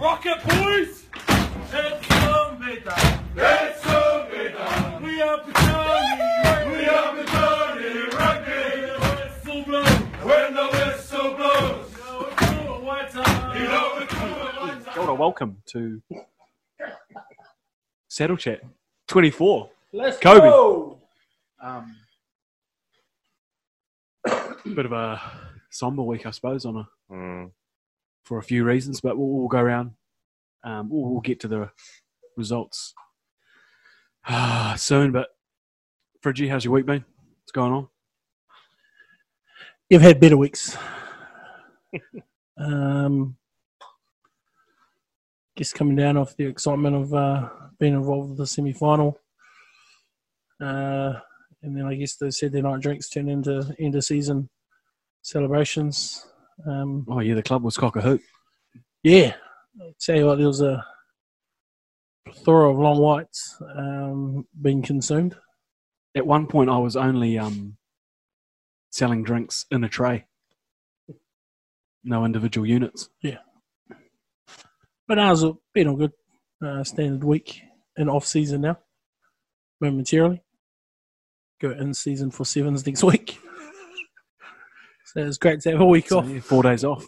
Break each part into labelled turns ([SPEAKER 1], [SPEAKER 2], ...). [SPEAKER 1] Rocket boys! Let's go Meta!
[SPEAKER 2] Let's go Meta!
[SPEAKER 1] We are Patani!
[SPEAKER 2] We are the Johnny Rocket!
[SPEAKER 1] Whistle blow!
[SPEAKER 2] When the whistle blows,
[SPEAKER 1] Now we're cool at white time.
[SPEAKER 2] you know the crew of
[SPEAKER 3] Kia ora, welcome to Saddle Chat 24.
[SPEAKER 4] Let's
[SPEAKER 3] Kobe.
[SPEAKER 4] go.
[SPEAKER 3] Um, bit of a somber week, I suppose, on a,
[SPEAKER 5] Mm.
[SPEAKER 3] for a few reasons, but we'll, we'll go around. Um, we'll, we'll get to the results soon. But Fridgie, how's your week been? What's going on?
[SPEAKER 4] You've had better weeks. um, guess coming down off the excitement of uh, being involved with the semi final. Uh, and then I guess the Saturday night drinks turn into end of season celebrations. Um,
[SPEAKER 3] Oh yeah, the club was cock a hoop.
[SPEAKER 4] Yeah, I'll tell you what, there was a plethora of long whites um, being consumed.
[SPEAKER 3] At one point, I was only um, selling drinks in a tray, no individual units.
[SPEAKER 4] But ours have been all good. Uh, standard week in off season now, momentarily. Go in season for sevens next week. so it's great to have a week
[SPEAKER 3] So,
[SPEAKER 4] off.
[SPEAKER 3] yeah, four days off.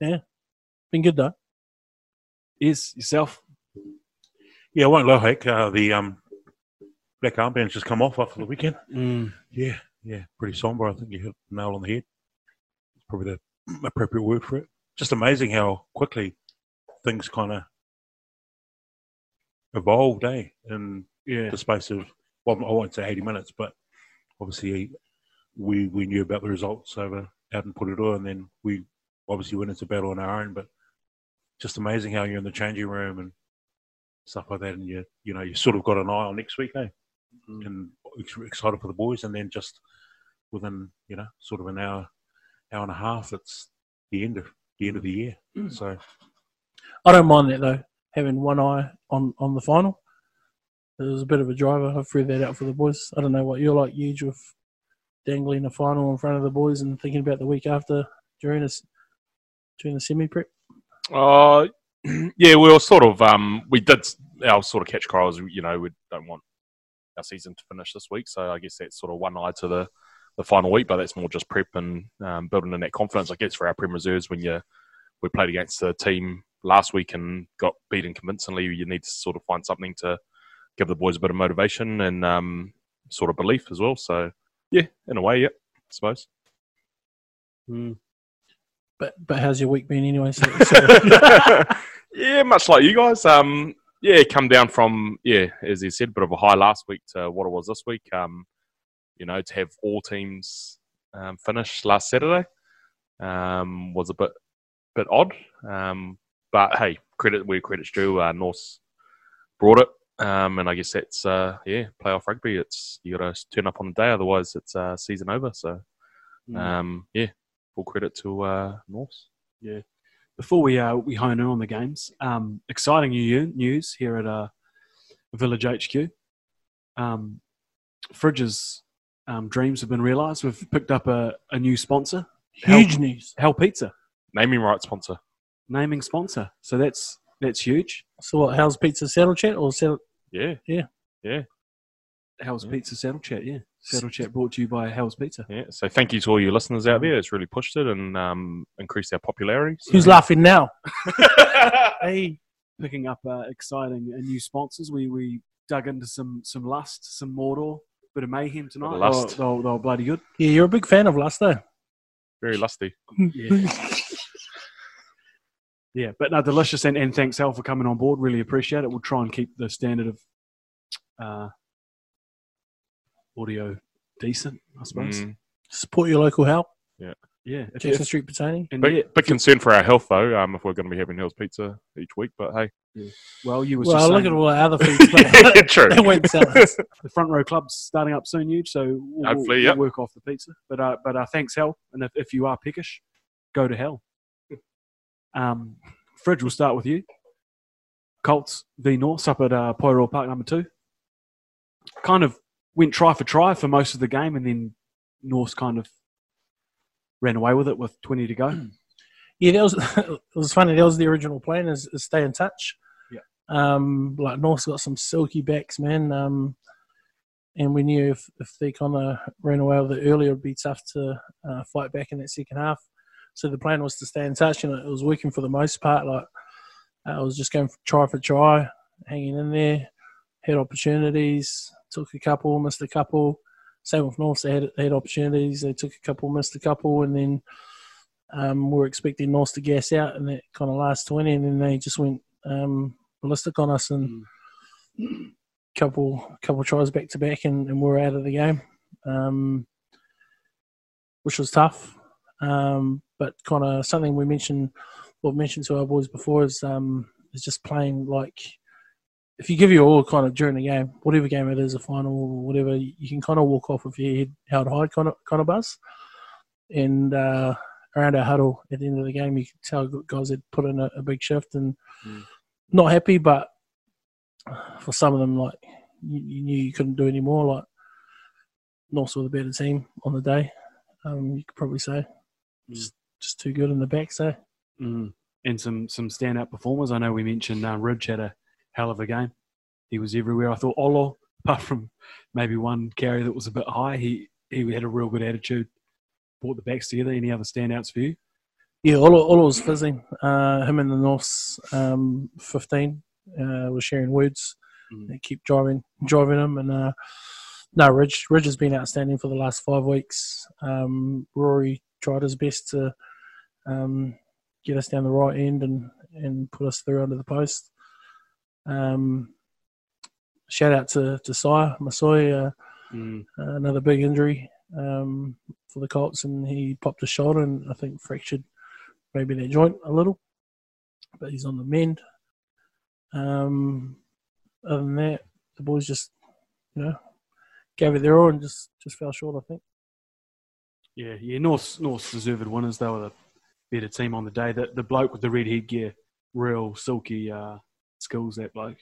[SPEAKER 4] Been good though.
[SPEAKER 3] Is yourself?
[SPEAKER 5] Yeah, I won't lie, Hick. Uh, the um, black armband's just come off after the weekend. Yeah, yeah, pretty somber. I think you hit the nail on the head. It's probably the appropriate word for it. Just amazing how quickly things kind of evolved, eh? In
[SPEAKER 3] Yeah.
[SPEAKER 5] the space of, well, I won't say 80 minutes, but obviously we we knew about the results over out in Porirua, and then we obviously went into battle on our own. But just amazing how you're in the changing room and stuff like that, and you you know you sort of got an eye on next week, eh?
[SPEAKER 3] Mm.
[SPEAKER 5] And ex- excited for the boys, and then just within you know sort of an hour, hour and a half, it's the end of the end of the year.
[SPEAKER 3] Mm.
[SPEAKER 5] So
[SPEAKER 4] I don't mind that though, having one eye on, on the final. It was a bit of a driver. I threw that out for the boys. I don't know what you're like, huge with dangling a final in front of the boys and thinking about the week after during us during the semi prep.
[SPEAKER 6] Uh, yeah, we were sort of um, we did our sort of catch cry was you know we don't want our season to finish this week, so I guess that's sort of one eye to the the final week, but that's more just prep and um, building in that confidence, I guess, for our prem reserves when you we played against the team last week and got beaten convincingly. You need to sort of find something to give the boys a bit of motivation and um, sort of belief as well. So yeah, in a way, yeah, I suppose.
[SPEAKER 4] But but how's your week been anyway? So,
[SPEAKER 6] yeah, much like you guys. Um, yeah, come down from yeah, as you said, a bit of a high last week to what it was this week. Um, you know, to have all teams um, finish last Saturday um, was a bit bit odd. Um, but hey, credit where credit's due. Uh, Norse brought it. Um, and I guess that's uh, yeah, playoff rugby. It's you got to turn up on the day, otherwise it's uh, season over. So um, yeah, full credit to uh, Norse.
[SPEAKER 3] Before we uh, we hone in on the games, um, exciting new news here at uh, Village HQ. Um, Fridge's um, dreams have been realised. We've picked up a, a new sponsor,
[SPEAKER 4] huge news.
[SPEAKER 3] Hell Pizza,
[SPEAKER 6] Naming rights sponsor.
[SPEAKER 3] naming sponsor. So that's that's huge.
[SPEAKER 4] So what? How's pizza saddle chat or saddle?
[SPEAKER 6] Yeah,
[SPEAKER 3] Hell's
[SPEAKER 6] Yeah.
[SPEAKER 3] Pizza Saddle Chat, yeah. Saddle Chat brought to you by Hell's Pizza.
[SPEAKER 6] yeah. So thank you to all your listeners out there. It's really pushed it and um, increased our popularity. So-
[SPEAKER 4] Who's laughing now? hey,
[SPEAKER 3] Picking up uh, exciting and new sponsors. We we dug into some some lust, some Mordor, bit of mayhem tonight.
[SPEAKER 6] lust.
[SPEAKER 3] They were, they were- they were bloody good.
[SPEAKER 4] yeah, you're a big fan of last though.
[SPEAKER 6] Very lusty.
[SPEAKER 3] Yeah, but no, delicious, and, and thanks, Al, for coming on board. Really appreciate it. We'll try and keep the standard of uh, audio decent, I suppose.
[SPEAKER 6] Mm.
[SPEAKER 4] Support your local help,
[SPEAKER 3] Yeah, if-
[SPEAKER 4] Jackson
[SPEAKER 3] if-
[SPEAKER 4] Street Patani.
[SPEAKER 3] and yeah,
[SPEAKER 6] Big, big concern for our health, though, um, if we're going to be having Hill's Pizza each week. But hey,
[SPEAKER 3] well, you were
[SPEAKER 4] Well,
[SPEAKER 3] just
[SPEAKER 4] look
[SPEAKER 3] saying
[SPEAKER 4] at all the other things.
[SPEAKER 6] yeah, true.
[SPEAKER 4] they won't sell us.
[SPEAKER 3] the front row club's starting up soon, huge. So we'll,
[SPEAKER 6] Hopefully,
[SPEAKER 3] we'll
[SPEAKER 6] yep.
[SPEAKER 3] work off the pizza. But uh, but uh, thanks, Hell, and if, if you are pickish, go to hell. Um, Fridge, we'll start with you. Colts v Norse up at uh, Poirot Park number two. Kind of went try for try for most of the game, and then Norse kind of ran away with it with 20 to go.
[SPEAKER 4] Yeah, that was it was funny. That was the original plan is, is stay in touch.
[SPEAKER 5] Yeah.
[SPEAKER 4] Um, like North's got some silky backs, man. Um, and we knew if, if they kind of ran away with it earlier, it'd be tough to uh, fight back in that second half. So the plan was to stay in touch, and it was working for the most part. Like uh, I was just going for try for try, hanging in there, had opportunities, took a couple, missed a couple. Same with North, they had, they had opportunities, they took a couple, missed a couple, and then um, we were expecting North to gas out in that kind of last 20, and then they just went um, ballistic on us and couple couple tries back to back, and, and we were out of the game, um, which was tough. Um, but kind of something we mentioned, what mentioned to our boys before is um, is just playing like if you give your all kind of during the game, whatever game it is, a final or whatever, you can kind of walk off with your head held high, kind of kind of buzz, and. Uh, around our huddle at the end of the game, you could tell guys had put in a, a big shift and
[SPEAKER 5] Mm.
[SPEAKER 4] not happy, but for some of them, like you, you knew you couldn't do any more. Like North were the better team on the day, um, you could probably say. Just, just too good in the back, so
[SPEAKER 3] Mm. And some some standout performers. I know we mentioned uh, Ridge had a hell of a game. He was everywhere. I thought Olo, apart from maybe one carry that was a bit high, he he had a real good attitude. Brought the backs together. Any other standouts for you?
[SPEAKER 4] Yeah, all all was fizzing. Uh, him and the North's um, fifteen uh, were sharing words.
[SPEAKER 3] Mm.
[SPEAKER 4] They keep driving driving him, and uh, no, Ridge Ridge has been outstanding for the last five weeks. Um, Rory tried his best to um, get us down the right end and and put us through under the post. Um, shout out to to Sire Masoi, uh,
[SPEAKER 3] Mm.
[SPEAKER 4] another big injury um, for the Colts, and he popped his shoulder and I think fractured maybe that joint a little, but he's on the mend. Um, other than that, the boys just you know gave it their all and just just fell short. I think.
[SPEAKER 3] Yeah, yeah. North North deserved winners. They were the better team on the day. The the bloke with the red headgear, real silky uh, skills. That bloke.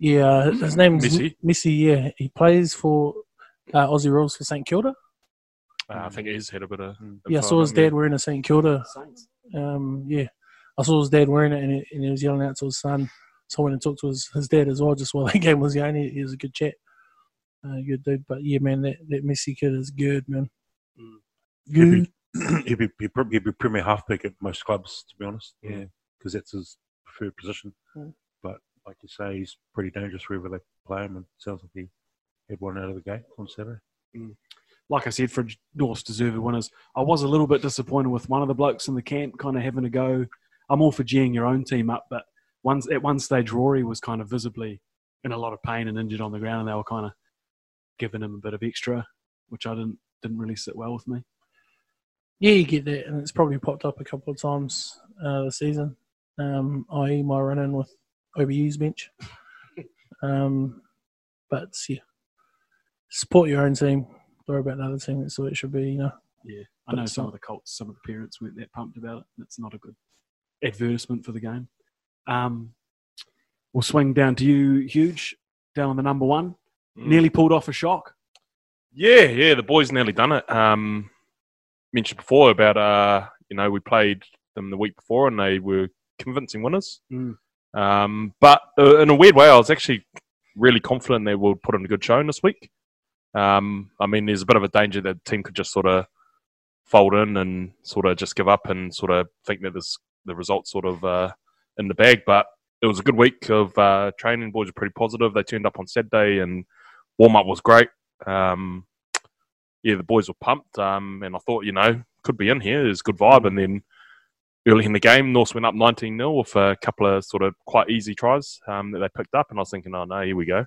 [SPEAKER 4] Yeah, his name's
[SPEAKER 6] Missy?
[SPEAKER 4] Missy. Yeah, he plays for uh, Aussie Rules for St Kilda.
[SPEAKER 6] Uh, I think he's had a bit of.
[SPEAKER 5] Mm.
[SPEAKER 4] Yeah, I saw his dad wearing a St Kilda
[SPEAKER 3] Saints.
[SPEAKER 4] um, yeah, I saw his dad wearing it, and he, and he was yelling out to his son. So I went and talked to his, his dad as well, just while that game was going. He, he was a good chat, uh, good dude. But yeah, man, that, that Messi kid is good, man.
[SPEAKER 3] Mm.
[SPEAKER 4] Good.
[SPEAKER 5] he'd, be, he'd, probably, he'd be premier halfback at most clubs, to be honest.
[SPEAKER 3] Yeah.
[SPEAKER 5] Because that's his preferred position.
[SPEAKER 4] Mm.
[SPEAKER 5] But like you say, he's pretty dangerous wherever they play him, and it sounds like he had one out of the gate on Saturday.
[SPEAKER 3] like I said, for North deserved winners. I was a little bit disappointed with one of the blokes in the camp kind of having a go. I'm all for geeing your own team up, but once at one stage Rory was kind of visibly in a lot of pain and injured on the ground, and they were kind of giving him a bit of extra, which I didn't didn't really sit well with me.
[SPEAKER 4] Yeah, you get that, and it's probably popped up a couple of times uh, this season. Um, i.e., my run-in with OBU's bench. um, but yeah, support your own team. Don't worry about another team. That's the way it should be, you know.
[SPEAKER 3] Yeah, I know some
[SPEAKER 4] But some-
[SPEAKER 3] of the Colts, some of the parents weren't that pumped about it. and It's not a good advertisement for the game. Um, we'll swing down to you, huge, down on the number one.
[SPEAKER 6] Mm.
[SPEAKER 3] Nearly pulled off a shock.
[SPEAKER 6] Yeah, yeah, the boys nearly done it. Um, mentioned before about uh, you know, we played them the week before and they were convincing winners.
[SPEAKER 3] Mm.
[SPEAKER 6] Um, but uh, in a weird way, I was actually really confident they would put in a good showing this week. Um, I mean, there's a bit of a danger that the team could just sort of fold in and sort of just give up and sort of think that this the results sort of uh, in the bag. But it was a good week of uh, training. Boys were pretty positive. They turned up on Saturday and warm up was great um, yeah, the boys were pumped, um, and I thought, you know, could be in here. There's good vibe, and then early in the game, Norse went up 19 0 with a couple of sort of quite easy tries um, that they picked up, and I was thinking, oh no, here we go.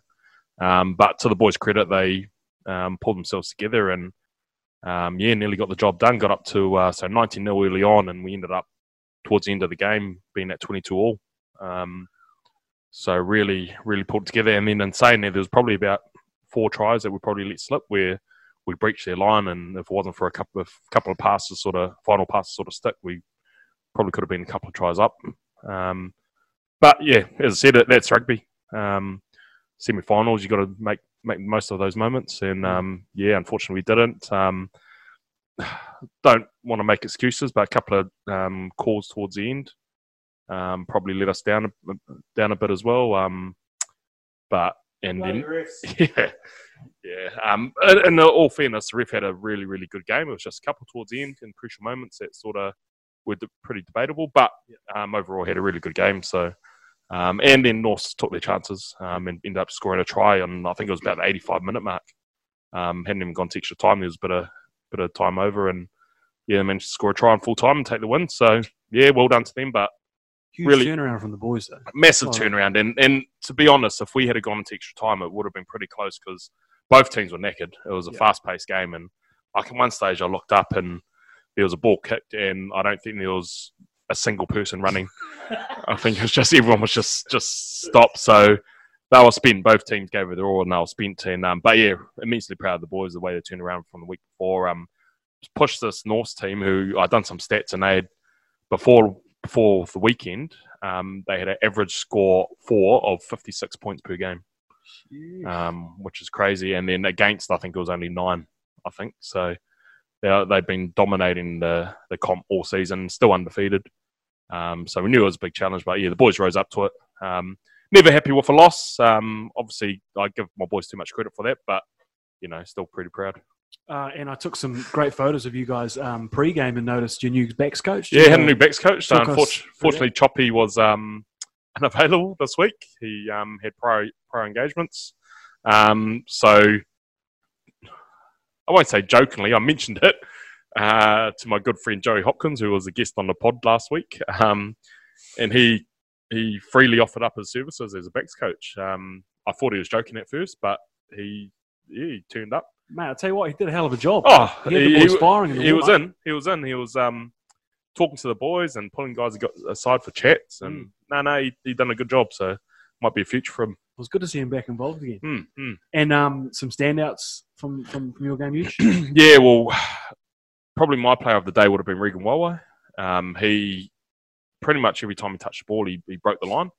[SPEAKER 6] Um, but to the boys' credit, they um, pulled themselves together and um, yeah, nearly got the job done. Got up to uh, so 19 0 early on, and we ended up towards the end of the game being at 22 all. Um, so really, really pulled together. And then in saying that, there was probably about four tries that we probably let slip where we breached their line, and if it wasn't for a couple of couple of passes, sort of final passes, sort of stick, we probably could have been a couple of tries up. Um, but yeah, as I said, it- that's rugby. Um, semi-finals, you got to make make the most of those moments, and um, yeah, unfortunately, we didn't. Um, don't want to make excuses, but a couple of um, calls towards the end um, probably let us down a, down a bit as well. Um, but and then yeah, yeah. Um, and, and in all fairness, the ref had a really, really good game. It was just a couple towards the end in crucial moments that sort of were de- pretty debatable, but um, overall had a really good game. So, um, and then Norse took their chances um, and ended up scoring a try, and I think it was about the 85 minute mark. Um, hadn't even gone to extra time. There was a bit of bit of time over, and yeah, managed to score a try in full time and take the win. So yeah, well done to them. But
[SPEAKER 3] Huge
[SPEAKER 6] Really-
[SPEAKER 3] turnaround from the boys, though.
[SPEAKER 6] massive
[SPEAKER 3] Oh.
[SPEAKER 6] turnaround. And and to be honest, if we had gone into extra time, it would have been pretty close because both teams were knackered. It was a
[SPEAKER 3] Yeah.
[SPEAKER 6] fast paced game, and like in one stage, I looked up and there was a ball kicked, and I don't think there was a single person running. I think it was just everyone was just just stopped. So they were spent. Both teams gave it their all, and they were spent. And um, but yeah, immensely proud of the boys the way they turned around from the week before. Um, pushed this Norse team who I'd done some stats and they had before before the weekend, um, they had an average score four of 56 points per game, um, which is crazy. And then against, I think it was only nine, I think. So they are, they've been dominating the, the comp all season, still undefeated. Um, so we knew it was a big challenge, but yeah, the boys rose up to it. Um, never happy with a loss. Um, obviously, I give my boys too much credit for that, but you know, still pretty proud.
[SPEAKER 3] Uh, and I took some great photos of you guys um, pre-game and noticed your new backs coach.
[SPEAKER 6] Yeah, had a new backs coach. So
[SPEAKER 3] Took us
[SPEAKER 6] unfortunately,
[SPEAKER 3] through
[SPEAKER 6] fortunately, Choppy was um, unavailable this week. He um, had prior prior engagements. Um, so I won't say jokingly, I mentioned it uh, to my good friend Joey Hopkins, who was a guest on the pod last week, um, and he he freely offered up his services as a backs coach. Um, I thought he was joking at first, but he yeah, he turned up.
[SPEAKER 3] Mate, I tell you what, he did a hell of a job.
[SPEAKER 6] Oh,
[SPEAKER 3] he had the
[SPEAKER 6] he-
[SPEAKER 3] boys
[SPEAKER 6] he-
[SPEAKER 3] firing. In the
[SPEAKER 6] he was
[SPEAKER 3] warm-up.
[SPEAKER 6] in. He was in. He was um, talking to the boys and pulling guys ag- aside for chats. And no, no, he, he done a good job. So might be a future for him.
[SPEAKER 3] It was good to see him back involved again.
[SPEAKER 6] Mm, mm.
[SPEAKER 3] And um, some standouts from, from, from your game, Huge.
[SPEAKER 6] yeah, well, probably my player of the day would have been Regan Wawa. Um, he pretty much every time he touched the ball, he, he broke the line,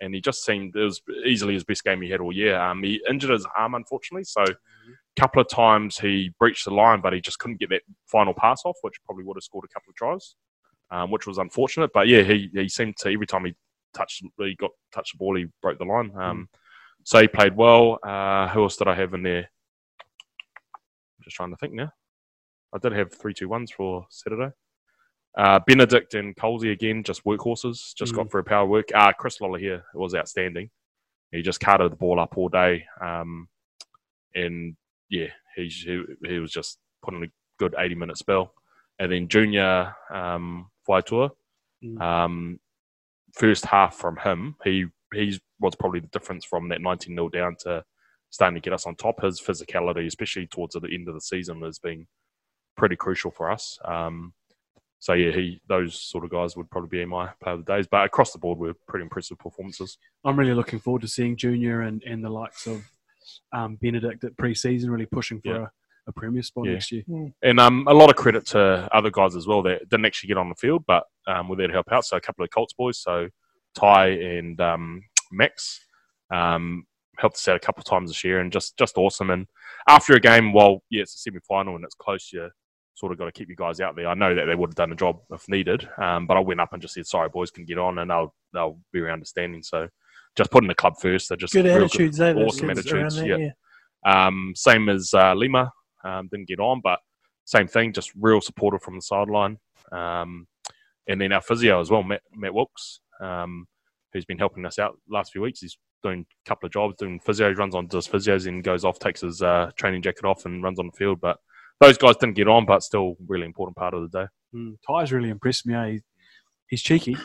[SPEAKER 6] and he just seemed it was easily his best game he had all year. Um, he injured his arm unfortunately, so a couple of times he breached the line, but he just couldn't get that final pass off, which probably would have scored a couple of tries, um, which was unfortunate. But yeah, he, he seemed to every time he touched he got touched the ball, he broke the line. Um, So he played well. Uh, who else did I have in there? I'm just trying to think now. I did have three two ones for Saturday. Uh, Benedict and Colsey again, just workhorses, just got for a power work. Uh, Chris Lolly here was outstanding. He just carted the ball up all day. Um, and yeah, he, he, he was just putting a good 80 minute spell. And then junior um, Waitua,
[SPEAKER 3] Mm.
[SPEAKER 6] um, first half from him, he he's was probably the difference from that 19 0 down to starting to get us on top. His physicality, especially towards the end of the season, has been pretty crucial for us. Um, so yeah, he those sort of guys would probably be my player of the days. But across the board, were pretty impressive performances.
[SPEAKER 3] I'm really looking forward to seeing Junior and, and the likes of um, Benedict at pre-season really pushing for
[SPEAKER 6] Yeah.
[SPEAKER 3] a, a premier spot
[SPEAKER 6] Yeah.
[SPEAKER 3] next year.
[SPEAKER 6] And um, a lot of credit to other guys as well that didn't actually get on the field, but um, were there to help out. So a couple of Colts boys, so Ty and um, Max, um, helped us out a couple of times this year, and just just awesome. And after a game, well, yeah, it's a semi final and it's close. You sort of got to keep your guys out there. I know that they would have done a job if needed, um, but I went up and just said, "Sorry, boys, can get on," and they'll they'll be very understanding. So just putting the club first. They're just
[SPEAKER 4] Good
[SPEAKER 6] real
[SPEAKER 4] attitudes, eh? those
[SPEAKER 6] awesome
[SPEAKER 4] kids
[SPEAKER 6] attitudes,
[SPEAKER 4] around
[SPEAKER 6] yeah.
[SPEAKER 4] there, yeah.
[SPEAKER 6] um, same as uh, Lima, um, didn't get on, but same thing, just real supporter from the sideline. Um, and then our physio as well, Matt, Matt Wilkes, um, who's been helping us out last few weeks. He's doing a couple of jobs, doing physio, he runs on to his physios, and goes off, takes his uh, training jacket off, and runs on the field. But those guys didn't get on, but still really important part of the day.
[SPEAKER 3] Mm, Ty's really impressed me. Eh? He's, he's cheeky,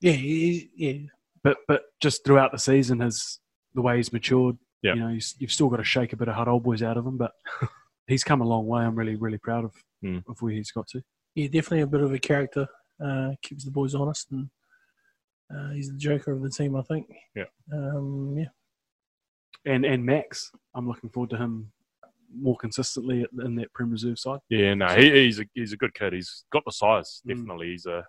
[SPEAKER 4] Yeah, he- he- yeah.
[SPEAKER 3] but but just throughout the season, his the way he's matured.
[SPEAKER 6] Yeah.
[SPEAKER 3] You know, he's, you've still got to shake a bit of hard old boys out of him, but he's come a long way. I'm really really proud of
[SPEAKER 6] Mm.
[SPEAKER 3] of where he's got to.
[SPEAKER 4] Yeah, definitely a bit of a character. Uh, keeps the boys honest, and uh, he's the joker of the team, I think.
[SPEAKER 6] Yeah.
[SPEAKER 4] Um, yeah.
[SPEAKER 3] And and Max, I'm looking forward to him more consistently at- in that Prem Reserve side.
[SPEAKER 6] Yeah, no, he, he's a he's a good kid. He's got the size,
[SPEAKER 3] Mm.
[SPEAKER 6] definitely. He's a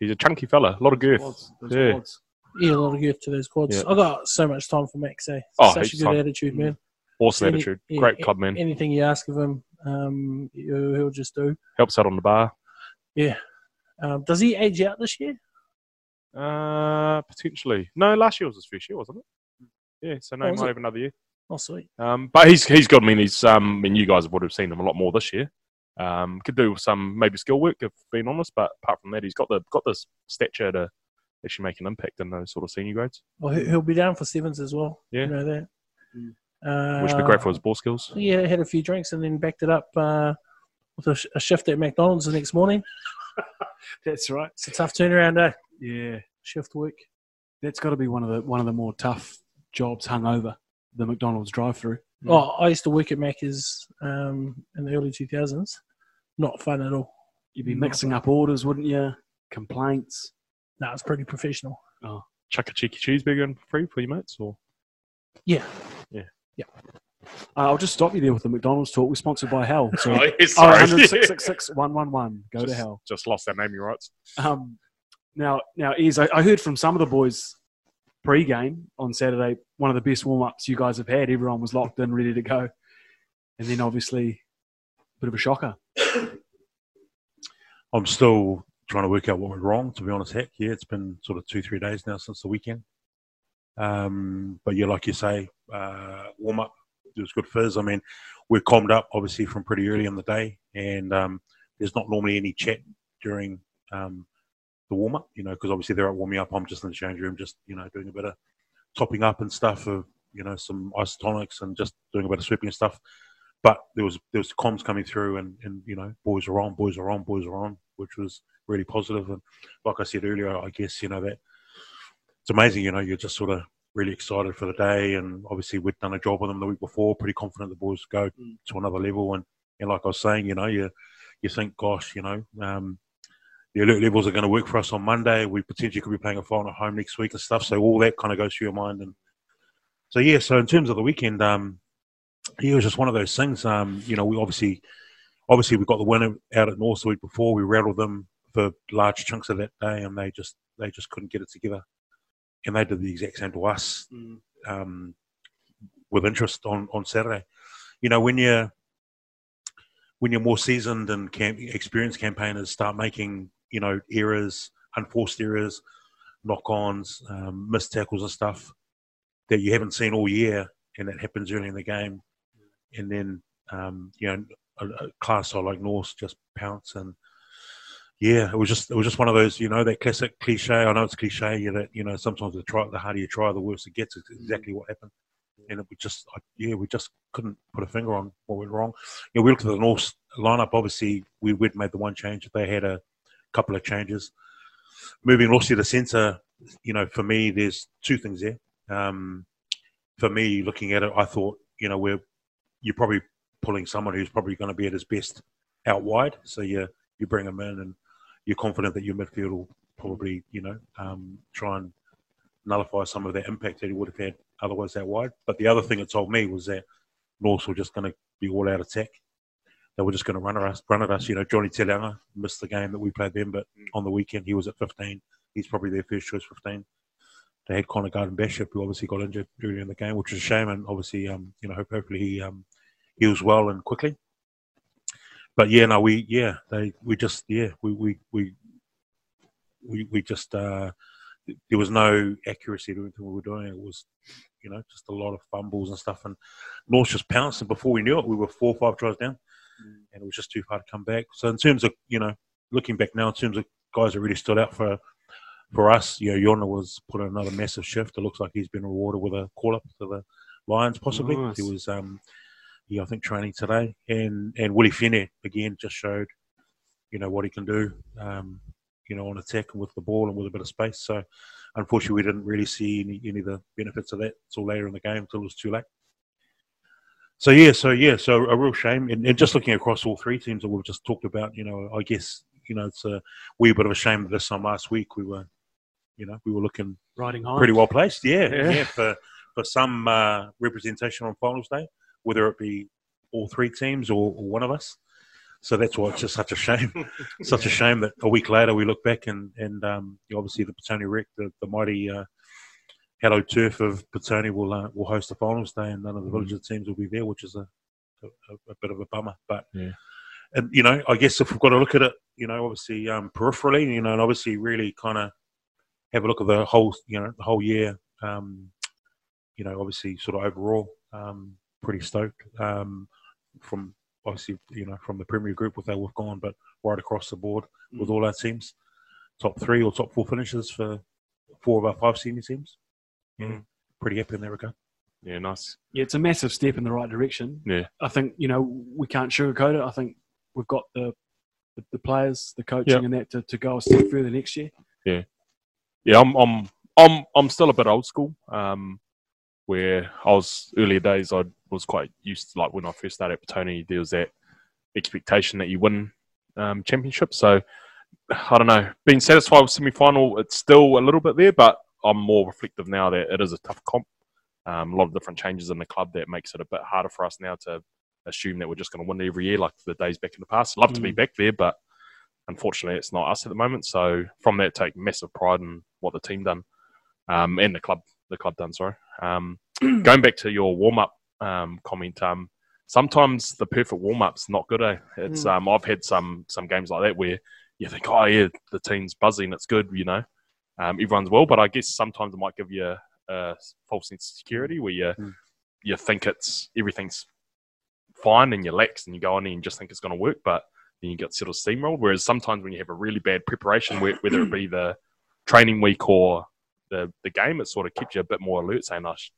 [SPEAKER 6] he's a chunky fella, a lot of girth.
[SPEAKER 3] Quads, those
[SPEAKER 6] yeah.
[SPEAKER 3] quads.
[SPEAKER 4] Yeah, a lot of gift to those quads.
[SPEAKER 6] Yeah.
[SPEAKER 4] I got so much time for Max. Eh?
[SPEAKER 6] Oh,
[SPEAKER 4] Such a
[SPEAKER 6] heaps
[SPEAKER 4] good
[SPEAKER 6] time. Mm.
[SPEAKER 4] attitude, man.
[SPEAKER 6] Awesome
[SPEAKER 4] Any-
[SPEAKER 6] attitude,
[SPEAKER 4] yeah,
[SPEAKER 6] great
[SPEAKER 4] a-
[SPEAKER 6] club man.
[SPEAKER 4] Anything you ask of him, um, who- he'll just do.
[SPEAKER 6] Helps out on the bar.
[SPEAKER 4] Um, does he age out this year?
[SPEAKER 6] Uh, potentially. No, last year was his first year, wasn't it? Yeah, so no,
[SPEAKER 4] Oh,
[SPEAKER 6] he
[SPEAKER 4] was
[SPEAKER 6] might
[SPEAKER 4] it?
[SPEAKER 6] have another year.
[SPEAKER 4] Oh, sweet.
[SPEAKER 6] Um, but he's he's good. I mean, he's um, I mean, you guys would have seen him a lot more this year. Um, could do some maybe skill work if being honest, but apart from that, he's got the got this stature to actually make an impact in those sort of senior grades,
[SPEAKER 4] Well, he- he'll be down for sevens as well.
[SPEAKER 6] Yeah.
[SPEAKER 4] You know that.
[SPEAKER 3] Mm.
[SPEAKER 4] Uh,
[SPEAKER 6] which would be great for his ball skills.
[SPEAKER 4] Yeah, had a few drinks and then backed it up uh, with a, sh- a shift at McDonald's the next morning.
[SPEAKER 3] That's right.
[SPEAKER 4] It's a tough turnaround day.
[SPEAKER 3] Yeah,
[SPEAKER 4] Shift work.
[SPEAKER 3] that's got to be one of the one of the more tough jobs hung over the McDonald's drive-through.
[SPEAKER 6] Mm.
[SPEAKER 4] Oh, I used to work at Macca's um, in the early 2000s. Not fun at all.
[SPEAKER 3] You'd
[SPEAKER 6] Mm.
[SPEAKER 3] be mixing up orders, wouldn't you? Complaints.
[SPEAKER 4] No, it's pretty professional.
[SPEAKER 6] Chuck a cheeky cheeseburger in for free for your mates, or
[SPEAKER 4] Yeah.
[SPEAKER 3] Uh, I'll just stop you there with the McDonald's talk. We're sponsored by Hell. So
[SPEAKER 6] Oh, yeah,
[SPEAKER 3] Oh,
[SPEAKER 6] sorry.
[SPEAKER 3] 100-666-111. Go to
[SPEAKER 6] Just-
[SPEAKER 3] hell.
[SPEAKER 6] Just lost their naming rights.
[SPEAKER 3] Um, now, now, Ez, I, I heard from some of the boys pre-game on Saturday. One of the best warm-ups you guys have had. Everyone was locked in, ready to go, and then obviously, a bit of a shocker.
[SPEAKER 5] I'm still trying to work out what went wrong, to be honest. Heck, yeah, it's been sort of two, three days now since the weekend. Um, but yeah, like you say, uh, warm up, it was good fizz. I mean, we're calmed up obviously from pretty early in the day, and um, there's not normally any chat during um, the warm up, you know, because obviously they're out warming up. I'm just in the change room, just, you know, doing a bit of topping up and stuff of, you know, some isotonics and just doing a bit of sweeping and stuff. But there was there was comms coming through, and, and you know, boys are on, boys are on, boys are on, which was really positive. And like I said earlier, I guess you know that it's amazing. You know, you're just sort of really excited for the day, and obviously we'd done a job with them the week before. Pretty confident the boys go
[SPEAKER 3] Mm.
[SPEAKER 5] to another level, and and like I was saying, you know, you you think, gosh, you know, um, the alert levels are going to work for us on Monday. We potentially could be playing a final at home next week and stuff. So all that kind of goes through your mind, and so yeah. So in terms of the weekend, um, yeah, it was just one of those things. Um, you know, we obviously, obviously, we got the winner out at North the week before. We rattled them for large chunks of that day, and they just they just couldn't get it together. And they did the exact same to us um, with interest on, on Saturday. You know, when you're when you're more seasoned and camp, experienced campaigners start making you know errors, unforced errors, knock-ons, um, missed tackles and stuff that you haven't seen all year, and that happens early in the game, and then um, you know a, a class side like Norse just pounce and. Yeah, it was just it was just one of those, you know, that classic cliche. I know it's cliche. You that you know sometimes the try, the harder you try, the worse it gets. It's exactly what happened, and it, we just I- yeah, we just couldn't put a finger on what went wrong. You know, we looked at the North lineup. Obviously, we would made the one change. They had a couple of changes. Moving Rossi to centre, you know, for me, there's two things there. Um, for me, looking at it, I thought, you know, we're you're probably pulling someone who's probably going to be at his best out wide. So you you bring him in and you're confident that your midfield will probably, you know, um, try and nullify some of that impact that he would have had otherwise that wide. But the other thing it told me was that Norse were just going to be all out attack. They were just going to run at us. Run at us. You know, Johnny Telanga missed the game that we played them, but on the weekend he was at 15. He's probably their first choice 15. They had Connor Garden Bishop, who obviously got injured earlier in the game, which is a shame. And obviously, um, you know, hope, hopefully he um, heals well and quickly but yeah, no, we yeah, they we just yeah, we we we we, we just uh, there was no accuracy to anything we were doing. It was you know just a lot of fumbles and stuff, and North just pounced, and before we knew it, we were four or five tries down, and it was just too far to come back. So in terms of you know looking back now, in terms of guys that really stood out for. For us, you know, Yona was put in another massive shift. It looks like he's been rewarded with a call up to the Lions, possibly.
[SPEAKER 3] Nice.
[SPEAKER 5] There was um, yeah, I think training today, and and Willie Finney again just showed, you know, what he can do, um, you know, on attack and with the ball and with a bit of space. So, unfortunately, we didn't really see any, any of the benefits of that until later in the game, until it was too late. So yeah, so yeah, so a real shame. And, and just looking across all three teams that we've just talked about, you know, I guess you know it's a wee bit of a shame that this time last week we were, you know, we were looking
[SPEAKER 3] Riding high.
[SPEAKER 5] pretty well placed. Yeah,
[SPEAKER 3] Yeah.
[SPEAKER 5] yeah. for for some uh, representation on finals day, whether it be all three teams or, or one of us. So that's why it's just such a shame, such a shame that a week later we look back and and um, obviously the Petone Rec, the, the mighty uh, Hello Turf of Petone will uh, will host the finals day, and none of the villager teams will be there, which is a a, a bit of a bummer. But
[SPEAKER 6] Yeah.
[SPEAKER 5] and you know, I guess if we've got to look at it, you know, obviously um, peripherally, you know, and obviously really kind of have a look at the whole, you know, the whole year. Um, you know, obviously, sort of overall, um, pretty stoked um, from obviously, you know, from the Premier Group with how we've gone, but right across the board with all our teams, top three or top four finishes for four of our five senior teams. Yeah,
[SPEAKER 6] Mm.
[SPEAKER 5] pretty happy in that regard.
[SPEAKER 6] Yeah, nice.
[SPEAKER 3] Yeah, it's a massive step in the right direction.
[SPEAKER 6] Yeah.
[SPEAKER 3] I think you know we can't sugarcoat it. I think we've got the the, the players, the coaching,
[SPEAKER 6] Yep.
[SPEAKER 3] and that to, to go a step further next year.
[SPEAKER 6] yeah, I'm I'm I'm I'm still a bit old school. Um, where I was earlier days, I was quite used to like when I first started at Petone, there was that expectation that you win um, championship. So I don't know, being satisfied with semi final, it's still a little bit there, but I'm more reflective now that it is a tough comp. Um, a lot of different changes in the club that makes it a bit harder for us now to assume that we're just going to win every year like the days back in the past. I'd love to be back there, but unfortunately, it's not us at the moment. So from that, take massive pride in what the team done um, and the club, the club done. Sorry. Um, going back to your warm up um, comment, um, sometimes the perfect warm up's not good. Eh? It's um, I've had some some games like that where you think, oh yeah, the team's buzzing, it's good, you know, um, everyone's well. But I guess sometimes it might give you a, a false sense of security where you
[SPEAKER 5] Mm.
[SPEAKER 6] you think it's everything's fine and you lax and you go on and you just think it's going to work, but then you get sort of steamrolled. Whereas sometimes when you have a really bad preparation, whe- whether it be the training week or the, the game, it sort of keeps you a bit more alert, saying, oh, sh-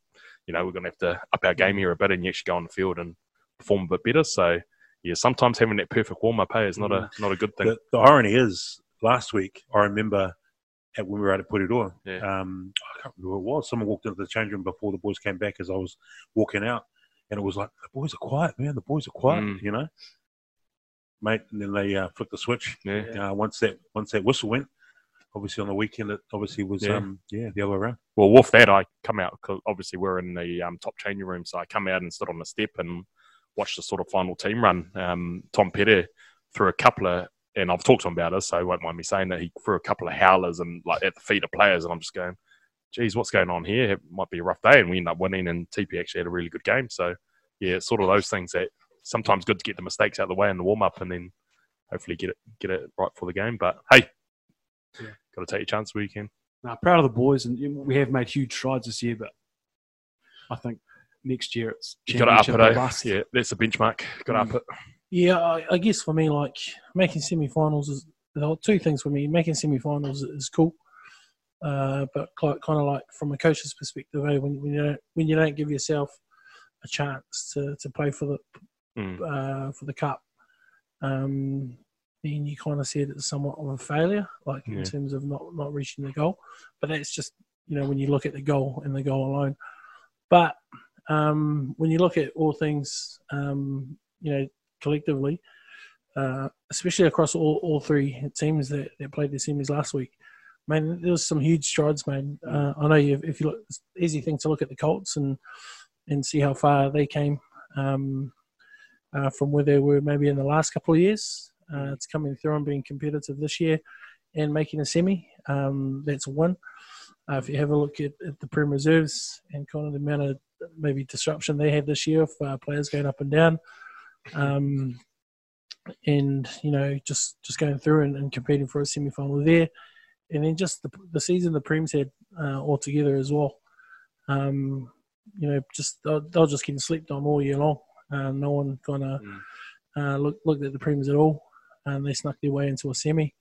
[SPEAKER 6] you know, we're going to have to up our game here a bit and you actually go on the field and perform a bit better. So, yeah, sometimes having that perfect warm up hey, is not a not a good thing.
[SPEAKER 5] The, the irony is, last week I remember at, when we were out at Purirua,
[SPEAKER 6] Yeah.
[SPEAKER 5] um, I can't remember who it was. Someone walked into the change room before the boys came back as I was walking out, and it was like the boys are quiet, man. The boys are quiet,
[SPEAKER 6] Mm.
[SPEAKER 5] you know, mate. And then they uh, flicked the switch.
[SPEAKER 6] yeah.
[SPEAKER 5] Uh, once that once that whistle went, obviously on the weekend, it obviously was
[SPEAKER 6] Yeah.
[SPEAKER 5] um, yeah the other way around.
[SPEAKER 6] Well, with that, I come out 'cause obviously we're in the um, top changing room, so I come out and stood on the step and watched the sort of final team run. Um, Tom Petty threw a couple of, and I've talked to him about this, so he won't mind me saying that he threw a couple of howlers and like at the feet of players, and I'm just going, "Geez, what's going on here? It might be a rough day." And we end up winning, and TP actually had a really good game. So, yeah, it's sort of those things that sometimes good to get the mistakes out of the way in the warm up, and then hopefully get it get it right for the game. But hey,
[SPEAKER 3] Yeah.
[SPEAKER 6] got to take your chance where you can.
[SPEAKER 3] Now, proud of the boys, and you know, we have made huge strides this year. But I think next year it's
[SPEAKER 6] You got to up
[SPEAKER 3] championship
[SPEAKER 6] it,
[SPEAKER 3] or
[SPEAKER 6] eh?
[SPEAKER 3] bust.
[SPEAKER 6] Yeah, that's the benchmark. Got to up it.
[SPEAKER 4] Yeah, I, I guess for me, like making semi-finals is there are two things for me. Making semi-finals is cool, uh, but kind of like from a coach's perspective, eh, when, when you don't, when you don't give yourself a chance to, to play for the
[SPEAKER 6] Mm.
[SPEAKER 4] uh, for the cup, um, then you kind of see it as somewhat of a failure, like
[SPEAKER 6] Yeah.
[SPEAKER 4] in terms of not, not reaching the goal. But that's just you know when you look at the goal and the goal alone. But um, when you look at all things, um, you know collectively, uh, especially across all, all three teams that, that played the semis last week. Man, there was some huge strides, man. Uh, I know you, if you look, it's an easy thing to look at the Colts and and see how far they came. Um, uh, from where they were maybe in the last couple of years. Uh, it's coming through and being competitive this year and making a semi. Um, that's one. Uh, if you have a look at, at the Prem reserves and kind of the amount of maybe disruption they had this year for uh, players going up and down, um, and you know just just going through and, and competing for a semi final there, and then just the, the season the Prem's had uh, altogether as well. Um, you know, just they'll, they'll just getting slept on all year long. Uh, no one kind of
[SPEAKER 6] Mm.
[SPEAKER 4] uh, look, looked at the Prem's at all, and they snuck their way into a semi,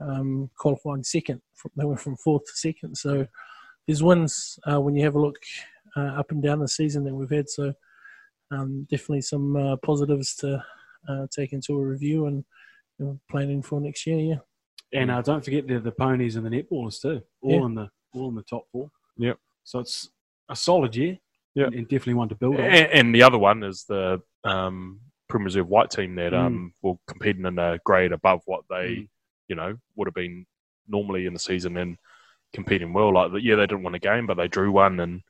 [SPEAKER 4] um, qualifying second. From, they went from fourth to second. So there's wins uh, when you have a look uh, up and down the season that we've had. So um, definitely some uh, positives to uh, take into a review and you know, planning for next year. Yeah,
[SPEAKER 3] And uh, don't forget the the ponies and the netballers too. All
[SPEAKER 4] Yeah.
[SPEAKER 3] in the all in the top four.
[SPEAKER 6] Yep.
[SPEAKER 3] So it's a solid year.
[SPEAKER 6] Yep.
[SPEAKER 3] And definitely one to build on.
[SPEAKER 6] And, and the other one is the um, Prim Reserve White team that um, were competing in a grade above what they,
[SPEAKER 3] Mm.
[SPEAKER 6] you know, would have been normally in the season and competing well. Like, yeah, they didn't win a game, but they drew one and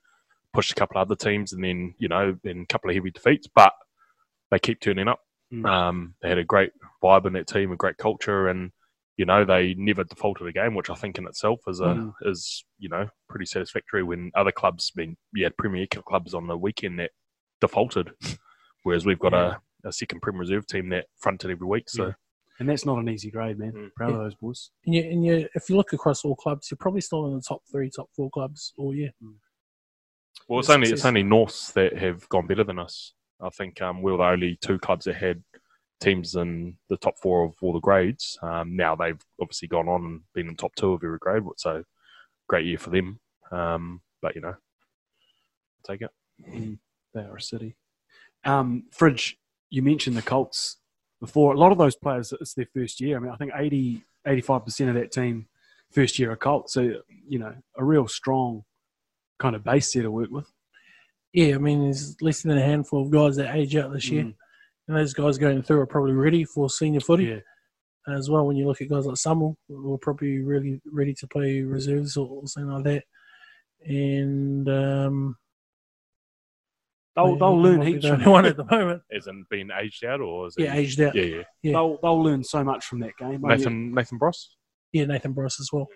[SPEAKER 6] pushed a couple of other teams, and then you know, in a couple of heavy defeats, but they keep turning up.
[SPEAKER 3] Mm.
[SPEAKER 6] Um, they had a great vibe in that team, a great culture, and you know, they never defaulted a game, which I think in itself is a
[SPEAKER 3] Mm.
[SPEAKER 6] is you know pretty satisfactory. When other clubs, been you had Premier clubs on the weekend that defaulted Whereas we've got a, a second Prem reserve team that fronted every week. So
[SPEAKER 3] And that's not an easy grade, man.
[SPEAKER 6] Mm.
[SPEAKER 3] Proud of those boys.
[SPEAKER 4] And you, and you, if you look across all clubs, you're probably still in the top three, top four clubs all year.
[SPEAKER 6] well, it's
[SPEAKER 4] Yeah,
[SPEAKER 6] only it's
[SPEAKER 4] success.
[SPEAKER 6] only Norse that have gone better than us. I think um, we were the only two clubs that had teams in the top four of all the grades. Um, now they've obviously gone on and been in top two of every grade, so great year for them. Um, but you know, take it.
[SPEAKER 3] They are a city. Um, Fridge, you mentioned the Colts before. A lot of those players, it's their first year. I mean, I think 80, 85% of that team first year are Colts. So, you know, a real strong kind of base there to work with.
[SPEAKER 4] Yeah, I mean, there's less than a handful of guys that age out this year.
[SPEAKER 3] Mm.
[SPEAKER 4] And those guys going through are probably ready for senior footy.
[SPEAKER 3] Yeah.
[SPEAKER 4] And as well, when you look at guys like Summel, who are probably really ready to play reserves or, or something like that. And um,
[SPEAKER 3] They'll, they'll learn
[SPEAKER 4] might be
[SPEAKER 3] heaps
[SPEAKER 4] the
[SPEAKER 3] from
[SPEAKER 4] only one at the moment.
[SPEAKER 6] As in being aged out, or is
[SPEAKER 4] Yeah,
[SPEAKER 6] it,
[SPEAKER 4] aged out.
[SPEAKER 6] yeah,
[SPEAKER 4] Yeah,
[SPEAKER 6] yeah.
[SPEAKER 4] yeah.
[SPEAKER 3] They'll, they'll learn so much from that game. I mean,
[SPEAKER 6] Nathan Nathan Bross.
[SPEAKER 4] Nathan Bryce as well.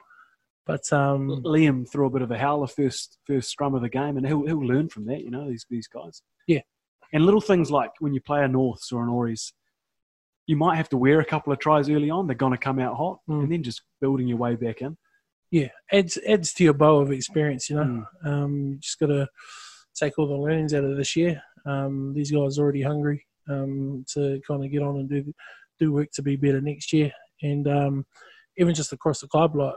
[SPEAKER 4] But
[SPEAKER 3] Hmm.
[SPEAKER 4] um,
[SPEAKER 3] Liam threw a bit of a howler first first scrum of the game, and he'll, he'll learn from that. You know these these guys.
[SPEAKER 4] Yeah.
[SPEAKER 3] and little things like when you play a Norths or an Ories, you might have to wear a couple of tries early on. They're going to come out hot,
[SPEAKER 4] Mm.
[SPEAKER 3] and then just building your way back in.
[SPEAKER 4] yeah, adds adds to your bow of experience. You know,
[SPEAKER 3] Mm.
[SPEAKER 4] um, you just got to take all the learnings out of this year. Um, these guys are already hungry um, to kind of get on and do do work to be better next year, and um, even just across the club. Like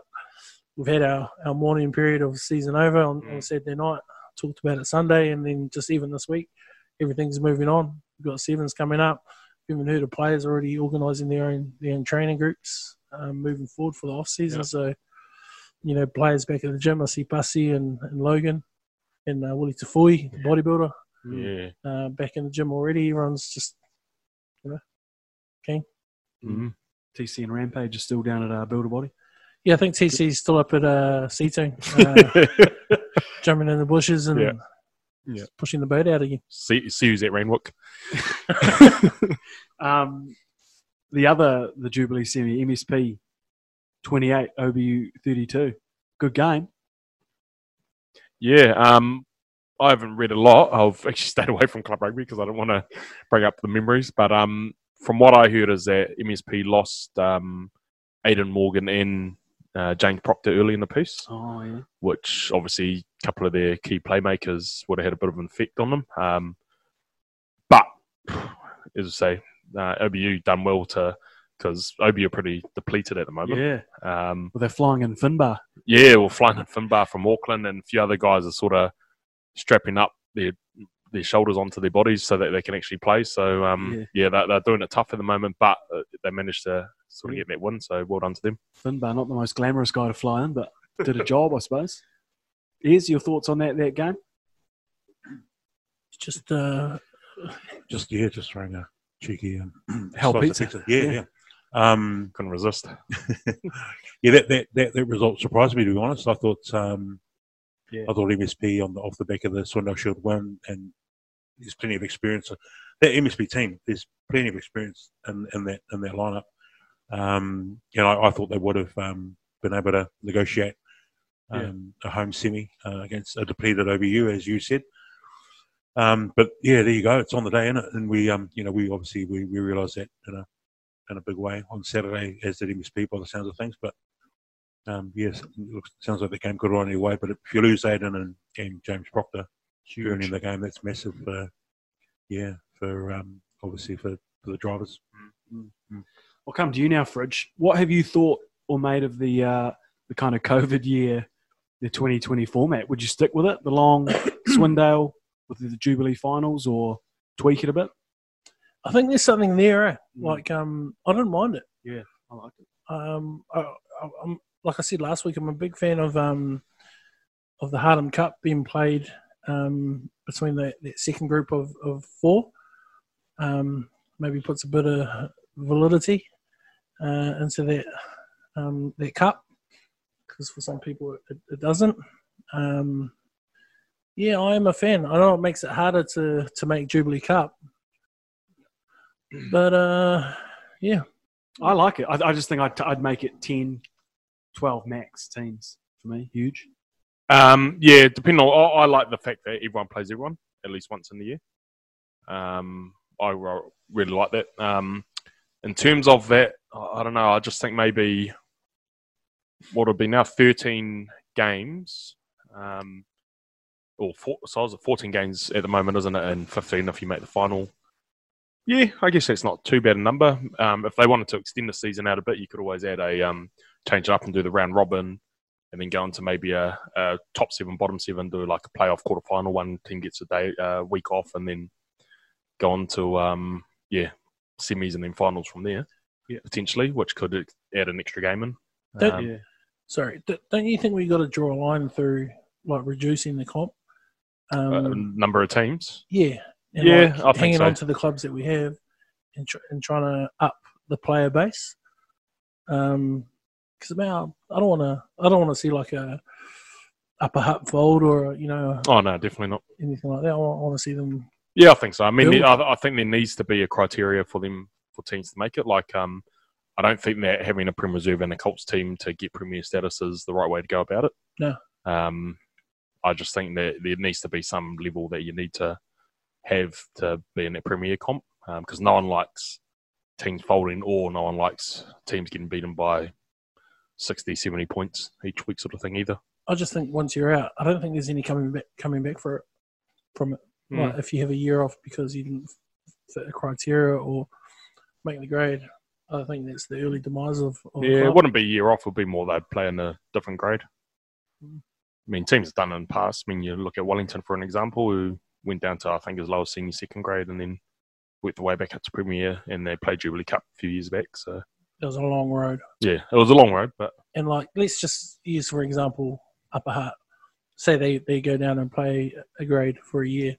[SPEAKER 4] we've had our, our morning period of season over on, on
[SPEAKER 6] Mm.
[SPEAKER 4] Saturday night. Talked about it Sunday, and then just even this week, everything's moving on. We've got sevens coming up. Even heard of players already organising their own their own training groups um, moving forward for the off season.
[SPEAKER 6] Yeah.
[SPEAKER 4] So you know, players back at the gym. I see Bussy and, and Logan and uh, Willie Tafui, the bodybuilder,
[SPEAKER 6] Yeah.
[SPEAKER 4] uh, back in the gym already. Everyone's just
[SPEAKER 3] TC and Rampage are still down at uh, Builder Body.
[SPEAKER 4] yeah. I think TC's still up at uh, Seating, uh, jumping in the bushes and
[SPEAKER 6] Yeah.
[SPEAKER 4] just pushing the boat out again.
[SPEAKER 6] see, see who's at Rainwook.
[SPEAKER 3] Um, the other the Jubilee semi MSP twenty eight OBU thirty two. Good game.
[SPEAKER 6] Yeah, um, I haven't read a lot. I've actually stayed away from club rugby because I don't want to bring up the memories. But um, from what I heard is that MSP lost um, Aidan Morgan and uh, James Proctor early in the piece,
[SPEAKER 3] Oh yeah.
[SPEAKER 6] which obviously a couple of their key playmakers would have had a bit of an effect on them. Um, but as I say, uh, OBU done well to because OBU are pretty depleted at the moment.
[SPEAKER 3] Yeah.
[SPEAKER 6] Um,
[SPEAKER 3] Well, they're flying in Finbar.
[SPEAKER 6] yeah, well, Flynn and Finbar from Auckland and a few other guys are sort of strapping up their their shoulders onto their bodies so that they can actually play. So, um, yeah, they're, they're doing it tough at the moment, but uh, they managed to sort of get that win. So, well done to them.
[SPEAKER 3] Finbar, not the most glamorous guy to fly in, but did a job, I suppose. Is your thoughts on that that game?
[SPEAKER 4] It's Just uh,
[SPEAKER 5] Just yeah, just throwing a cheeky um,
[SPEAKER 3] Hell
[SPEAKER 5] slice of
[SPEAKER 3] pizza.
[SPEAKER 5] pizza. Yeah, yeah. Um,
[SPEAKER 6] Couldn't resist.
[SPEAKER 5] yeah, that, that, that, that result surprised me to be honest. I thought um,
[SPEAKER 3] Yeah.
[SPEAKER 5] I thought MSP on the, off the back of the Swindon Shield win, and there's plenty of experience. That MSP team, there's plenty of experience in, in that in that lineup. Um, you know, I, I thought they would have um, been able to negotiate um, a home semi uh, against a depleted OBU, as you said. Um, but yeah, there you go. It's on the day, is And we, um, you know, we obviously we, we realised that in a in a big way on Saturday, as did MSP by the sounds of things. But um, yes, it looks, sounds like the game could run either way. But if you lose Aiden and, and James Proctor early in the game, that's massive. Uh, yeah, for um, obviously for, for the drivers.
[SPEAKER 3] I'll come to you now, Fridge. What have you thought or made of the uh, the kind of COVID year, the 2020 format? Would you stick with it, the long Swindale with the Jubilee finals, or tweak it a bit?
[SPEAKER 4] I think there's something there. Eh?
[SPEAKER 3] Mm.
[SPEAKER 4] Like um, I don't mind it.
[SPEAKER 3] I like it.
[SPEAKER 4] Um, I, I, I'm like I said last week, I'm a big fan of um, of the Harlem Cup being played um, between the, the second group of, of four. Um, maybe puts a bit of validity uh, into that um, that cup because for some people it, it doesn't. Um, yeah, I am a fan. I know it makes it harder to to make Jubilee Cup,
[SPEAKER 3] Hmm.
[SPEAKER 4] but uh, yeah.
[SPEAKER 3] I like it. I, I just think I'd, I'd make it 10, 12 max teams for me. Huge.
[SPEAKER 6] Um, yeah, depending on, I, I like the fact that everyone plays everyone at least once in the year. Um, I re- really like that. Um, in terms of that, I I don't know. I just think maybe what would be now thirteen games, um, or four, so I was at fourteen games at the moment, isn't it? And fifteen if you make the final. Yeah, I guess that's not too bad a number. Um, if they wanted to extend the season out a bit, you could always add a um, change it up and do the round robin, and then go into maybe a, a top seven, bottom seven, do like a playoff quarter final. One team gets a day uh, week off, and then go on to um, yeah semis and then finals from there
[SPEAKER 3] Yeah.
[SPEAKER 6] potentially, which could add an extra game in.
[SPEAKER 4] Don't-
[SPEAKER 6] Um,
[SPEAKER 3] yeah.
[SPEAKER 4] Sorry, d- don't you think we got to draw a line through like reducing the comp? Um,
[SPEAKER 6] a number of teams.
[SPEAKER 4] yeah,
[SPEAKER 6] Uh, yeah, I think
[SPEAKER 4] hanging
[SPEAKER 6] so.
[SPEAKER 4] on to the clubs that we have and, tr- and trying to up the player base. Um, because about I don't want to I don't want to see like a upper hut fold or you know
[SPEAKER 6] Oh no, definitely not.
[SPEAKER 4] anything like that. I want to see them.
[SPEAKER 6] Yeah, I think so. I mean,
[SPEAKER 4] Build.
[SPEAKER 6] I, I think there needs to be a criteria for them for teams to make it. Like, um, I don't think that having a prem reserve and a Colts team to get premier status is the right way to go about it.
[SPEAKER 4] No.
[SPEAKER 6] Um, I just think that there needs to be some level that you need to have to be in a premier comp because no one likes teams folding or no one likes teams getting beaten by 60, 70 points each week sort of thing either.
[SPEAKER 4] I just think once you're out, I don't think there's any coming back coming back for it from it.
[SPEAKER 6] Mm.
[SPEAKER 4] Like if you have a year off because you didn't fit the criteria or make the grade, I think that's the early demise of. of the
[SPEAKER 6] Yeah, it
[SPEAKER 4] club.
[SPEAKER 6] wouldn't be a year off. It would be more they'd play in a different grade.
[SPEAKER 4] Hmm.
[SPEAKER 6] I mean, teams have done it in the past. I mean, you look at Wellington, for an example, who went down to, I think, as low as senior second grade and then worked their way back up to Premier and they played Jubilee Cup a few years back. So,
[SPEAKER 4] it was a long road.
[SPEAKER 6] yeah, it was a long road, but
[SPEAKER 4] and like let's just use for example upper Hutt. say they, they go down and play a grade for a year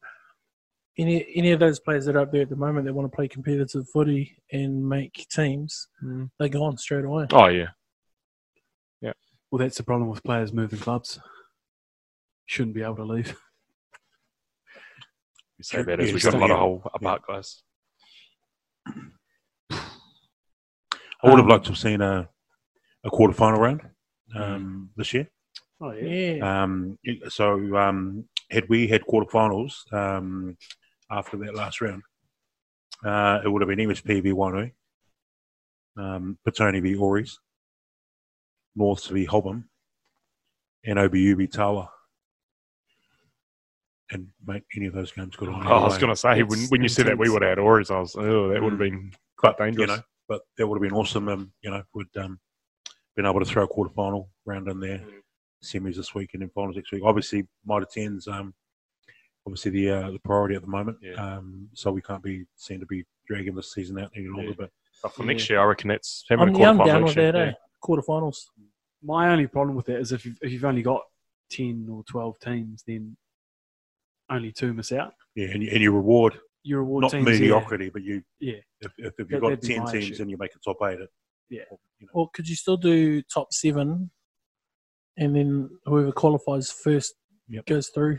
[SPEAKER 4] any any of those players that are up there at the moment that want to play competitive footy and make teams
[SPEAKER 6] Hmm.
[SPEAKER 3] Mm.
[SPEAKER 4] they're gone straight away
[SPEAKER 6] oh, yeah.
[SPEAKER 3] Well, that's the problem with players moving clubs. Shouldn't be able to leave.
[SPEAKER 6] We say that as
[SPEAKER 5] Yeah,
[SPEAKER 6] we've got a
[SPEAKER 5] sure,
[SPEAKER 6] lot of
[SPEAKER 5] yeah.
[SPEAKER 6] whole apart guys.
[SPEAKER 5] I would have
[SPEAKER 3] Um,
[SPEAKER 5] liked to have seen a a quarter final round
[SPEAKER 6] Mm.
[SPEAKER 5] um, this year.
[SPEAKER 3] Oh
[SPEAKER 6] Uh,
[SPEAKER 4] yeah
[SPEAKER 5] Um, it- so um, had we had quarterfinals um, after that last round, uh, it would have been MSP v Wanui, um, Petone v Oris, North v Hobham, and OBU v Tawa. And mate, any of those games could have gone
[SPEAKER 6] Oh, I
[SPEAKER 5] either
[SPEAKER 6] was
[SPEAKER 5] way,
[SPEAKER 6] going to say, when,
[SPEAKER 4] It's
[SPEAKER 6] when you said that we
[SPEAKER 4] intense. Hmm.
[SPEAKER 6] would have had Oris, I was, oh, that would have been quite dangerous.
[SPEAKER 5] you know, but that would have been awesome. Um, you know, would um, been able to throw a quarterfinal round in there,
[SPEAKER 3] Mm.
[SPEAKER 5] semis this week, and then finals next week. Obviously, Mitre 10's um, obviously the uh, the priority at the moment.
[SPEAKER 6] Yeah.
[SPEAKER 5] Um, so we can't be seen to be dragging this season out any longer.
[SPEAKER 6] Yeah.
[SPEAKER 5] But
[SPEAKER 6] But for next year, I reckon that's having
[SPEAKER 4] I'm,
[SPEAKER 6] a
[SPEAKER 4] yeah, I'm
[SPEAKER 6] quarterfinal
[SPEAKER 4] down with
[SPEAKER 6] next year.
[SPEAKER 4] that eh? quarterfinals
[SPEAKER 3] My only problem with that is if you've, if you've only got 10 or 12 teams, then only two miss out.
[SPEAKER 5] yeah, and, you- and your reward
[SPEAKER 3] Your award
[SPEAKER 5] not
[SPEAKER 3] teams, yeah.
[SPEAKER 5] mediocrity, but you
[SPEAKER 3] Yeah.
[SPEAKER 5] if, if, if
[SPEAKER 3] That-
[SPEAKER 5] you've
[SPEAKER 3] that'd
[SPEAKER 5] got
[SPEAKER 3] be
[SPEAKER 5] ten
[SPEAKER 3] my
[SPEAKER 5] teams
[SPEAKER 3] issue.
[SPEAKER 5] and you make a top eight, it,
[SPEAKER 3] Yeah.
[SPEAKER 5] you know,
[SPEAKER 4] or could you still do top seven and then whoever qualifies first
[SPEAKER 5] Yep.
[SPEAKER 4] goes through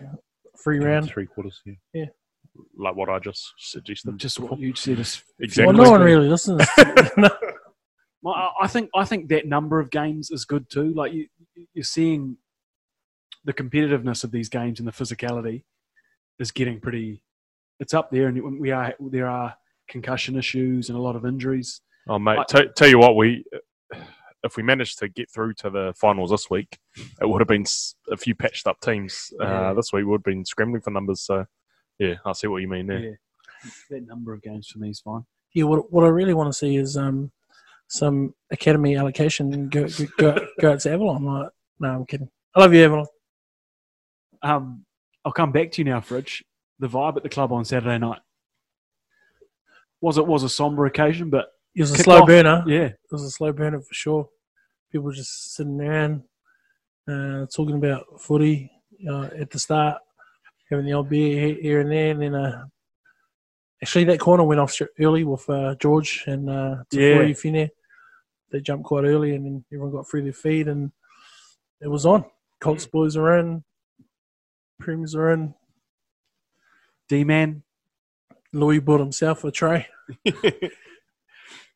[SPEAKER 4] free
[SPEAKER 5] yeah,
[SPEAKER 4] round
[SPEAKER 5] three quarters. Yeah.
[SPEAKER 6] Like what I just suggested.
[SPEAKER 3] Just what you said is
[SPEAKER 6] Exactly.
[SPEAKER 4] well no one really listens No.
[SPEAKER 3] Well, I- I think I think that number of games is good too. Like you, you're seeing the competitiveness of these games and the physicality is getting pretty. It's up there, and we are there are concussion issues and a lot of injuries.
[SPEAKER 6] Oh mate,
[SPEAKER 3] I-
[SPEAKER 6] t- tell you what, we if we managed to get through to the finals this week, it would have been s- a few patched up teams uh,
[SPEAKER 3] Yeah.
[SPEAKER 6] this week. Would have been scrambling for numbers. So yeah, I see what you mean there.
[SPEAKER 3] that number of games for me is fine.
[SPEAKER 4] yeah, what, what I really want to see is um, some academy allocation and go go, go, go out to Avalon. Like, no, I'm kidding. I love you, Avalon.
[SPEAKER 3] Um, I'll come back to you now, Fridge. The vibe at the club on Saturday night was it was a somber occasion, but
[SPEAKER 4] It was a
[SPEAKER 3] Kick
[SPEAKER 4] slow
[SPEAKER 3] off.
[SPEAKER 4] burner.
[SPEAKER 3] yeah,
[SPEAKER 4] It was a slow burner for sure. People just sitting around uh, talking about footy uh, at the start, having the old beer he- here and there, and then uh, actually that corner went off str- early with uh, George and uh,
[SPEAKER 3] Yeah.
[SPEAKER 4] Tafuri Finney. They jumped quite early, and then everyone got through their feed, and it was on. Colts boys are in, Prims are in.
[SPEAKER 3] D man,
[SPEAKER 4] Louis bought himself a tray.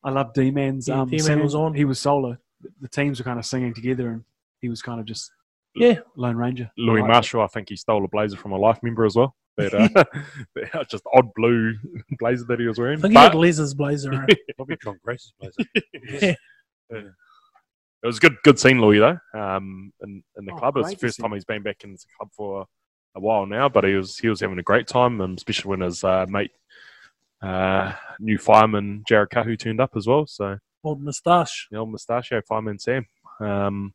[SPEAKER 3] I love D Man's.
[SPEAKER 4] Yeah,
[SPEAKER 3] Um,
[SPEAKER 4] D-Man
[SPEAKER 3] singing.
[SPEAKER 4] was on.
[SPEAKER 3] He was solo. The- The teams were kind of singing together, and he was kind of just
[SPEAKER 4] Yeah.
[SPEAKER 3] Lone Ranger.
[SPEAKER 6] Louis
[SPEAKER 3] Like,
[SPEAKER 6] Marshall, I think he stole a blazer from a life member as well. that, uh, that just odd blue blazer that he was
[SPEAKER 4] I
[SPEAKER 6] wearing.
[SPEAKER 4] think he
[SPEAKER 6] But
[SPEAKER 4] had Les's blazer. on.
[SPEAKER 5] Probably John Grace's place.
[SPEAKER 6] it was a good good scene, Louis though. Um, in, in the
[SPEAKER 3] Oh,
[SPEAKER 6] club, it's the
[SPEAKER 3] great to
[SPEAKER 6] first
[SPEAKER 3] see.
[SPEAKER 6] time he's been back in the club for a while now, but he was he was having a great time, and especially when his uh, mate, uh, new fireman Jared Kahu turned up as well. So
[SPEAKER 4] Old moustache.
[SPEAKER 6] the old mustachio fireman Sam. Um,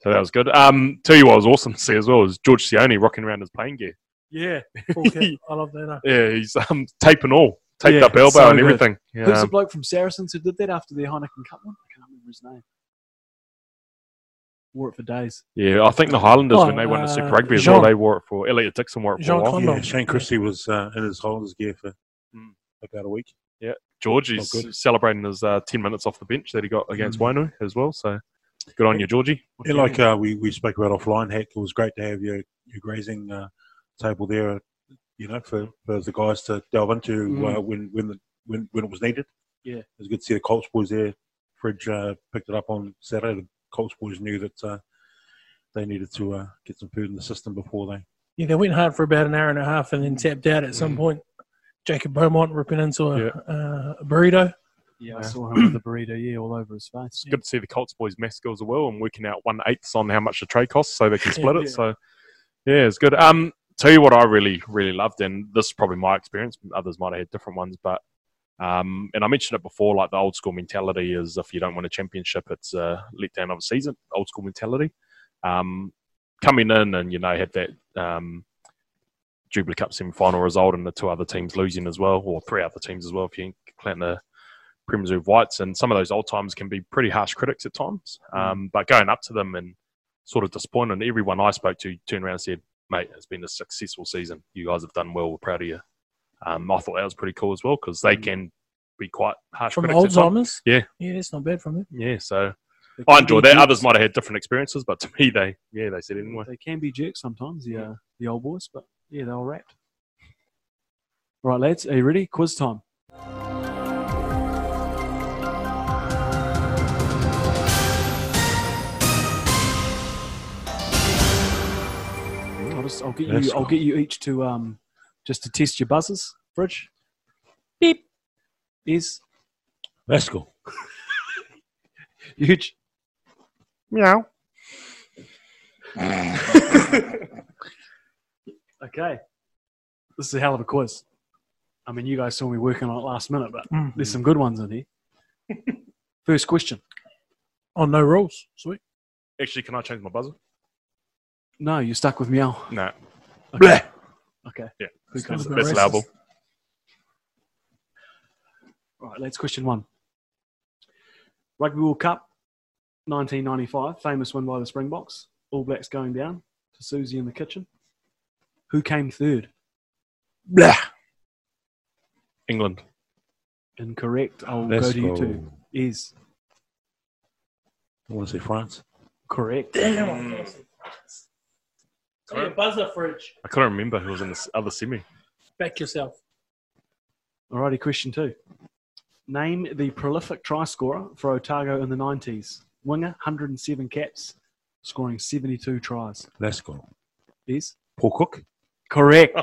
[SPEAKER 6] so that was good. Um, tell you what was awesome to see as well was George Sione rocking around his playing gear.
[SPEAKER 3] Yeah.
[SPEAKER 4] Full kit. I love that. eh?
[SPEAKER 6] Yeah, he's um, taping all, taped
[SPEAKER 3] Yeah,
[SPEAKER 6] up elbow
[SPEAKER 3] so
[SPEAKER 6] and
[SPEAKER 3] good.
[SPEAKER 6] everything.
[SPEAKER 3] Who's the
[SPEAKER 6] Um,
[SPEAKER 3] bloke from Saracens who did that after their Heineken Cup one? I can't remember his name. Wore it for days.
[SPEAKER 6] yeah, I think the Highlanders
[SPEAKER 4] Oh,
[SPEAKER 6] when they won the
[SPEAKER 4] uh,
[SPEAKER 6] Super Rugby as
[SPEAKER 4] Jean.
[SPEAKER 6] well, they wore it for Elliot Dixon wore it for
[SPEAKER 4] Jean
[SPEAKER 6] a while.
[SPEAKER 4] Con-
[SPEAKER 5] Yeah, Shane Christie was uh, in his Highlanders gear for
[SPEAKER 6] Mm.
[SPEAKER 5] about a week.
[SPEAKER 6] Georgie's
[SPEAKER 5] Oh, good.
[SPEAKER 6] celebrating his uh, ten minutes off the bench that he got against Wainui as well. So good on you, Georgie.
[SPEAKER 5] Yeah, like uh, we, we spoke about offline, Heck, it was great to have your, your grazing uh, table there, you know, for, for the guys to delve into uh, when when, the, when when it was needed.
[SPEAKER 3] Mm. Yeah.
[SPEAKER 5] It was good to see the Colts boys there. Fridge uh, picked it up on Saturday. The Colts boys knew that uh, they needed to uh, get some food in the system before they.
[SPEAKER 4] Yeah, they went hard for about an hour and a half and then tapped out at some point. Jacob Beaumont ripping into a,
[SPEAKER 6] Yeah.
[SPEAKER 4] uh, a burrito.
[SPEAKER 3] Yeah, I saw him with the burrito, yeah, all over his face.
[SPEAKER 6] It's good to see the Colts boys mass skills as well and working out one eighths on how much the tray costs so they can split
[SPEAKER 4] Yeah.
[SPEAKER 6] it. So yeah, it's good. Um, tell you what I really really loved, and this is probably my experience. Others might have had different ones, but um, and I mentioned it before, like the old school mentality is if you don't win a championship, it's a letdown of a season. Old school mentality. Um, coming in and you know had that um, Jubilee Cup semi final result and the two other teams losing as well, or three other teams as well if you include the Prem Reserve Whites, and some of those old times can be pretty harsh critics at times. Um, but going up to them and sort of disappointed, everyone I spoke to turned around and said, "Mate, it's been a successful season. You guys have done well. We're proud of you." Um, I thought that was pretty cool as well because they can be quite harsh
[SPEAKER 4] From
[SPEAKER 6] critics. at times.
[SPEAKER 4] Alzheimer's?
[SPEAKER 6] Yeah.
[SPEAKER 4] Yeah, that's not bad from him.
[SPEAKER 6] Yeah, so
[SPEAKER 3] They
[SPEAKER 6] I
[SPEAKER 3] can
[SPEAKER 6] enjoyed
[SPEAKER 3] be
[SPEAKER 6] that.
[SPEAKER 3] jerks.
[SPEAKER 6] Others might have had different experiences, but to me, they yeah, they said it anyway.
[SPEAKER 3] They can be jerks sometimes, yeah, the old boys, but yeah, they're all wrapped. Right, lads, are you ready? Quiz time. I'll, just, I'll get
[SPEAKER 5] Let's
[SPEAKER 3] you. I'll
[SPEAKER 5] go.
[SPEAKER 3] get you each to um, just to test your buzzers. Bridge.
[SPEAKER 4] Beep.
[SPEAKER 3] Is
[SPEAKER 5] That's cool.
[SPEAKER 3] huge.
[SPEAKER 6] Meow.
[SPEAKER 3] Okay. This is a hell of a quiz. I mean, you guys saw me working on it last minute, but
[SPEAKER 4] Mm.
[SPEAKER 3] there's some good ones in here. First question.
[SPEAKER 4] On Oh, no rules. Sweet.
[SPEAKER 6] Actually, can I change my buzzer?
[SPEAKER 3] No, you're stuck with meow.
[SPEAKER 6] No,
[SPEAKER 3] Okay. okay.
[SPEAKER 6] Yeah.
[SPEAKER 3] Who
[SPEAKER 4] Sounds
[SPEAKER 3] comes
[SPEAKER 4] a
[SPEAKER 3] up?
[SPEAKER 4] bit
[SPEAKER 6] that's
[SPEAKER 4] racist.
[SPEAKER 6] allowable.
[SPEAKER 3] Right, that's question one. Rugby World Cup, 1995, famous win by the Springboks. All Blacks going down to Susie in the kitchen. Who came third?
[SPEAKER 5] Blah.
[SPEAKER 6] England,
[SPEAKER 3] Incorrect. I'll
[SPEAKER 5] Let's
[SPEAKER 3] go to you
[SPEAKER 5] go.
[SPEAKER 3] two. Is
[SPEAKER 5] I want to say France.
[SPEAKER 3] correct.
[SPEAKER 4] Damn. Say a buzzer fridge.
[SPEAKER 6] I couldn't remember who was in this other semi.
[SPEAKER 4] Back yourself.
[SPEAKER 3] Alrighty, question two. Name the prolific try scorer for Otago in the 90s. Winger, 107 caps, scoring 72 tries.
[SPEAKER 5] Let's go.
[SPEAKER 3] Is
[SPEAKER 5] Paul Cook.
[SPEAKER 3] correct.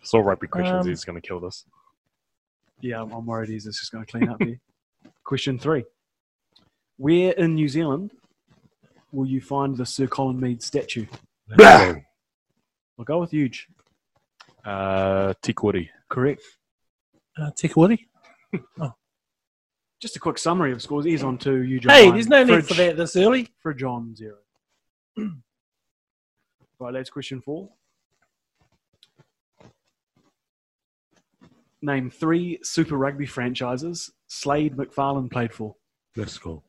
[SPEAKER 6] It's all rugby questions.
[SPEAKER 4] Um,
[SPEAKER 6] He's going to kill this.
[SPEAKER 3] Yeah, I'm, I'm worried he's just going to clean up here. Question three. Where in New Zealand will you find the Sir Colin Mead statue?
[SPEAKER 5] Let's go.
[SPEAKER 3] I'll go with huge.
[SPEAKER 6] Uh, Tikwiri.
[SPEAKER 3] Correct.
[SPEAKER 4] Uh, Tick Woody.
[SPEAKER 3] Just a quick summary of scores. He's on two, huge on
[SPEAKER 4] Hey,
[SPEAKER 3] one.
[SPEAKER 4] there's no need
[SPEAKER 3] Fridge-
[SPEAKER 4] for that this early.
[SPEAKER 3] Fridge on zero. right, that's question four. Name three Super Rugby franchises Slade McFarlane played for.
[SPEAKER 5] Let's go.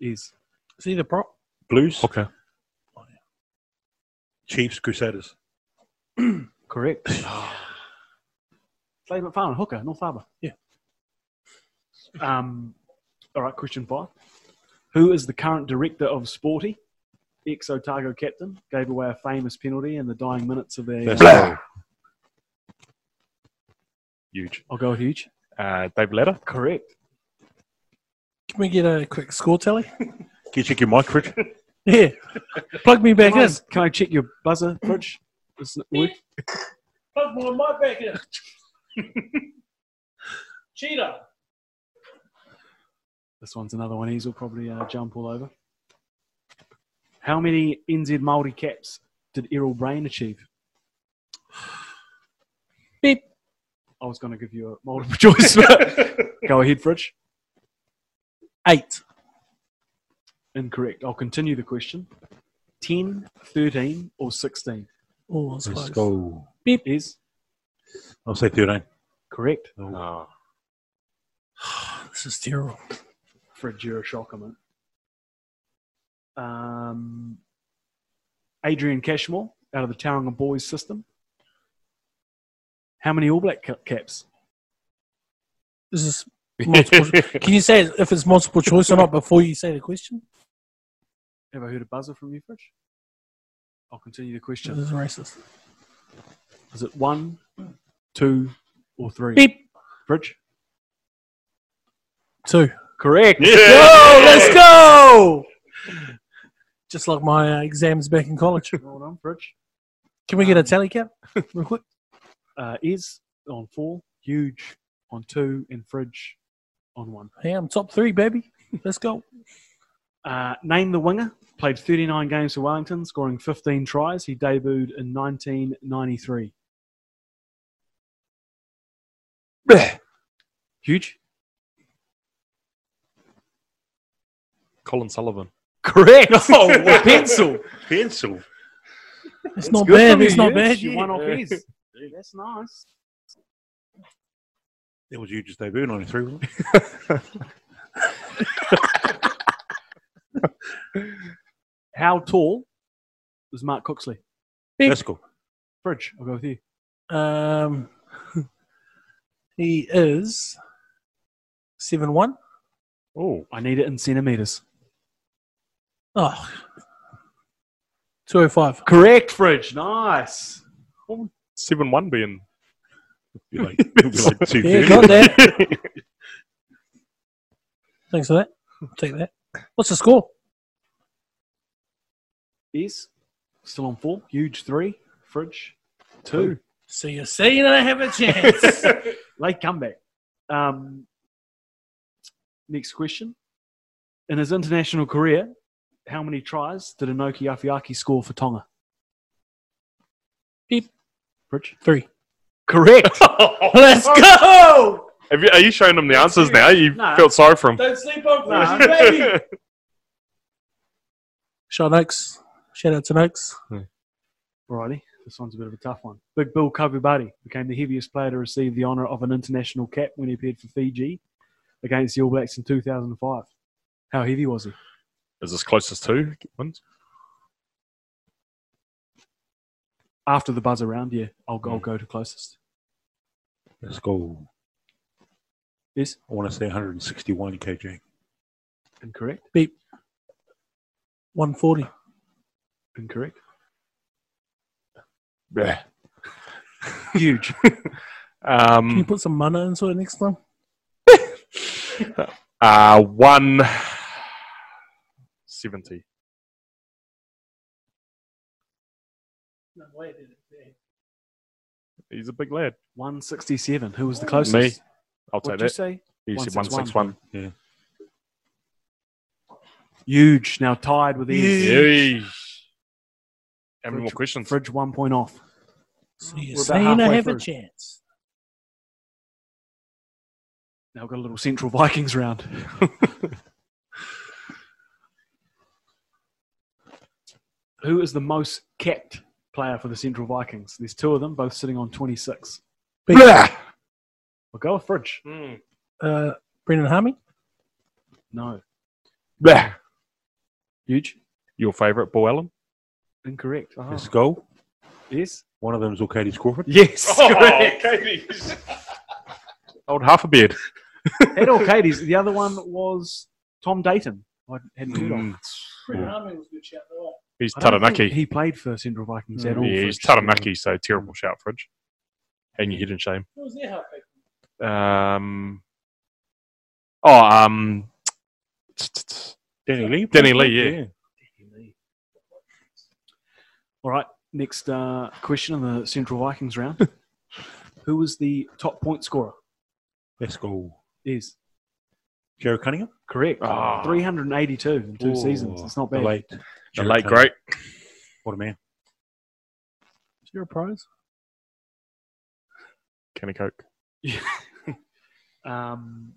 [SPEAKER 3] Is
[SPEAKER 4] See the prop?
[SPEAKER 5] Blues.
[SPEAKER 6] Okay.
[SPEAKER 5] Chiefs. Crusaders.
[SPEAKER 3] correct. Slade McFarlane, hooker, North Harbour.
[SPEAKER 4] Yeah.
[SPEAKER 3] Um, all right, question five. Who is the current director of Sporty? Ex Otago captain gave away a famous penalty in the dying minutes of their.
[SPEAKER 5] Let's go.
[SPEAKER 6] Huge.
[SPEAKER 3] I'll Oh, go with huge.
[SPEAKER 6] Uh, Dave Letter.
[SPEAKER 3] Correct.
[SPEAKER 4] Can we get a quick score tally?
[SPEAKER 5] Can you check your mic, Fridge?
[SPEAKER 4] Yeah. Plug me back
[SPEAKER 3] Can I,
[SPEAKER 4] in.
[SPEAKER 3] can I check your buzzer, Bridge? Isn't it work?
[SPEAKER 1] Put more of my back in. Cheetah.
[SPEAKER 3] This one's another one he's will probably uh, jump all over. How many NZ Maori caps did Errol Brain achieve?
[SPEAKER 4] Beep.
[SPEAKER 3] I was going to give you a multiple choice, but go ahead, Fridge.
[SPEAKER 4] Eight.
[SPEAKER 3] Incorrect. I'll continue the question. 10, 13, or 16
[SPEAKER 4] Oh, that's
[SPEAKER 5] Let's
[SPEAKER 4] close.
[SPEAKER 5] go.
[SPEAKER 3] is
[SPEAKER 5] I'll say 13.
[SPEAKER 3] correct.
[SPEAKER 6] Oh.
[SPEAKER 4] This is terrible.
[SPEAKER 3] Fridge, you're a shocker, man. Um, Adrian Cashmore out of the Tauranga Boys system. How many All Black ca- caps?
[SPEAKER 4] This is multiple. cho- Can you say if it's multiple choice or not before you say the question?
[SPEAKER 3] Have I heard a buzzer from you, Fridge? I'll continue the
[SPEAKER 4] This
[SPEAKER 3] question.
[SPEAKER 4] is racist.
[SPEAKER 3] Is it one, two, or three?
[SPEAKER 4] Beep.
[SPEAKER 3] Fridge?
[SPEAKER 4] Two.
[SPEAKER 3] Correct.
[SPEAKER 4] Yo, let's go. Just like my uh, exams back in college.
[SPEAKER 3] Well done, Fridge.
[SPEAKER 4] Can we get a tally cap real quick?
[SPEAKER 3] Uh, is on four, huge on two, and Fridge on one.
[SPEAKER 4] Hey, I'm top three, baby. Let's go.
[SPEAKER 3] Uh, name the winger. Played 39 games for Wellington, scoring 15 tries. He debuted in 1993. Huge.
[SPEAKER 6] Colin Sullivan.
[SPEAKER 3] Correct. Oh, with pencil.
[SPEAKER 5] Pencil.
[SPEAKER 4] It's not bad. It's not bad.
[SPEAKER 3] You
[SPEAKER 4] yeah.
[SPEAKER 3] won off his. That's nice.
[SPEAKER 5] That was you just debut, 93, wasn't it?
[SPEAKER 3] How tall was Mark Coxley?
[SPEAKER 4] Big.
[SPEAKER 5] That's cool.
[SPEAKER 3] Fridge, I'll go with you.
[SPEAKER 4] Um, he is seven one.
[SPEAKER 5] Oh,
[SPEAKER 3] I need it in centimeters.
[SPEAKER 4] Oh, 205.
[SPEAKER 3] Correct, Fridge. Nice.
[SPEAKER 6] Seven one being
[SPEAKER 5] you're like, you're like two
[SPEAKER 4] Yeah, got that. Thanks for that. I'll take that. What's the score?
[SPEAKER 3] Is still on four. Huge three. Fridge two.
[SPEAKER 4] So you see, you don't have a chance.
[SPEAKER 3] late comeback. Um, next question. In his international career, how many tries did Inoki Afiaki score for Tonga?
[SPEAKER 4] Beep.
[SPEAKER 3] Rich?
[SPEAKER 4] Three.
[SPEAKER 3] Correct.
[SPEAKER 4] Let's go.
[SPEAKER 6] Have you, are you showing them the answers now? You
[SPEAKER 3] No.
[SPEAKER 6] felt sorry for him.
[SPEAKER 1] Don't sleep on
[SPEAKER 3] Nah.
[SPEAKER 1] Fridge, baby.
[SPEAKER 4] Sean Oaks. Shout out to Oaks.
[SPEAKER 3] Alrighty, this one's a bit of a tough one. Big Bill Kavibati became the heaviest player to receive the honour of an international cap when he appeared for Fiji against the All Blacks in 2005. How heavy was he?
[SPEAKER 6] Is this closest to? wins?
[SPEAKER 3] After the buzz round, yeah, I'll go, I'll go to closest.
[SPEAKER 5] Let's go.
[SPEAKER 3] Is
[SPEAKER 5] I want to say 161 kg.
[SPEAKER 3] incorrect.
[SPEAKER 4] Beep. 140.
[SPEAKER 3] Incorrect.
[SPEAKER 6] Yeah.
[SPEAKER 3] Huge.
[SPEAKER 4] Can you
[SPEAKER 6] Um,
[SPEAKER 4] put some mana into it next time?
[SPEAKER 6] uh, one seventy.
[SPEAKER 4] No, wait.
[SPEAKER 6] He's a big lad.
[SPEAKER 3] 167. Who was the closest?
[SPEAKER 6] Me. I'll
[SPEAKER 3] What'd
[SPEAKER 6] take
[SPEAKER 3] you
[SPEAKER 6] that.
[SPEAKER 3] say?
[SPEAKER 6] You said
[SPEAKER 3] 161.
[SPEAKER 6] 161.
[SPEAKER 3] Huge. Now tied with these.
[SPEAKER 6] Yay. How many more
[SPEAKER 3] Fridge-
[SPEAKER 6] questions?
[SPEAKER 3] Fridge one point off.
[SPEAKER 4] So you
[SPEAKER 3] We're
[SPEAKER 4] say you
[SPEAKER 3] about
[SPEAKER 4] don't
[SPEAKER 3] halfway
[SPEAKER 4] have
[SPEAKER 3] through.
[SPEAKER 4] a chance.
[SPEAKER 3] Now we've got a little Central Vikings round. Who is the most capped player for the Central Vikings? There's two of them, both sitting on 26.
[SPEAKER 4] Beep.
[SPEAKER 3] We'll go with Fridge.
[SPEAKER 6] Hmm.
[SPEAKER 4] Uh, Brendan Harmy.
[SPEAKER 3] No.
[SPEAKER 6] Blah.
[SPEAKER 3] Huge.
[SPEAKER 6] Your favourite, Bo Allen?
[SPEAKER 3] Incorrect. Oh.
[SPEAKER 5] Let's go.
[SPEAKER 3] Yes.
[SPEAKER 5] One of them's all Katie's Crawford.
[SPEAKER 3] Yes.
[SPEAKER 1] Oh.
[SPEAKER 3] correct.
[SPEAKER 6] Old half a beard.
[SPEAKER 3] Had all Katie's. The other one was Tom Dayton. I hadn't heard of.
[SPEAKER 6] Mm.
[SPEAKER 4] Brendan Harmy was a good shout, though.
[SPEAKER 6] He's
[SPEAKER 3] I don't think
[SPEAKER 6] Taranaki.
[SPEAKER 3] He played for Central Vikings at all.
[SPEAKER 6] Yeah, he's
[SPEAKER 3] Fridge.
[SPEAKER 6] Taranaki, so terrible shout, Fridge. And your hidden shame.
[SPEAKER 4] Who was their halfback?
[SPEAKER 6] Um, oh, um, t- t- t-
[SPEAKER 5] Danny Lee.
[SPEAKER 6] Danny Lee, yeah.
[SPEAKER 3] All right, Next uh, question in the Central Vikings round. Who was the top point scorer?
[SPEAKER 5] Let's go.
[SPEAKER 3] Is
[SPEAKER 5] Jared Cunningham?
[SPEAKER 3] correct.
[SPEAKER 6] Ah.
[SPEAKER 3] 382 in two
[SPEAKER 5] Ooh,
[SPEAKER 3] seasons. It's not
[SPEAKER 5] The
[SPEAKER 3] bad.
[SPEAKER 5] late.
[SPEAKER 6] The
[SPEAKER 5] Jarryd
[SPEAKER 6] late
[SPEAKER 5] Cunningham.
[SPEAKER 6] great.
[SPEAKER 5] What a man.
[SPEAKER 4] Is there a prize?
[SPEAKER 6] Kenny Coke.
[SPEAKER 3] Um,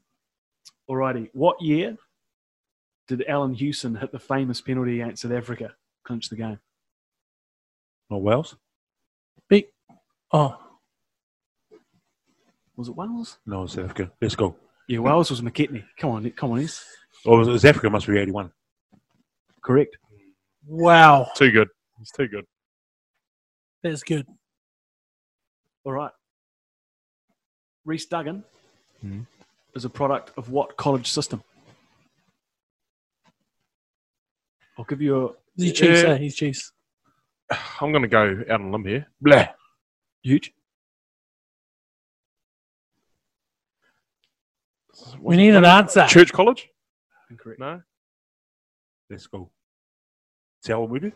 [SPEAKER 3] alrighty. What year did Alan Hewson hit the famous penalty against South Africa? Clinch the game.
[SPEAKER 5] Not Wales?
[SPEAKER 4] Oh,
[SPEAKER 3] Was it Wales?
[SPEAKER 5] No, it's South Africa. Let's go.
[SPEAKER 3] Yeah, Wales was McKitney. Come on, come on, is
[SPEAKER 5] Oh, it was Africa. Must be 81.
[SPEAKER 3] correct.
[SPEAKER 4] wow.
[SPEAKER 6] Too good. He's too good.
[SPEAKER 4] That's good.
[SPEAKER 3] All right. Reese Duggan
[SPEAKER 5] Hmm.
[SPEAKER 6] Mhm.
[SPEAKER 3] is a product of what college system? I'll give you a
[SPEAKER 4] Is he Chiefs?
[SPEAKER 6] Yeah.
[SPEAKER 4] eh? He's Chiefs.
[SPEAKER 6] I'm going to go out on a limb here.
[SPEAKER 5] Blah.
[SPEAKER 3] huge.
[SPEAKER 4] We need an answer.
[SPEAKER 6] Church College?
[SPEAKER 3] Incorrect.
[SPEAKER 6] No.
[SPEAKER 5] Let's go. See how we do?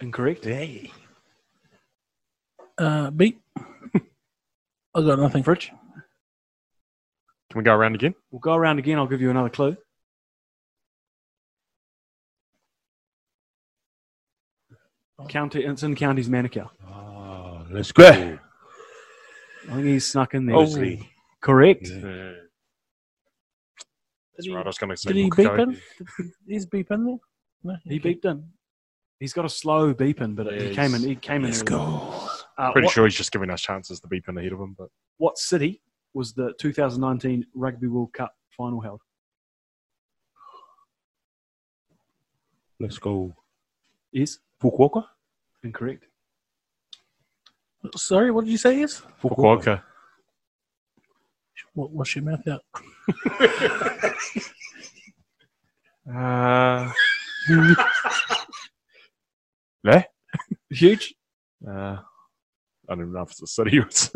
[SPEAKER 3] Incorrect.
[SPEAKER 5] Hey.
[SPEAKER 4] Uh, beat. I got nothing.
[SPEAKER 3] Fridge.
[SPEAKER 6] Can we go around again?
[SPEAKER 3] We'll go around again. I'll give you another clue. County. It's in County's Manukau.
[SPEAKER 5] Oh, let's go.
[SPEAKER 3] I think he's snuck in there.
[SPEAKER 5] Obviously.
[SPEAKER 3] Correct.
[SPEAKER 5] Yeah.
[SPEAKER 6] That's right. I was going to say.
[SPEAKER 4] Did he
[SPEAKER 6] North
[SPEAKER 4] beep
[SPEAKER 6] Dakota.
[SPEAKER 4] in? Did- Is beep in there? No,
[SPEAKER 3] He
[SPEAKER 4] okay.
[SPEAKER 3] beeped in. He's got a slow beep in, but he
[SPEAKER 6] Yes.
[SPEAKER 3] came in. He came in.
[SPEAKER 5] Let's
[SPEAKER 3] early.
[SPEAKER 5] go.
[SPEAKER 3] Uh,
[SPEAKER 6] Pretty
[SPEAKER 3] what,
[SPEAKER 6] sure he's just giving us chances to beep in ahead of him. But
[SPEAKER 3] what city was the 2019 Rugby World Cup final held?
[SPEAKER 5] Let's go.
[SPEAKER 3] Is
[SPEAKER 5] Fukuoka?
[SPEAKER 3] incorrect.
[SPEAKER 4] Sorry, what did you say? Is
[SPEAKER 6] Fukuoka.
[SPEAKER 4] what, wash your mouth out.
[SPEAKER 6] Uh,
[SPEAKER 3] Huge?
[SPEAKER 6] uh, I don't even know if it's a city or it's-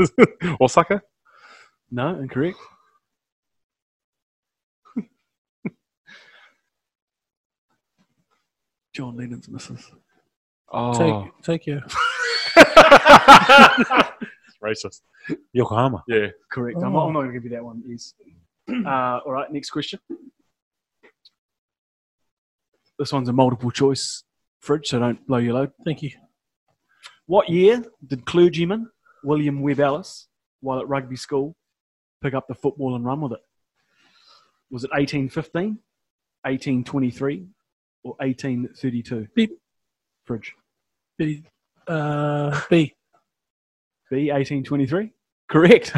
[SPEAKER 6] Osaka.
[SPEAKER 3] No, incorrect. John Lennon's missus.
[SPEAKER 6] Oh,
[SPEAKER 4] Take, take your.
[SPEAKER 6] it's racist.
[SPEAKER 5] Yokohama.
[SPEAKER 6] Yeah.
[SPEAKER 3] Correct. I'm
[SPEAKER 4] Oh.
[SPEAKER 3] not, I'm not going to give you that one. Is uh, all right. Next question. This one's a multiple choice fridge, so don't blow your load.
[SPEAKER 4] Thank you.
[SPEAKER 3] What year did clergyman William Webb Ellis, while at rugby school, pick up the football and run with it? Was it 1815, 1823, or 1832?
[SPEAKER 4] Beep.
[SPEAKER 3] Fridge.
[SPEAKER 4] B. Uh, B.
[SPEAKER 3] B, 1823? Correct.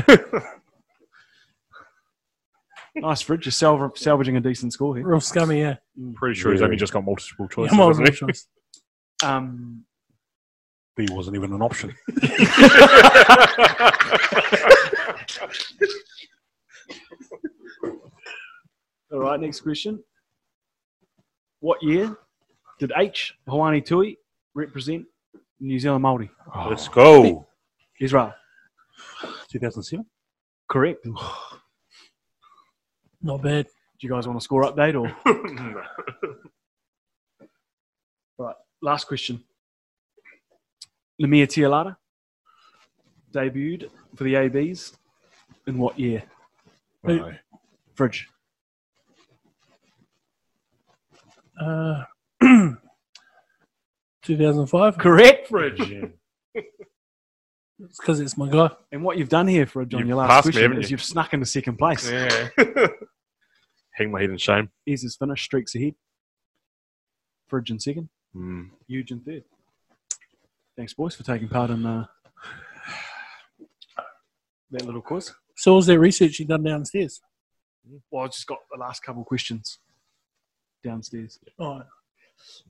[SPEAKER 3] nice, Fridge. You're salv- salvaging a decent score here.
[SPEAKER 4] Real scummy, yeah.
[SPEAKER 6] Pretty sure he's
[SPEAKER 5] Yeah.
[SPEAKER 6] only just got multiple choice.
[SPEAKER 4] Yeah, multiple
[SPEAKER 6] hasn't he?
[SPEAKER 4] choice.
[SPEAKER 3] Um,
[SPEAKER 5] B wasn't even an option.
[SPEAKER 3] all right, next question. What year did H. Hawani Tui represent New Zealand Māori?
[SPEAKER 5] Let's go.
[SPEAKER 3] Israel.
[SPEAKER 5] 2007?
[SPEAKER 3] Correct. Do
[SPEAKER 4] Not bad.
[SPEAKER 3] you guys want a score update or? Right. Last question. Lemia Tialata debuted for the ABs in what year?
[SPEAKER 6] No.
[SPEAKER 3] Fridge.
[SPEAKER 4] Uh, 2005.
[SPEAKER 3] Correct, Fridge.
[SPEAKER 4] It's because it's my guy.
[SPEAKER 3] And what you've done here, Fridge, on
[SPEAKER 6] You've
[SPEAKER 3] your last
[SPEAKER 6] passed me,
[SPEAKER 3] question
[SPEAKER 6] haven't
[SPEAKER 3] is
[SPEAKER 6] you?
[SPEAKER 3] you've snuck into second place.
[SPEAKER 6] Yeah. Hang my head in shame.
[SPEAKER 3] Here's his finish, streaks ahead. Fridge in second,
[SPEAKER 6] Mm.
[SPEAKER 3] Huge in third. Thanks, boys, for taking part in uh, that little quiz.
[SPEAKER 4] So was there research you done downstairs?
[SPEAKER 3] Well, I've just got the last couple of questions downstairs.
[SPEAKER 4] Oh,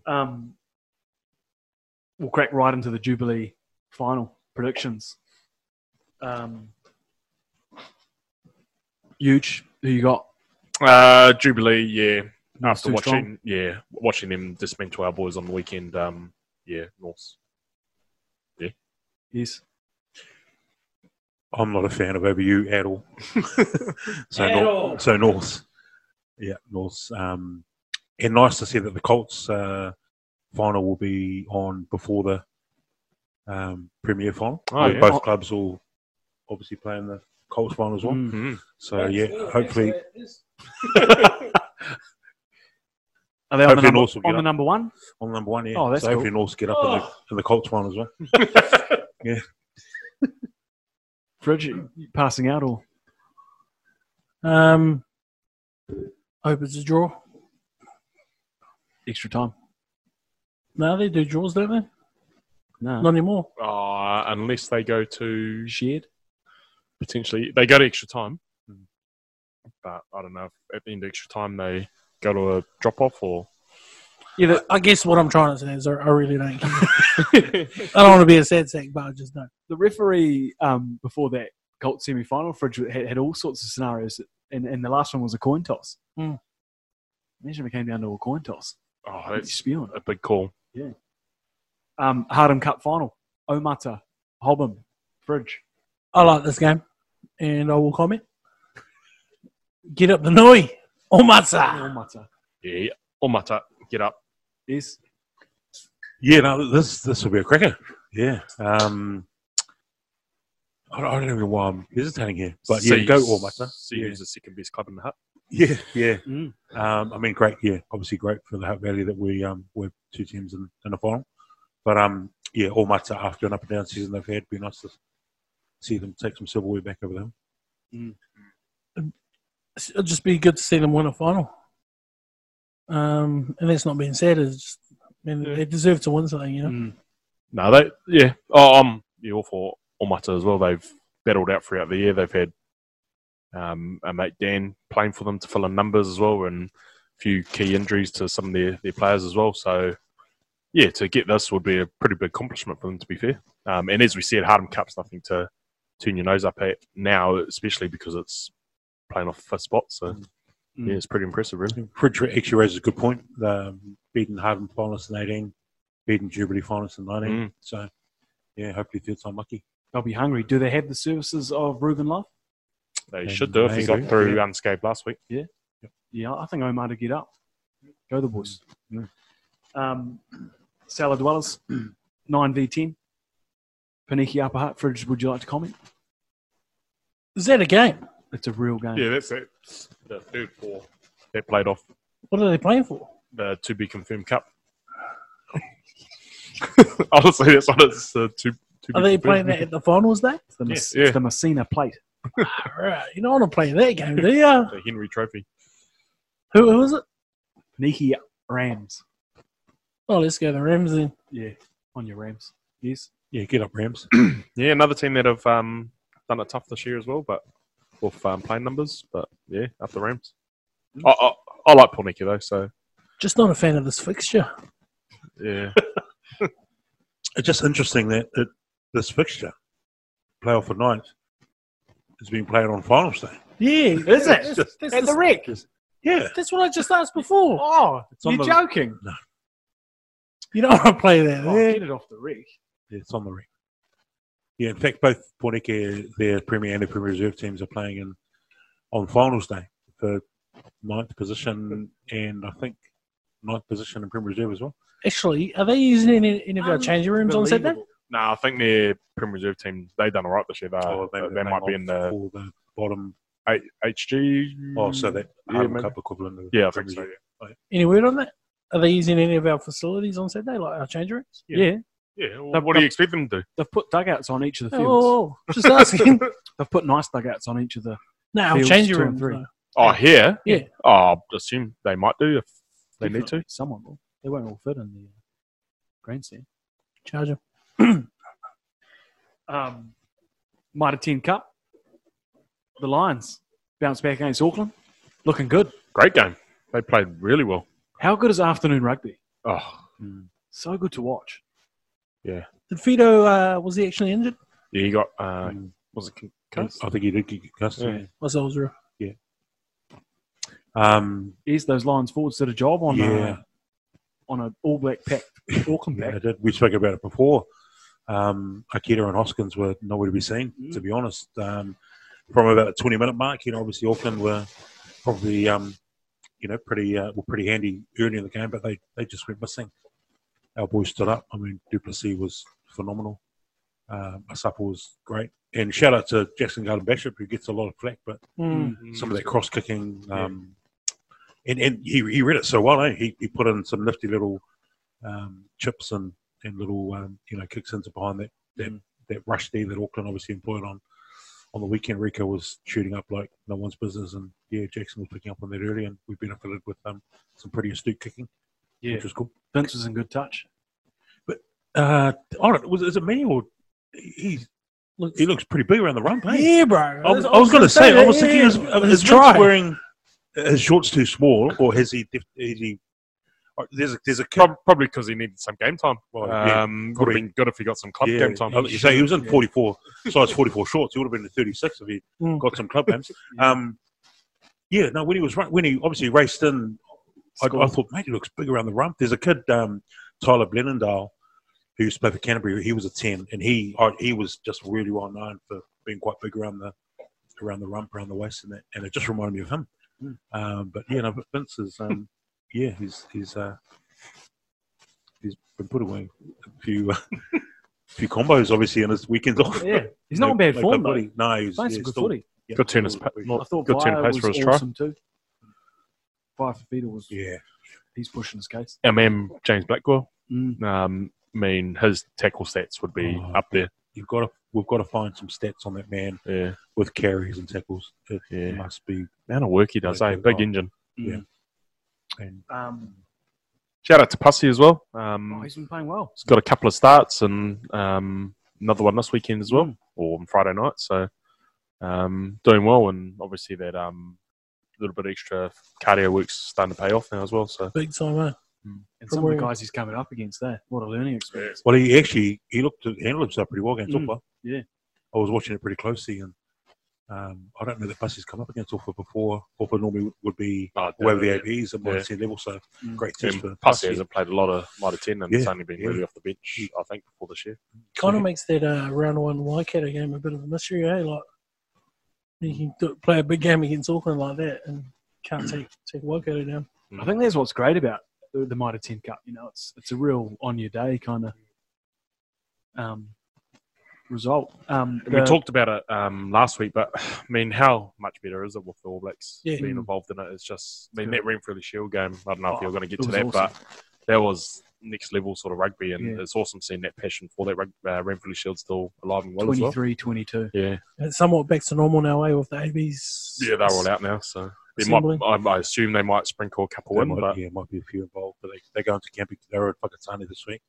[SPEAKER 3] um, we'll crack right into the Jubilee final predictions. Um, huge, who you got?
[SPEAKER 6] Uh, Jubilee, yeah. After
[SPEAKER 3] too
[SPEAKER 6] watching,
[SPEAKER 3] strong.
[SPEAKER 6] yeah, watching them dismantle our boys on the weekend, um, yeah, North.
[SPEAKER 3] Yes,
[SPEAKER 5] I'm not a fan of OBU at all. so
[SPEAKER 2] At
[SPEAKER 5] Nor-
[SPEAKER 2] all.
[SPEAKER 5] So North. Yeah, North. Um, and nice to see that the Colts uh, final will be on before the um, Premier final.
[SPEAKER 6] Oh,
[SPEAKER 5] With
[SPEAKER 6] yeah.
[SPEAKER 5] Both clubs will obviously play in the Colts final as well.
[SPEAKER 3] Mm.
[SPEAKER 6] Mhm.
[SPEAKER 5] So yeah, hopefully,
[SPEAKER 3] Are they on, the
[SPEAKER 5] Hopefully
[SPEAKER 3] number,
[SPEAKER 5] Norse will get
[SPEAKER 3] on the
[SPEAKER 5] up.
[SPEAKER 3] number one?
[SPEAKER 5] on number one. Yeah,
[SPEAKER 3] Oh, that's
[SPEAKER 5] so hopefully Norse get up
[SPEAKER 2] Oh.
[SPEAKER 5] in, the, in the Colts final as well.
[SPEAKER 3] Fridge you passing out or
[SPEAKER 4] Um, hope it's a draw.
[SPEAKER 3] extra time?
[SPEAKER 4] No, they do draws, don't they?
[SPEAKER 3] No.
[SPEAKER 4] Not anymore.
[SPEAKER 6] Uh, unless they go to
[SPEAKER 3] shared.
[SPEAKER 6] potentially, they go to extra time.
[SPEAKER 3] Hmm.
[SPEAKER 6] But I don't know. If at the end of extra time, they go to a drop off or.
[SPEAKER 4] Yeah, but I guess what I'm trying to say is I, I really don't. Care. I don't want to be a sad sack, but I just don't.
[SPEAKER 3] The referee um, before that Colt semi final, Fridge had, had all sorts of scenarios, and, and the last one was a coin toss.
[SPEAKER 5] Hmm.
[SPEAKER 4] Mm.
[SPEAKER 3] Imagine if it came down to a coin toss.
[SPEAKER 6] Oh,
[SPEAKER 3] I'd be
[SPEAKER 6] that's
[SPEAKER 3] spewing.
[SPEAKER 6] a big call.
[SPEAKER 3] Um, Hardham Cup final, Omata, Hobham, Fridge.
[SPEAKER 4] I like this game, and I will comment. Get up the noi, Omatsa.
[SPEAKER 3] Omata.
[SPEAKER 6] Yeah. Omata, get up.
[SPEAKER 3] Yes.
[SPEAKER 5] Yeah, no, this this will be a cracker. Yeah. Um, I don't, I don't even know why I'm hesitating here, but yeah, go all Mata.
[SPEAKER 6] See
[SPEAKER 5] Yeah,
[SPEAKER 6] who's the second best club in the hut.
[SPEAKER 5] yeah. yeah.
[SPEAKER 3] Mm.
[SPEAKER 5] Um, I mean, great. Yeah, obviously great for the Hope Valley that we um we're two teams in, in the final, but um yeah, all Mata after an up and down season they've had, be nice to see them take some silverware back over them.
[SPEAKER 4] It'll just be good to see them win a final. Um, and that's not being said. It's just, I mean, they deserve to win something, you know.
[SPEAKER 6] No, they yeah. Oh, um, yeah, all for Omata as well. They've battled out throughout the year. They've had um, a mate Dan playing for them to fill in numbers as well, and a few key injuries to some of their, their players as well. So yeah, to get this would be a pretty big accomplishment for them. To be fair, um, and as we said, Hardham Cup's nothing to turn your nose up at now, especially because it's playing off fifth spot. So
[SPEAKER 5] Mm.
[SPEAKER 6] yeah, it's pretty impressive, really.
[SPEAKER 5] Fridge actually raises a good point. Um, beaten Harden finalists in eighteen, beaten Jubilee finalists in nineteen. So yeah, hopefully third time lucky.
[SPEAKER 3] They'll be hungry. Do they have the services of Reuben Love?
[SPEAKER 6] They
[SPEAKER 5] And
[SPEAKER 6] should do if they
[SPEAKER 5] they
[SPEAKER 6] got
[SPEAKER 5] do,
[SPEAKER 6] through
[SPEAKER 5] yeah.
[SPEAKER 6] unscathed last week. Yeah.
[SPEAKER 3] Yeah, I think Omar to get up. Go the boys.
[SPEAKER 5] Mm.
[SPEAKER 3] Um, Salad Dwellers, 9v10. Paniki Upper Hut, Fridge, would you like to comment?
[SPEAKER 4] Is that a game?
[SPEAKER 3] It's a real game.
[SPEAKER 6] that's it. The third four. They played off
[SPEAKER 4] What are they playing for?
[SPEAKER 6] the to be confirmed cup. Honestly, that's what it's uh,
[SPEAKER 4] Are
[SPEAKER 6] to, to be
[SPEAKER 4] they
[SPEAKER 6] confirmed.
[SPEAKER 4] playing that at the finals day?
[SPEAKER 3] It's the, Mas-
[SPEAKER 6] Yeah, yeah.
[SPEAKER 3] It's the Messina plate.
[SPEAKER 4] All right, you don't want to play that game, do you?
[SPEAKER 6] the Henry Trophy?
[SPEAKER 4] Who, who is it?
[SPEAKER 3] Paniki Rams.
[SPEAKER 4] Oh, let's go the Rams then.
[SPEAKER 3] Yeah, on your Rams. Yes.
[SPEAKER 5] Yeah, get up Rams.
[SPEAKER 6] Yeah, another team that have um, done it tough this year as well, but with um, playing numbers. But yeah, up the Rams. I, I, I like Pornicki though, so
[SPEAKER 4] Just not a fan of this fixture.
[SPEAKER 6] yeah.
[SPEAKER 5] it's just interesting that it, this fixture, playoff for ninth, has been played on finals day.
[SPEAKER 4] Yeah,
[SPEAKER 3] Is it?
[SPEAKER 4] That's, that's,
[SPEAKER 3] At the wreck.
[SPEAKER 5] Yeah,
[SPEAKER 4] that's what I just asked before.
[SPEAKER 3] Oh,
[SPEAKER 5] it's on
[SPEAKER 3] you're
[SPEAKER 5] the
[SPEAKER 3] joking.
[SPEAKER 4] You don't want to play that.
[SPEAKER 3] Oh,
[SPEAKER 4] Yeah.
[SPEAKER 3] get it off the wreck.
[SPEAKER 5] yeah, it's on the ring. Yeah, in fact, both Pornicke, their Premier and their Premier Reserve teams are playing in on finals day for ninth position and I think ninth position in Premier Reserve as well.
[SPEAKER 4] Actually, are they using any, any
[SPEAKER 3] Um,
[SPEAKER 4] of our changing rooms on Saturday?
[SPEAKER 3] Unbelievable.
[SPEAKER 6] No, I think their Prim Reserve team they done all right this year. They,
[SPEAKER 5] Or
[SPEAKER 6] Uh, they,
[SPEAKER 5] maybe they're
[SPEAKER 6] might be
[SPEAKER 5] playing
[SPEAKER 6] in the
[SPEAKER 5] for the bottom.
[SPEAKER 6] eight, HG.
[SPEAKER 5] Oh, so that
[SPEAKER 6] Mm. Yeah,
[SPEAKER 5] Harlem
[SPEAKER 6] maybe.
[SPEAKER 5] Cup equivalent. Of the
[SPEAKER 6] yeah, I
[SPEAKER 5] Premier
[SPEAKER 6] think so.
[SPEAKER 5] Reserve.
[SPEAKER 4] Any word on that? Are they using any of our facilities on Saturday, like our change rooms?
[SPEAKER 6] Yeah.
[SPEAKER 3] Yeah.
[SPEAKER 6] Yeah, yeah well, what do you expect them to do?
[SPEAKER 3] They've put dugouts on each of the
[SPEAKER 4] Oh,
[SPEAKER 3] fields.
[SPEAKER 4] oh, oh, just asking.
[SPEAKER 3] They've put nice dugouts on each of the.
[SPEAKER 4] no, our
[SPEAKER 3] Fields
[SPEAKER 4] changing
[SPEAKER 3] two and
[SPEAKER 4] rooms.
[SPEAKER 3] three.
[SPEAKER 4] though.
[SPEAKER 6] Oh, here?
[SPEAKER 4] Yeah.
[SPEAKER 6] Oh, I assume they might do if they need to.
[SPEAKER 3] Definitely. Someone will. They won't all fit in the grandstand.
[SPEAKER 4] Charge 'em.
[SPEAKER 3] um, Mitre 10 Cup. The Lions bounce back against Auckland, looking good.
[SPEAKER 6] Great game. They played really well.
[SPEAKER 3] How good is afternoon rugby?
[SPEAKER 6] Oh,
[SPEAKER 3] So good to watch.
[SPEAKER 4] Did Fido, uh, was he actually injured?
[SPEAKER 6] yeah, you got, uh,
[SPEAKER 5] Mm.
[SPEAKER 6] was it con-
[SPEAKER 5] I- I think he did get concussed.
[SPEAKER 6] Yeah.
[SPEAKER 5] yeah.
[SPEAKER 4] Was that Oh, was real?
[SPEAKER 5] Um,
[SPEAKER 3] Is those Lions forwards did a job on
[SPEAKER 5] Yeah.
[SPEAKER 3] uh, on an All Black pack, Auckland
[SPEAKER 5] Yeah, I
[SPEAKER 3] pack.
[SPEAKER 5] did. We spoke about it before. Um, Akita and Hoskins were nowhere to be seen, to be honest. Um, from about the 20 minute mark, you know, obviously Auckland were probably, um, you know, pretty uh, were pretty handy early in the game, but they, they just went missing. Our boys stood up. I mean, Duplessis was phenomenal. Um, I suppose was great. And shout out to Jackson Garden Bishop, who gets a lot of flack, but
[SPEAKER 3] Hmm. Mm.
[SPEAKER 5] some
[SPEAKER 6] Mm.
[SPEAKER 5] of that cross kicking. Um, and, and he, he read it so well, eh? He, he put in some nifty little um, chips and, and little um, you know kicks into behind that, that, that rush there that Auckland obviously employed on on the weekend. Rico was shooting up like no one's business, and yeah, Jackson was picking up on that early, and we benefited with um, some pretty astute kicking,
[SPEAKER 3] Yeah.
[SPEAKER 5] which was cool.
[SPEAKER 3] Vince was in good touch.
[SPEAKER 5] Uh, I don't, was is it me or he's he looks pretty big around the rump, eh?
[SPEAKER 4] Yeah, bro.
[SPEAKER 5] I was, I was going to say, I was thinking, is, is Vince
[SPEAKER 4] His try.
[SPEAKER 5] wearing his shorts too small, or has he? def- Is he or there's a, there's a kid.
[SPEAKER 6] Prob- Probably because he needed some game time.
[SPEAKER 5] Well, yeah,
[SPEAKER 6] Um, would have been good if he got some club
[SPEAKER 5] yeah,
[SPEAKER 6] game time.
[SPEAKER 5] I was gonna say, he was in 44 size 44 shorts. He would have been in 36 if he
[SPEAKER 4] Mm.
[SPEAKER 5] got some club games. Um, yeah, no, when he was run- when he obviously raced in, I, I thought, mate, he looks big around the rump. There's a kid, um, Tyler Blenendale, who used to play for Canterbury. He was a 10, and he I, he was just really well known for being quite big around the around the rump, around the waist, and that. And it just reminded me of him.
[SPEAKER 3] Hmm.
[SPEAKER 5] Um, but yeah, no, but Vince is, um, yeah, he's he's uh, he's been put away a few. Uh, Few combos, obviously, in his weekends off.
[SPEAKER 3] Yeah, he's not in bad
[SPEAKER 5] Played
[SPEAKER 3] form though.
[SPEAKER 5] footy. No, he was
[SPEAKER 3] He's playing
[SPEAKER 5] yeah,
[SPEAKER 3] some good
[SPEAKER 5] still-
[SPEAKER 3] footy.
[SPEAKER 5] yeah,
[SPEAKER 6] Good tennis
[SPEAKER 5] still-
[SPEAKER 6] pa-
[SPEAKER 3] I thought
[SPEAKER 6] Good ten
[SPEAKER 3] Via
[SPEAKER 6] pace
[SPEAKER 3] was
[SPEAKER 6] for his try.
[SPEAKER 3] awesome too. Via Fafita was
[SPEAKER 5] Yeah,
[SPEAKER 3] he's pushing his case.
[SPEAKER 6] Our man James Blackwell.
[SPEAKER 3] Mm.
[SPEAKER 6] Um, I mean, his tackle stats would be
[SPEAKER 5] Oh.
[SPEAKER 6] up there.
[SPEAKER 5] you've got to. We've got to find some stats on that man
[SPEAKER 6] Yeah,
[SPEAKER 5] with carries and tackles. uh, It
[SPEAKER 6] Yeah.
[SPEAKER 5] must be.
[SPEAKER 6] man of work he does.
[SPEAKER 5] Like,
[SPEAKER 6] eh? big
[SPEAKER 5] oh.
[SPEAKER 6] engine.
[SPEAKER 5] And
[SPEAKER 3] Um,
[SPEAKER 6] Shout out to Pussy as well.
[SPEAKER 3] oh,
[SPEAKER 6] Um,
[SPEAKER 3] he's been playing well.
[SPEAKER 6] he's got a couple of starts and um, another one this weekend as well, or on Friday night. So um, doing well, and obviously that um, little bit extra cardio work's starting to pay off now as well. So
[SPEAKER 4] Big time, eh?
[SPEAKER 3] And
[SPEAKER 4] From
[SPEAKER 3] some of the
[SPEAKER 4] where-
[SPEAKER 3] guys he's coming up against there. What a learning experience.
[SPEAKER 5] well, he actually he looked to handle himself pretty well against
[SPEAKER 3] Mm,
[SPEAKER 5] Offa.
[SPEAKER 3] yeah.
[SPEAKER 5] I was watching it pretty closely, and um, I don't know that Bussey's come up against Offa before. Offa normally would, would be
[SPEAKER 6] Oh,
[SPEAKER 5] way over the
[SPEAKER 6] yeah.
[SPEAKER 5] APs and
[SPEAKER 6] Yeah.
[SPEAKER 5] yeah. level, so
[SPEAKER 3] Mm.
[SPEAKER 5] great test
[SPEAKER 6] And
[SPEAKER 5] for
[SPEAKER 6] Pussy
[SPEAKER 5] Bussey.
[SPEAKER 6] hasn't played a lot of lot of ten, and
[SPEAKER 5] Yeah,
[SPEAKER 6] it's only been
[SPEAKER 5] yeah.
[SPEAKER 6] really off the bench, I think, before this year.
[SPEAKER 4] Kind of makes that uh, round one Waikato game a bit of a mystery, eh? Like you can do, play a big game against Auckland like that and can't take take Waikato down.
[SPEAKER 3] I think that's what's great about the, the Mitre Ten Cup. You know, it's it's a real on your day kind of um, result. Um,
[SPEAKER 6] we
[SPEAKER 3] the-
[SPEAKER 6] talked about it um, last week, but I mean, how much better is it with the All Blacks
[SPEAKER 4] Yeah.
[SPEAKER 6] being involved in it? It's just, I mean, that Renfrew Shield game. I don't know if
[SPEAKER 3] Oh,
[SPEAKER 6] you're going to get
[SPEAKER 3] it
[SPEAKER 6] to
[SPEAKER 3] was
[SPEAKER 6] that,
[SPEAKER 3] awesome.
[SPEAKER 6] but that was next level sort of rugby, and
[SPEAKER 3] Yeah.
[SPEAKER 6] it's awesome seeing that passion for that rug- uh, Renfrew Shield still alive and well as well.
[SPEAKER 3] 23 22.
[SPEAKER 6] Yeah,
[SPEAKER 4] It's somewhat back to normal now, eh? With the ABs.
[SPEAKER 6] yeah, they're all out now, so they might, I, I assume they might sprinkle a couple
[SPEAKER 5] There
[SPEAKER 6] in,
[SPEAKER 5] might,
[SPEAKER 6] but
[SPEAKER 5] yeah, might be a few involved, but they, they're going to camp. They're at Whakatane this week.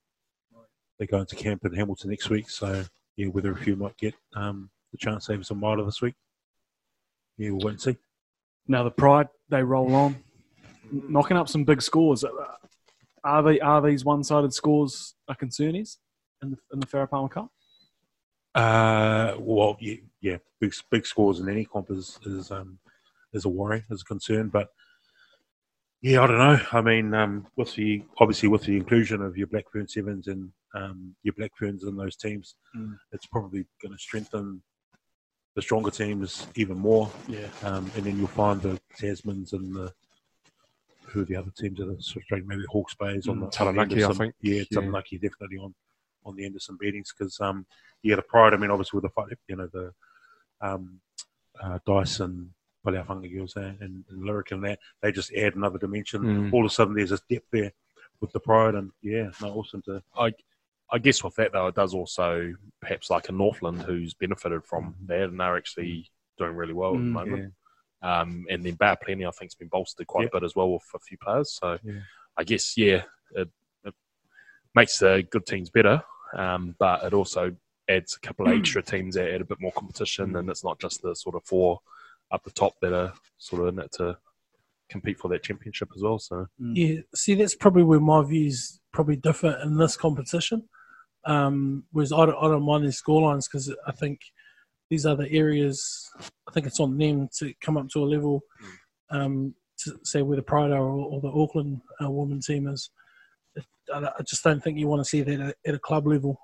[SPEAKER 5] They're going to camp in Hamilton next week. So, yeah, whether a few might get um, the chance to have some milder this week. Yeah, we'll wait and see.
[SPEAKER 3] Now the Pride they roll on, n- knocking up some big scores. Uh, Are they are these one sided scores a concern is in the in the Farrah Palmer Cup?
[SPEAKER 5] Uh, well, yeah, yeah, big big scores in any comp is is um is a worry, is a concern. But yeah, I don't know. I mean, um, with the obviously with the inclusion of your Blackburn Sevens and um your Blackburns in those teams,
[SPEAKER 3] Mm.
[SPEAKER 5] it's probably going to strengthen the stronger teams even more.
[SPEAKER 3] Yeah.
[SPEAKER 5] Um, and then you'll find the Tasmans and the who are the other teams that are sort of struggling, maybe Hawke's Bay's on the
[SPEAKER 6] Mm, Taranaki,
[SPEAKER 5] on the end of
[SPEAKER 6] I
[SPEAKER 5] some-
[SPEAKER 6] think.
[SPEAKER 5] Yeah,
[SPEAKER 6] Yeah.
[SPEAKER 5] Taranaki definitely on on the end of some beatings because um yeah the pride. I mean obviously with the fight you know the um uh, Dice and Paliafanga girls there and, and Lyric and that they just add another dimension.
[SPEAKER 6] Mm.
[SPEAKER 5] All of a sudden there's this depth there with the pride and yeah no awesome to
[SPEAKER 6] I, I guess with that though, it does also perhaps like a Northland who's benefited from that, and they're actually doing really well at the
[SPEAKER 3] Mm,
[SPEAKER 6] moment. Um, and then Bar Plenty, I think, has been bolstered quite
[SPEAKER 5] Yeah.
[SPEAKER 6] a bit as well with a few players. So
[SPEAKER 5] Yeah.
[SPEAKER 6] I guess yeah, it, it makes the good teams better, um, but it also adds a couple of extra teams that add a bit more competition, and it's not just the sort of four up the top that are sort of in it to compete for that championship as well. So
[SPEAKER 4] Yeah, see, that's probably where my views probably differ in this competition. Um, whereas I don't, I don't mind these scorelines because I think these other areas, I think it's on them to come up to a level, um, to say where the Pride are or, or the Auckland uh, women team is. I, I just don't think you want to see that at, at a club level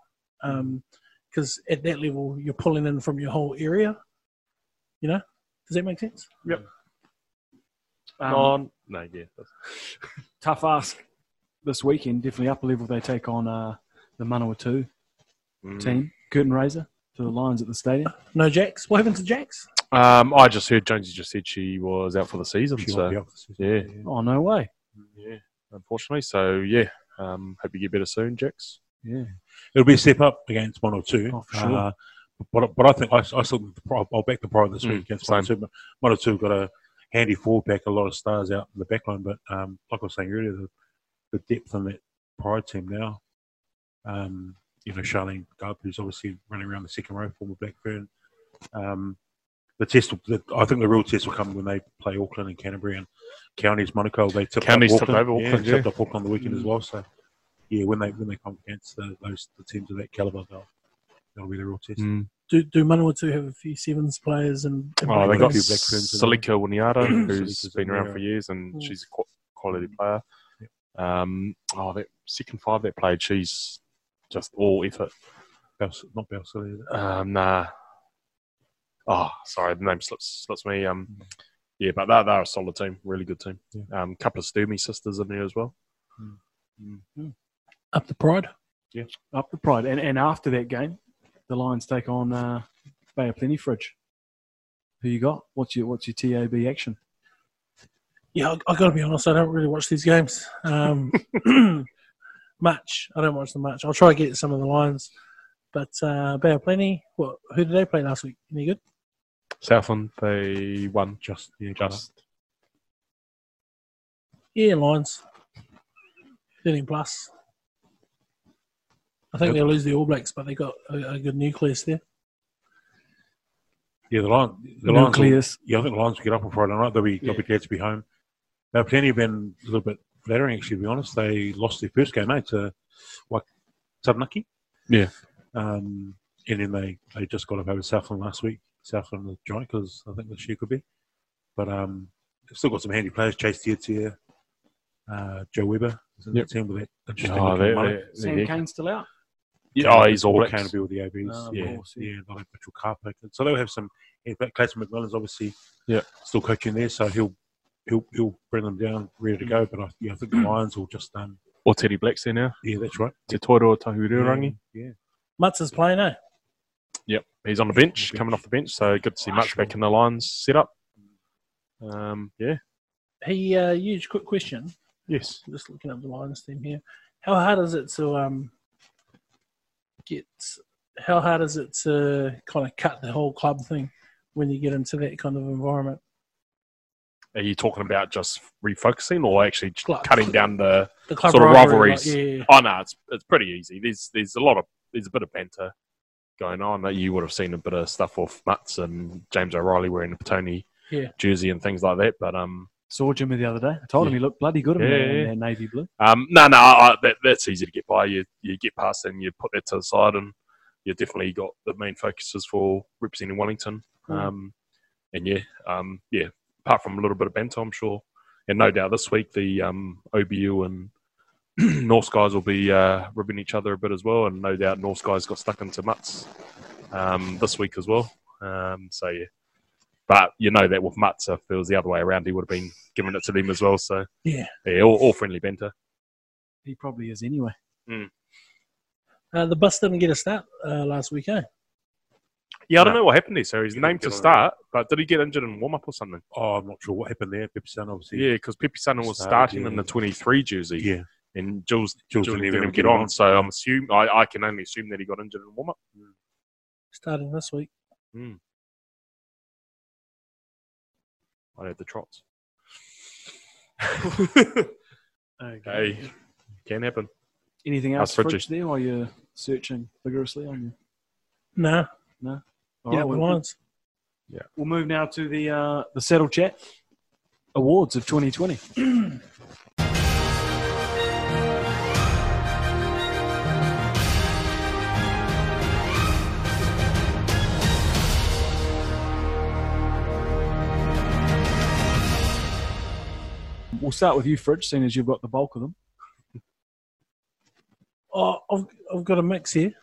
[SPEAKER 4] because at that level, you're pulling in from your whole area. You know? Does that make sense?
[SPEAKER 3] Um,
[SPEAKER 6] on no, yeah, that's-
[SPEAKER 3] Tough ask this weekend. Definitely up a level they take on uh, the Manawatu
[SPEAKER 6] Mm.
[SPEAKER 3] team, curtain raiser for the Lions at the stadium.
[SPEAKER 4] No Jacks. What happened to Jacks?
[SPEAKER 6] Um, I just heard Jonesy just said she was out for the season.
[SPEAKER 5] She
[SPEAKER 6] so
[SPEAKER 5] might be up this season.
[SPEAKER 6] yeah,
[SPEAKER 3] Oh no way!
[SPEAKER 6] yeah, unfortunately. So yeah, um, hope you get better soon, Jax.
[SPEAKER 5] It'll be a step up against one or two.
[SPEAKER 3] Oh, for sure.
[SPEAKER 5] Uh, but, but I think I, I still think the Pride- I'll back the pride this week
[SPEAKER 6] Mm,
[SPEAKER 5] against one or
[SPEAKER 6] same.
[SPEAKER 5] two. But one or two got a handy forward pack, a lot of stars out in the back line. But um, like I was saying earlier, the, the depth on that pride team now. Um, you know, Charlene Garp, who's obviously running around the second row, former Blackburn. Um, the test, will- the, I think the real test will come when they play Auckland and Canterbury and Counties, Monaco. They tipped
[SPEAKER 6] Counties
[SPEAKER 5] up
[SPEAKER 6] tipped
[SPEAKER 5] Auckland.
[SPEAKER 6] over Auckland,
[SPEAKER 5] tipped
[SPEAKER 6] yeah.
[SPEAKER 5] up Auckland the weekend
[SPEAKER 3] Mm.
[SPEAKER 5] as well. So, yeah, when they when they come against the, those the teams of that calibre, they'll, they'll be the real
[SPEAKER 6] Mm.
[SPEAKER 5] test.
[SPEAKER 4] Do do Manawatu have a few sevens players and? and
[SPEAKER 6] Oh, they
[SPEAKER 4] Blackburns?
[SPEAKER 6] got
[SPEAKER 5] few black friends in
[SPEAKER 6] Salika Waniara, who's
[SPEAKER 5] Salika's
[SPEAKER 6] been
[SPEAKER 5] in
[SPEAKER 6] around
[SPEAKER 5] there.
[SPEAKER 6] for years, and
[SPEAKER 4] Mm.
[SPEAKER 6] she's a qu- quality
[SPEAKER 5] Mm.
[SPEAKER 6] player. Um, oh, that second five that played, she's just all effort.
[SPEAKER 5] Bals- not Balsillie, is it?
[SPEAKER 6] Um, nah. Oh, sorry, the name slips slips me. Um, yeah, but they're, they're a solid team, really good team.
[SPEAKER 5] Mm. Yeah.
[SPEAKER 6] Um, couple of Sturmey sisters in there as well.
[SPEAKER 4] up the pride.
[SPEAKER 3] Up the pride, and and after that game, the Lions take on uh, Bay of Plenty Fridge. Who you got? What's your what's your TAB action?
[SPEAKER 4] Yeah, I, I got to be honest. I don't really watch these games. Um, match. I don't watch the match. I'll try to get some of the lines. But uh, Bay of Plenty. What? Who did they play last week? Any good?
[SPEAKER 6] Southland, they won
[SPEAKER 5] Just yeah, got
[SPEAKER 6] just.
[SPEAKER 4] Yeah, lines. Thirteen plus. I think
[SPEAKER 5] Yep.
[SPEAKER 4] they'll lose the All Blacks, but they got a, a good nucleus there.
[SPEAKER 5] that. yeah. The line, the Lions will-
[SPEAKER 3] Nucleus.
[SPEAKER 5] Yeah, I think the Lions will get up on Friday night. They'll be, they'll be glad to be home. Now, Plenty have been a little bit flattering, actually, to be honest. They lost their first game, eh, to what, Taranaki?
[SPEAKER 6] Yeah.
[SPEAKER 5] Um, and then they, they just got up over Southland last week. Southland the giant, because I think this year could be. But um, they've still got some handy players. Chase Tietzier, uh, Joe Weber is in
[SPEAKER 6] Yep.
[SPEAKER 5] the team with that interesting
[SPEAKER 6] Oh,
[SPEAKER 5] looking
[SPEAKER 6] they,
[SPEAKER 5] mullet.
[SPEAKER 6] they,
[SPEAKER 3] Sam
[SPEAKER 6] yeah.
[SPEAKER 3] Kane's still out.
[SPEAKER 6] Yeah, oh, he's all blacks.
[SPEAKER 5] Canterbury with the ABs.
[SPEAKER 3] Oh, of
[SPEAKER 5] yeah,
[SPEAKER 3] course, yeah.
[SPEAKER 5] yeah, they'll have Mitchell Carpick. And So they'll have some. Yeah, but Clayton McMillan's obviously
[SPEAKER 6] Yeah.
[SPEAKER 5] still coaching there, so he'll he'll he'll bring them down ready to
[SPEAKER 3] Mm.
[SPEAKER 5] go. But I, yeah, I think the Lions will just um
[SPEAKER 6] Or Teddy Black's there now.
[SPEAKER 5] yeah, that's right.
[SPEAKER 6] Te Toiro Tahururangi.
[SPEAKER 5] Yeah,
[SPEAKER 4] Mats is playing, eh?
[SPEAKER 6] Yep, he's on the
[SPEAKER 5] On the
[SPEAKER 6] bench,
[SPEAKER 5] bench.
[SPEAKER 6] coming off the bench. So good to see Much back in the Lions setup. Um, yeah.
[SPEAKER 4] Hey, uh, huge quick question.
[SPEAKER 6] Yes.
[SPEAKER 4] just looking up the Lions team here. How hard is it to um get? How hard is it to kind of cut the whole club thing when you get into that kind of environment?
[SPEAKER 6] Are you talking about just refocusing or actually j-
[SPEAKER 4] Club-
[SPEAKER 6] cutting down the?
[SPEAKER 4] The club
[SPEAKER 6] Sort of
[SPEAKER 4] rivalry,
[SPEAKER 6] rivalries.
[SPEAKER 4] like, yeah, yeah.
[SPEAKER 6] Oh no, it's it's pretty easy. There's there's a lot of there's a bit of banter going on. You would have seen a bit of stuff off Mutts and James O'Reilly wearing a Patoni
[SPEAKER 4] Yeah.
[SPEAKER 6] jersey and things like that. But um,
[SPEAKER 3] Saw Jimmy the other day. I told him he looked bloody good in
[SPEAKER 6] Yeah,
[SPEAKER 3] that- in
[SPEAKER 6] yeah.
[SPEAKER 3] that navy blue.
[SPEAKER 6] Um, no, no, I, I- that, that's easy to get by. You you get past and you put that to the side, and you definitely got the main focuses for representing Wellington. Um, and yeah, um, yeah. Apart from a little bit of banter, I'm sure, and no doubt this week the um, OBU and North Skies will be uh, ribbing each other a bit as well, and no doubt North Skies got stuck into Mutts um, this week as well. Um, so yeah, but you know that with Mutts, if it was the other way around, he would have been giving it to them as well. So
[SPEAKER 4] Yeah.
[SPEAKER 6] yeah, all, all friendly banter.
[SPEAKER 3] He probably is anyway.
[SPEAKER 4] Uh, the bus didn't get a start uh, last week, eh?
[SPEAKER 6] Yeah, I don't
[SPEAKER 5] No.
[SPEAKER 6] know what happened there. So he's
[SPEAKER 5] He
[SPEAKER 6] named to
[SPEAKER 5] didn't get on.
[SPEAKER 6] start, but did he get injured in warm up or something?
[SPEAKER 5] oh, I'm not sure what happened there. Pip's son obviously.
[SPEAKER 6] Yeah, because Pepe Sutton was
[SPEAKER 5] Started,
[SPEAKER 6] starting
[SPEAKER 5] yeah.
[SPEAKER 6] in the 23 jersey,
[SPEAKER 5] yeah.
[SPEAKER 6] and Jules,
[SPEAKER 5] Jules
[SPEAKER 6] Jules, didn't, even get on. So I'm assume I, I can only assume that he got injured in warm up.
[SPEAKER 4] Starting this week.
[SPEAKER 6] I had the trots.
[SPEAKER 3] Okay.
[SPEAKER 6] Hey, can happen.
[SPEAKER 3] Anything
[SPEAKER 6] That's
[SPEAKER 3] else, Fridge,
[SPEAKER 6] Fridge's-
[SPEAKER 3] there while you're searching vigorously on your.
[SPEAKER 4] Nah,
[SPEAKER 3] All
[SPEAKER 4] get
[SPEAKER 3] right,
[SPEAKER 4] up the
[SPEAKER 3] we'll-
[SPEAKER 4] Lions.
[SPEAKER 3] We'll move now to the uh, the Saddle Chat Awards of 2020. We'll start with you, Fridge, seeing as you've got the bulk of them.
[SPEAKER 4] Oh, I've, I've got a mix here.
[SPEAKER 3] Do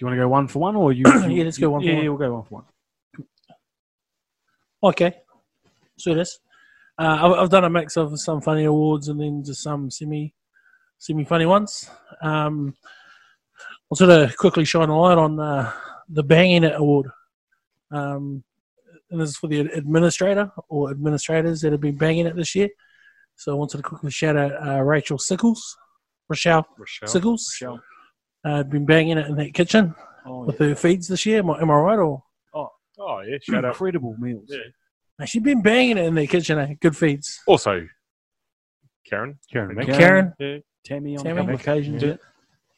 [SPEAKER 3] you want to go one for one, or you?
[SPEAKER 4] Yeah, let's go one for
[SPEAKER 3] yeah,
[SPEAKER 4] one.
[SPEAKER 3] Yeah, we'll go one for one.
[SPEAKER 4] Okay. So it is. Uh, I've, I've done a mix of some funny awards and then just some semi semi funny ones. Um, I'll sort of quickly shine a light on uh, the Banging It Award. Um, and this is for the administrator or administrators that have been banging it this year. So I wanted to quickly shout out uh, Rachel Sickles, Rochelle
[SPEAKER 6] Rochelle.
[SPEAKER 4] Sickles. Uh, been banging it in that kitchen
[SPEAKER 3] Oh,
[SPEAKER 4] with her feeds this year. Am I, am I right? Or
[SPEAKER 6] Oh yeah,
[SPEAKER 3] yeah.
[SPEAKER 6] shout out.
[SPEAKER 3] Incredible meals.
[SPEAKER 6] Yeah.
[SPEAKER 4] Man, she's been banging it in that kitchen. Eh? Good feeds.
[SPEAKER 6] Also, Karen,
[SPEAKER 5] Karen, mate.
[SPEAKER 6] Thank
[SPEAKER 3] Yeah.
[SPEAKER 4] Karen,
[SPEAKER 3] Tammy on
[SPEAKER 4] Tammy.
[SPEAKER 3] a couple of occasions.
[SPEAKER 5] Yeah.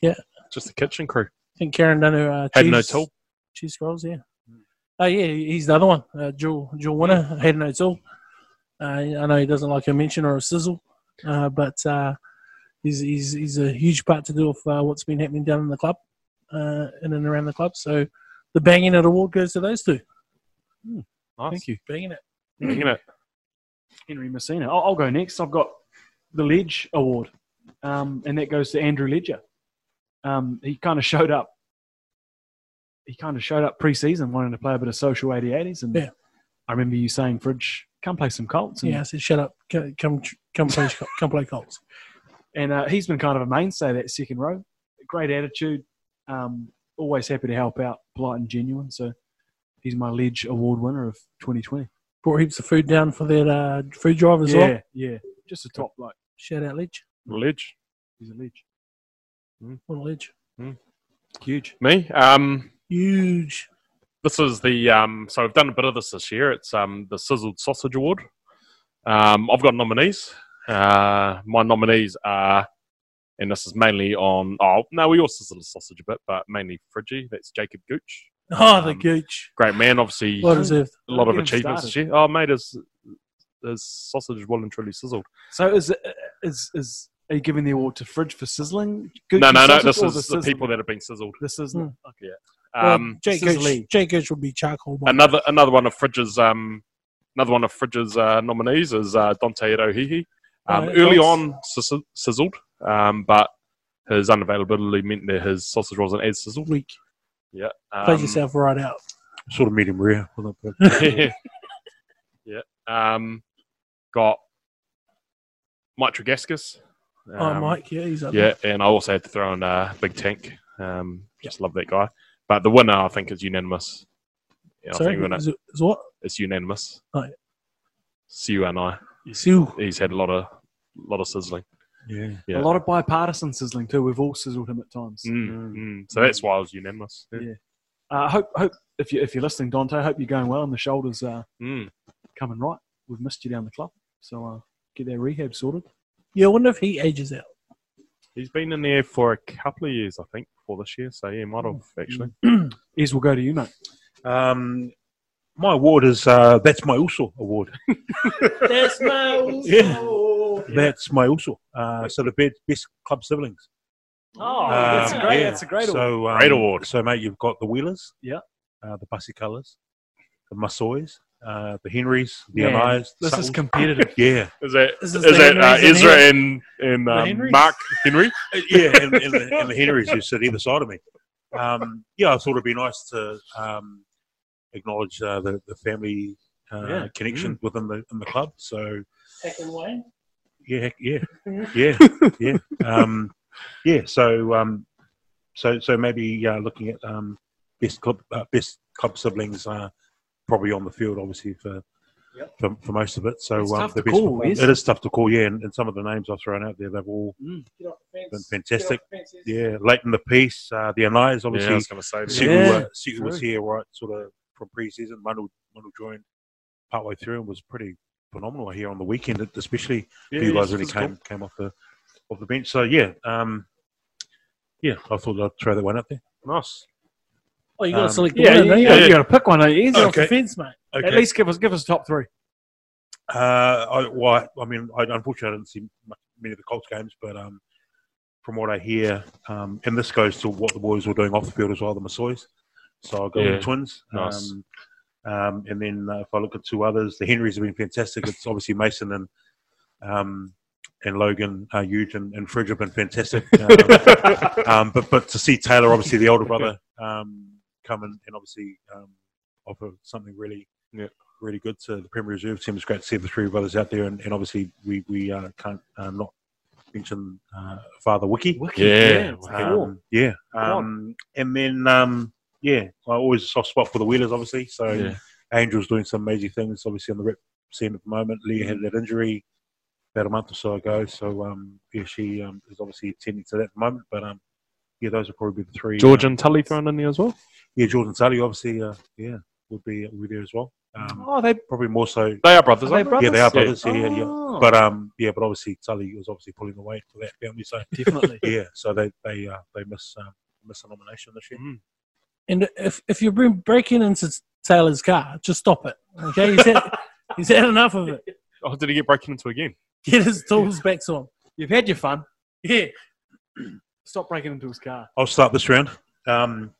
[SPEAKER 3] yeah.
[SPEAKER 6] just the kitchen crew.
[SPEAKER 4] I think Karen done her uh,
[SPEAKER 6] Had no
[SPEAKER 4] cheese-
[SPEAKER 6] tool.
[SPEAKER 4] Cheese scrolls, yeah. Oh yeah, he's the other one, uh, dual dual winner. Had no tool. Uh, I know he doesn't like a mention or a sizzle, uh, but uh, he's, he's he's a huge part to do with uh, what's been happening down in the club, uh, in and around the club. So the banging it award goes to those two.
[SPEAKER 6] Nice.
[SPEAKER 3] Thank you.
[SPEAKER 4] Banging it.
[SPEAKER 6] Thank you.
[SPEAKER 3] Henry Messina. I'll, I'll go next. I've got the Ledge Award, um, and that goes to Andrew Ledger. Um, he kind of showed up. He kind of showed up pre-season wanting to play a bit of social 80-80s. And
[SPEAKER 4] Yeah.
[SPEAKER 3] I remember you saying, Fridge, come play some Colts. And,
[SPEAKER 4] Yeah, I said shut up. Come come come play come play Colts.
[SPEAKER 3] and uh, he's been kind of a mainstay that second row. Great attitude. Um, always happy to help out, polite and genuine. So he's my Ledge Award winner of 2020.
[SPEAKER 4] Brought heaps of food down for that uh, food drive as
[SPEAKER 3] yeah,
[SPEAKER 4] well.
[SPEAKER 3] yeah. Just a top, like,
[SPEAKER 4] Shout out Ledge.
[SPEAKER 6] Ledge.
[SPEAKER 3] he's a Ledge.
[SPEAKER 4] What a ledge.
[SPEAKER 3] Huge.
[SPEAKER 6] Me. Um,
[SPEAKER 4] Huge.
[SPEAKER 6] this is the um, so I've done a bit of this this year. It's um, the Sizzled Sausage Award. Um, I've got nominees. Uh, my nominees are, and this is mainly on. Oh no, we all sizzle the sausage a bit, but mainly Fridgie. That's Jacob Gooch,
[SPEAKER 4] Oh, the
[SPEAKER 6] Um,
[SPEAKER 4] gooch.
[SPEAKER 6] great man. Obviously,
[SPEAKER 4] Well deserved.
[SPEAKER 6] a lot of
[SPEAKER 3] Don't get him
[SPEAKER 6] achievements this
[SPEAKER 3] started.
[SPEAKER 6] year. Oh mate, his his sausage is well and truly sizzled.
[SPEAKER 3] So is is is are you giving the award to Fridge for sizzling?
[SPEAKER 6] no, no, no.
[SPEAKER 3] sausage
[SPEAKER 6] This
[SPEAKER 3] or
[SPEAKER 6] is the
[SPEAKER 3] sizzling?
[SPEAKER 6] people that have been sizzled.
[SPEAKER 3] This is
[SPEAKER 4] Hmm.
[SPEAKER 6] Um,
[SPEAKER 4] well, Jake
[SPEAKER 3] this is
[SPEAKER 4] Gooch,
[SPEAKER 3] Lee.
[SPEAKER 4] Jake Gooch will be charcoal. by
[SPEAKER 6] another another one of Fridge's um, another one of Fridge's uh, nominees is uh, Dante Rohihi. Um,
[SPEAKER 4] Oh, yeah,
[SPEAKER 6] early
[SPEAKER 4] nice.
[SPEAKER 6] on, sizz- sizzled, um, but his unavailability meant that his sausage wasn't as
[SPEAKER 4] now.
[SPEAKER 6] sizzled.
[SPEAKER 4] week.
[SPEAKER 6] Yeah. Um,
[SPEAKER 4] Play yourself right out.
[SPEAKER 5] sort of medium rare. wasn't it?
[SPEAKER 6] yeah. Um, got Mike Tregaskis.
[SPEAKER 4] oh,
[SPEAKER 6] um,
[SPEAKER 4] Mike, yeah, he's up.
[SPEAKER 6] Yeah, and I also had to throw in uh, Big Tank. Um, just love that guy. But the winner, I think, is unanimous. Yeah,
[SPEAKER 4] there.
[SPEAKER 6] I
[SPEAKER 4] Sorry,
[SPEAKER 6] think we're gonna-
[SPEAKER 4] is, it, is what?
[SPEAKER 6] it's unanimous.
[SPEAKER 4] Oh, yeah.
[SPEAKER 6] CU and I.
[SPEAKER 4] Seal.
[SPEAKER 6] he's had a lot of lot of sizzling.
[SPEAKER 5] Yeah.
[SPEAKER 3] a
[SPEAKER 6] Yeah.
[SPEAKER 3] lot of bipartisan sizzling too. We've all sizzled him at times.
[SPEAKER 6] Mm,
[SPEAKER 3] Hmm.
[SPEAKER 6] mm. So that's why I was unanimous.
[SPEAKER 3] Yeah. Uh, I hope hope if you if you're listening, Dante, I hope you're going well and the shoulders are
[SPEAKER 6] Mm.
[SPEAKER 3] coming right. We've missed you down the club, so uh, get that rehab sorted.
[SPEAKER 4] Yeah, I wonder if he ages out.
[SPEAKER 6] He's been in there for a couple of years, I think, for this year. So yeah, might have actually.
[SPEAKER 3] Is will go to you, mate.
[SPEAKER 5] Um, my award is uh, that's my also award.
[SPEAKER 4] That's my
[SPEAKER 5] Yeah.
[SPEAKER 3] Oh,
[SPEAKER 5] That's my also. Uh, so the best, best club siblings.
[SPEAKER 3] Oh,
[SPEAKER 5] Um,
[SPEAKER 3] great.
[SPEAKER 5] yeah.
[SPEAKER 3] That's a great
[SPEAKER 5] so,
[SPEAKER 3] award.
[SPEAKER 5] um,
[SPEAKER 6] Great award.
[SPEAKER 5] So mate, you've got the Wheelers.
[SPEAKER 3] Yeah.
[SPEAKER 5] Uh, the Bussy Colours, the Massoys, uh, the Henrys, the
[SPEAKER 3] Man,
[SPEAKER 5] Anais.
[SPEAKER 3] This is
[SPEAKER 5] Suttles.
[SPEAKER 3] competitive.
[SPEAKER 5] yeah,
[SPEAKER 6] Is that
[SPEAKER 4] This
[SPEAKER 6] is,
[SPEAKER 4] is the
[SPEAKER 6] that uh,
[SPEAKER 4] Henrys and
[SPEAKER 6] Ezra and and
[SPEAKER 4] The
[SPEAKER 6] um,
[SPEAKER 4] Henrys?
[SPEAKER 6] Mark Henry?
[SPEAKER 5] yeah, and, and, the, and the Henrys who sit either side of me. Um, yeah, I thought it'd be nice to um, acknowledge uh, the, the family uh,
[SPEAKER 3] Yeah. Mm.
[SPEAKER 5] connection within the in the club. So
[SPEAKER 4] Wayne.
[SPEAKER 5] yeah, heck, yeah, yeah, yeah, um, yeah. So, um, so, so maybe uh, looking at um, best club, uh, best club siblings uh, probably on the field, obviously for for, for most of it. So
[SPEAKER 3] It's
[SPEAKER 5] um,
[SPEAKER 3] tough
[SPEAKER 5] the
[SPEAKER 3] to
[SPEAKER 5] best
[SPEAKER 3] call,
[SPEAKER 5] perform-
[SPEAKER 3] isn't
[SPEAKER 5] it
[SPEAKER 3] it?
[SPEAKER 5] is tough to call. Yeah, and, and some of the names I've thrown out there, they've all been fantastic. Yeah, late in the piece, uh, the Anais
[SPEAKER 6] Yeah, I
[SPEAKER 5] obviously.
[SPEAKER 6] was going to say that.
[SPEAKER 5] Siku,
[SPEAKER 3] Yeah,
[SPEAKER 5] uh, Siku was here right sort of from pre-season. Manu, Manu joined partway through and was pretty phenomenal here on the weekend, especially
[SPEAKER 6] Yeah,
[SPEAKER 5] you guys
[SPEAKER 6] yeah,
[SPEAKER 5] really
[SPEAKER 6] it's
[SPEAKER 5] came came off the off the bench. So yeah, um, yeah, I thought I'd throw that one up there.
[SPEAKER 6] cool. Nice.
[SPEAKER 4] Oh, you got to
[SPEAKER 5] Um,
[SPEAKER 4] select the
[SPEAKER 3] Yeah,
[SPEAKER 4] winner,
[SPEAKER 3] you,
[SPEAKER 4] don't you?
[SPEAKER 3] you
[SPEAKER 6] yeah.
[SPEAKER 3] got to pick one. Don't you?
[SPEAKER 4] Get
[SPEAKER 3] Ezra?
[SPEAKER 4] off the
[SPEAKER 5] Okay.
[SPEAKER 4] fence, mate.
[SPEAKER 3] At least give us give us a top three.
[SPEAKER 5] uh, I, well, I- I mean, I, unfortunately, I didn't see much, many of the Colts games, but um, from what I hear, um, and this goes to what the boys were doing off the field as well, the Masoys. So I'll go
[SPEAKER 6] Yeah.
[SPEAKER 5] with the Twins.
[SPEAKER 6] Nice.
[SPEAKER 5] Um, um, and then uh, if I look at two others, the Henrys have been fantastic. It's obviously Mason and um, and Logan are huge, and, and Fridge have been fantastic. Um, um, but but to see Taylor, obviously the older brother, um, come and, and obviously um, offer something really,
[SPEAKER 6] Yeah.
[SPEAKER 5] really good to the Premier Reserve team. It's great to see the three brothers out there, and, and obviously we we uh, can't uh, not mentioned uh, Father Wiki.
[SPEAKER 3] Wiki.
[SPEAKER 6] Yeah.
[SPEAKER 5] Um, yeah. Um, and then, um, yeah, I always a soft spot for the Wheelers, obviously. So
[SPEAKER 6] Yeah.
[SPEAKER 5] Angel's doing some amazing things, obviously, on the rep scene at the moment. Leah had that injury about a month or so ago. So, um, yeah, she um, is obviously attending to that at the moment. But, um, yeah, those are probably the three.
[SPEAKER 6] George
[SPEAKER 5] um,
[SPEAKER 6] and Tully thrown in there as well.
[SPEAKER 5] yeah, Jordan Tully, obviously, uh, yeah, would be, would be there as well. Um,
[SPEAKER 6] Oh, they
[SPEAKER 5] probably more so.
[SPEAKER 6] they are brothers.
[SPEAKER 3] Are they
[SPEAKER 6] aren't
[SPEAKER 5] Yeah, they are
[SPEAKER 6] brothers?
[SPEAKER 5] brothers. Yeah, yeah. yeah.
[SPEAKER 4] Oh.
[SPEAKER 3] oh.
[SPEAKER 5] But, um, yeah, but obviously, Tully was obviously pulling the weight for that family. So,
[SPEAKER 3] Definitely.
[SPEAKER 5] yeah, so they they uh, they miss um, miss a nomination this year.
[SPEAKER 4] And if if you bring breaking into Taylor's car, just stop it. Okay, he's had, he's had enough of it.
[SPEAKER 6] Oh, did he get broken into again?
[SPEAKER 4] Get his tools back on.
[SPEAKER 3] You've had your fun.
[SPEAKER 4] Yeah,
[SPEAKER 3] Stop breaking into his car.
[SPEAKER 5] I'll start this round. Um,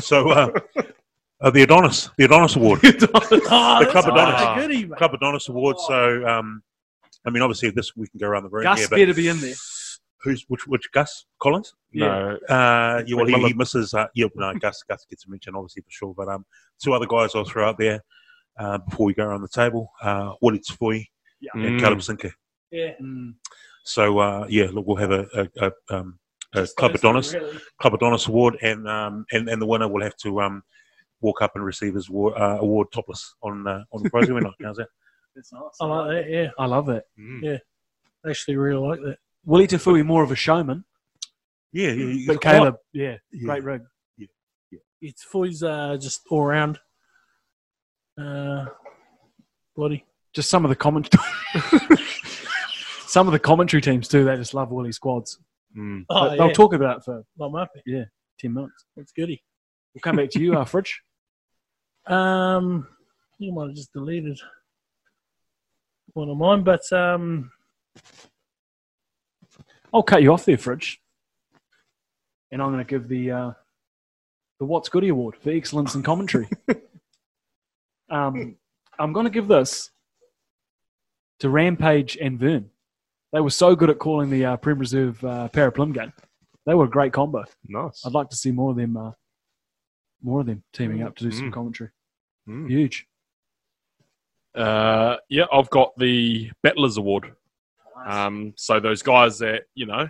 [SPEAKER 5] so uh, uh, the Adonis the Adonis Award,
[SPEAKER 4] oh,
[SPEAKER 5] The
[SPEAKER 4] that's
[SPEAKER 5] Club
[SPEAKER 6] Adonis.
[SPEAKER 4] such a goodie, mate.
[SPEAKER 5] Club Adonis Award. So um, I mean, obviously, this we can go around the room
[SPEAKER 3] Gus
[SPEAKER 5] here, but
[SPEAKER 3] better be in there.
[SPEAKER 5] who's which? Which Gus Collins?
[SPEAKER 6] No.
[SPEAKER 5] Uh, yeah, well, he, he
[SPEAKER 6] McMillan.
[SPEAKER 5] misses. Uh, yeah, no, Gus Gus gets a mention, obviously for sure. But um, two other guys I'll throw out there uh, before we go around the table: uh, Willie Tsui
[SPEAKER 6] Mm.
[SPEAKER 5] and Caleb Sinker.
[SPEAKER 4] Yeah.
[SPEAKER 3] Mm.
[SPEAKER 5] So uh, yeah, look, we'll have a, a, a, um, a Club Adonis, Club Adonis award, and um, and, and the winner will have to um, walk up and receive his award, uh, award topless on uh, on the prize winner. How's that?
[SPEAKER 3] That's nice.
[SPEAKER 4] I like that. Yeah, I love it.
[SPEAKER 6] Mm.
[SPEAKER 4] I actually really like that.
[SPEAKER 3] Willie Tafui more of a showman,
[SPEAKER 5] Yeah, yeah, yeah.
[SPEAKER 3] but Caleb, yeah,
[SPEAKER 5] Yeah.
[SPEAKER 3] great rig.
[SPEAKER 4] It's always uh, just all round. Uh, bloody.
[SPEAKER 3] Just some of the comment, some of the commentary teams do. They just love Willie squads.
[SPEAKER 6] Mm.
[SPEAKER 4] Oh,
[SPEAKER 3] But they'll
[SPEAKER 4] yeah.
[SPEAKER 3] talk about it for
[SPEAKER 4] Like Murphy.
[SPEAKER 3] ten minutes.
[SPEAKER 4] That's goody.
[SPEAKER 3] We'll come back to you, uh, Fridge.
[SPEAKER 4] Um, you might have just deleted one of mine, but um,
[SPEAKER 3] I'll cut you off there, Fridge. And I'm going to give the uh, the What's Goody Award for excellence in commentary. um, I'm going to give this to Rampage and Vern. They were so good at calling the uh, Prem Reserve uh, Paraplim game. They were a great combo.
[SPEAKER 6] Nice.
[SPEAKER 3] I'd like to see more of them. Uh, more of them teaming up to do some
[SPEAKER 6] Mm.
[SPEAKER 3] commentary.
[SPEAKER 6] Mm.
[SPEAKER 3] Huge.
[SPEAKER 6] Uh, yeah, I've got the Battlers Award. Um, so those guys that you know,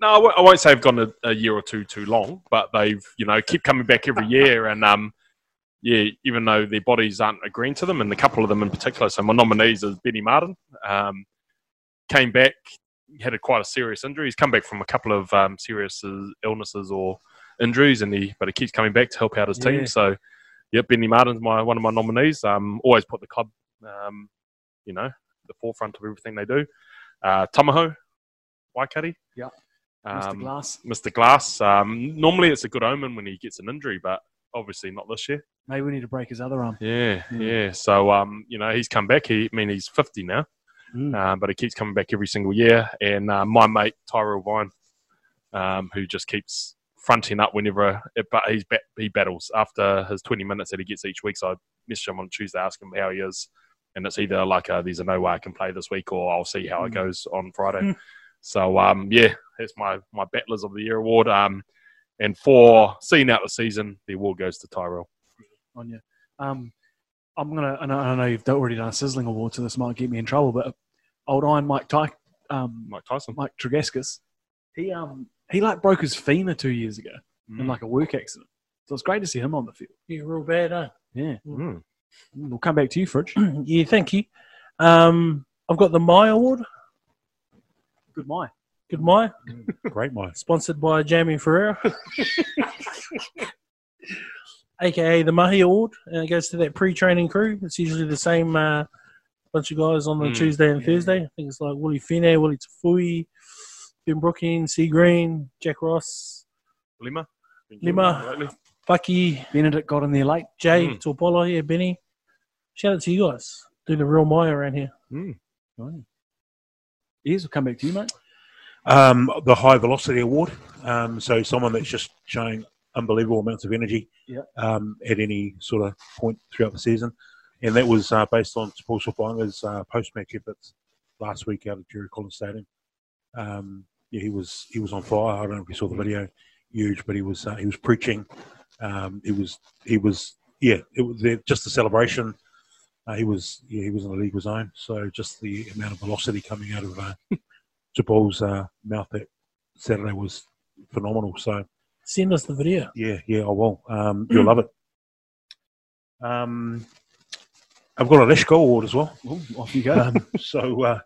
[SPEAKER 6] no, I won't, I won't say have gone a, a year or two too long, but they've you know keep coming back every year, and um, yeah, even though their bodies aren't agreeing to them, and a couple of them in particular. So my nominees is Benny Martin. Um, came back, had a quite a serious injury. He's come back from a couple of um, serious illnesses or injuries, and he but he keeps coming back to help out his
[SPEAKER 3] Yeah.
[SPEAKER 6] team. So, yeah, Benny Martin's my one of my nominees. Um, always put the club, um, you know, the forefront of everything they do. Uh, Tamaho, Waikari,
[SPEAKER 3] Yeah. Mr.
[SPEAKER 6] um,
[SPEAKER 3] Glass.
[SPEAKER 6] Mr. Glass. Um, normally, it's a good omen when he gets an injury, but obviously not this year.
[SPEAKER 3] Maybe we need to break his other arm.
[SPEAKER 6] Yeah,
[SPEAKER 3] Mm.
[SPEAKER 6] yeah. So um, you know, he's come back. He, I mean, he's fifty now,
[SPEAKER 3] Mm.
[SPEAKER 6] uh, but he keeps coming back every single year. And uh, my mate Tyrell Vine, um, who just keeps fronting up whenever, it, but he's bat, he battles after his twenty minutes that he gets each week. So I message him on Tuesday, ask him how he is, and it's either like, uh, "There's a no way I can play this week," or "I'll see how it
[SPEAKER 3] Mm.
[SPEAKER 6] goes on Friday."
[SPEAKER 4] Mm.
[SPEAKER 6] So um, yeah, that's my my Battlers of the Year award. Um, and for seeing out the season, the award goes to Tyrell.
[SPEAKER 3] on you. Um, I'm gonna. I know, I know you've already done a sizzling award, so this might get me in trouble. But old Iron Mike Ty, um,
[SPEAKER 6] Mike Tyson.
[SPEAKER 3] Mike Tregaskis, he um he like broke his femur two years ago in like a work accident. So it's great to see him on the field.
[SPEAKER 4] you're real bad, huh?
[SPEAKER 3] Yeah, Mm,
[SPEAKER 6] Mm.
[SPEAKER 3] we'll come back to you, Fridge.
[SPEAKER 4] yeah, thank you. Um, I've got the My Award.
[SPEAKER 3] Good my.
[SPEAKER 4] Good My,
[SPEAKER 5] Great, Mike.
[SPEAKER 4] sponsored by Jamie Ferreira, aka the Mahi Award, and it goes to that pre-training crew. It's usually the same uh, bunch of guys on the
[SPEAKER 3] Hmm,
[SPEAKER 6] Mm.
[SPEAKER 4] Tuesday and Thursday. I think it's like Willie Fine, Willie Tafui, Ben Brookings, C Green, Jack Ross,
[SPEAKER 6] Lima.
[SPEAKER 4] Lima.
[SPEAKER 6] Lately.
[SPEAKER 4] Bucky,
[SPEAKER 3] Benedict got in there late.
[SPEAKER 4] Jay
[SPEAKER 6] Mm.
[SPEAKER 4] Torpolo here, Benny. Shout out to you guys. Do the real My around here.
[SPEAKER 3] Right. Ears will come back to you, mate.
[SPEAKER 5] Um, the High Velocity Award. Um, so someone that's just showing unbelievable amounts of energy
[SPEAKER 3] Yeah.
[SPEAKER 5] um, at any sort of point throughout the season, and that was uh, based on Paul Sopanga's uh, post-match efforts last week out at Jerry Collins Stadium. Um, yeah, he was he was on fire. I don't know if you saw the video, huge, but he was uh, he was preaching. Um, he was he was yeah, it was the- just the celebration. Uh, he was yeah, he was in the league zone. So just the amount of velocity coming out of uh, Jabal's uh, mouth that Saturday was phenomenal. So
[SPEAKER 4] Send us the video.
[SPEAKER 5] yeah, yeah, I will. Um, you'll love it. Um, I've got a Lesh goal award as well.
[SPEAKER 3] Off you go.
[SPEAKER 5] Um, so uh,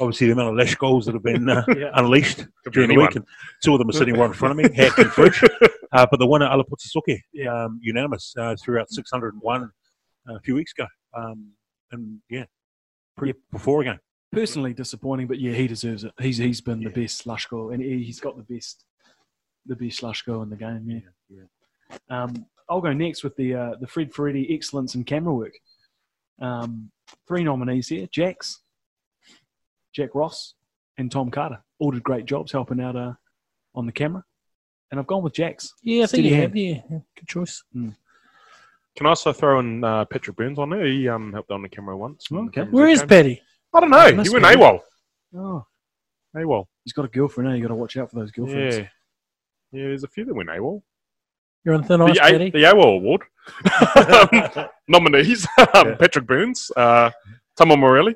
[SPEAKER 5] obviously the amount of Lesh goals that have been uh,
[SPEAKER 3] Yeah.
[SPEAKER 5] unleashed
[SPEAKER 6] Could be
[SPEAKER 5] during the
[SPEAKER 6] anyone.
[SPEAKER 5] week, and two of them are sitting right in front of me, Hack and Fridge. Uh, but the winner, Alaputsusuke,
[SPEAKER 3] Yeah.
[SPEAKER 5] um, unanimous uh, throughout 601 uh, a few weeks ago. Um, and yeah, pre- before again.
[SPEAKER 3] Personally disappointing, but yeah, he deserves it. He's he's been the
[SPEAKER 5] Yeah.
[SPEAKER 3] best slush goal, and he- he's got the best the best slush goal in the game. Yeah. Um, I'll go next with the uh, the Fred Ferretti excellence in camera work. Um, three nominees here: Jax, Jack Ross, and Tom Carter. All did great jobs helping out uh, on the camera, and I've gone with Jax.
[SPEAKER 4] Yeah, I think
[SPEAKER 3] Steady
[SPEAKER 4] you
[SPEAKER 3] hand.
[SPEAKER 4] have. Yeah, yeah, good choice.
[SPEAKER 6] Can I also throw in uh, Patrick Burns on there? He um, helped on the camera once.
[SPEAKER 3] Okay.
[SPEAKER 4] Where is Patty?
[SPEAKER 6] I don't
[SPEAKER 3] I
[SPEAKER 6] know.
[SPEAKER 3] must
[SPEAKER 6] He went
[SPEAKER 3] be.
[SPEAKER 6] AWOL.
[SPEAKER 3] Oh,
[SPEAKER 6] AWOL.
[SPEAKER 3] he's got a girlfriend now. You got to watch out for those girlfriends.
[SPEAKER 6] Yeah. Yeah, there's a few that went AWOL.
[SPEAKER 4] You're on thin
[SPEAKER 6] The,
[SPEAKER 4] ice,
[SPEAKER 6] a-
[SPEAKER 4] Patty.
[SPEAKER 6] the AWOL award. Um, Nominees um, Patrick Burns, uh, Tama Morelli.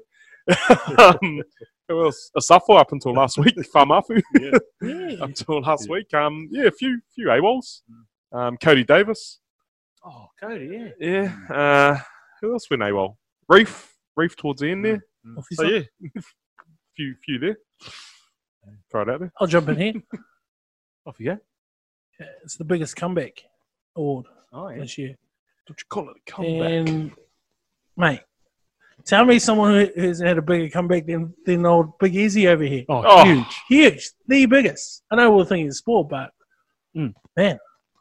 [SPEAKER 6] um, who else? Asafo up until last week, Famafu
[SPEAKER 4] Yeah.
[SPEAKER 6] up until last week. Um, yeah, a few, few AWOLs. Um, Cody Davis.
[SPEAKER 3] Oh, Cody, yeah.
[SPEAKER 6] Yeah. Uh, who else went AWOL? Reef. Reef towards the end there.
[SPEAKER 4] Off you
[SPEAKER 6] So
[SPEAKER 4] go.
[SPEAKER 6] Oh, yeah, few few there. Throw it out there.
[SPEAKER 4] I'll jump in here.
[SPEAKER 3] Off you go.
[SPEAKER 4] It's the biggest comeback award
[SPEAKER 3] Oh, yeah.
[SPEAKER 4] this year.
[SPEAKER 6] Don't you call it a
[SPEAKER 4] And mate, tell me someone who who's had a bigger comeback than than old Big Easy over here.
[SPEAKER 3] Oh,
[SPEAKER 6] Oh.
[SPEAKER 3] huge.
[SPEAKER 4] Huge, the biggest. I know we're thinking it's sport, but Hmm.
[SPEAKER 3] Mm.
[SPEAKER 4] man,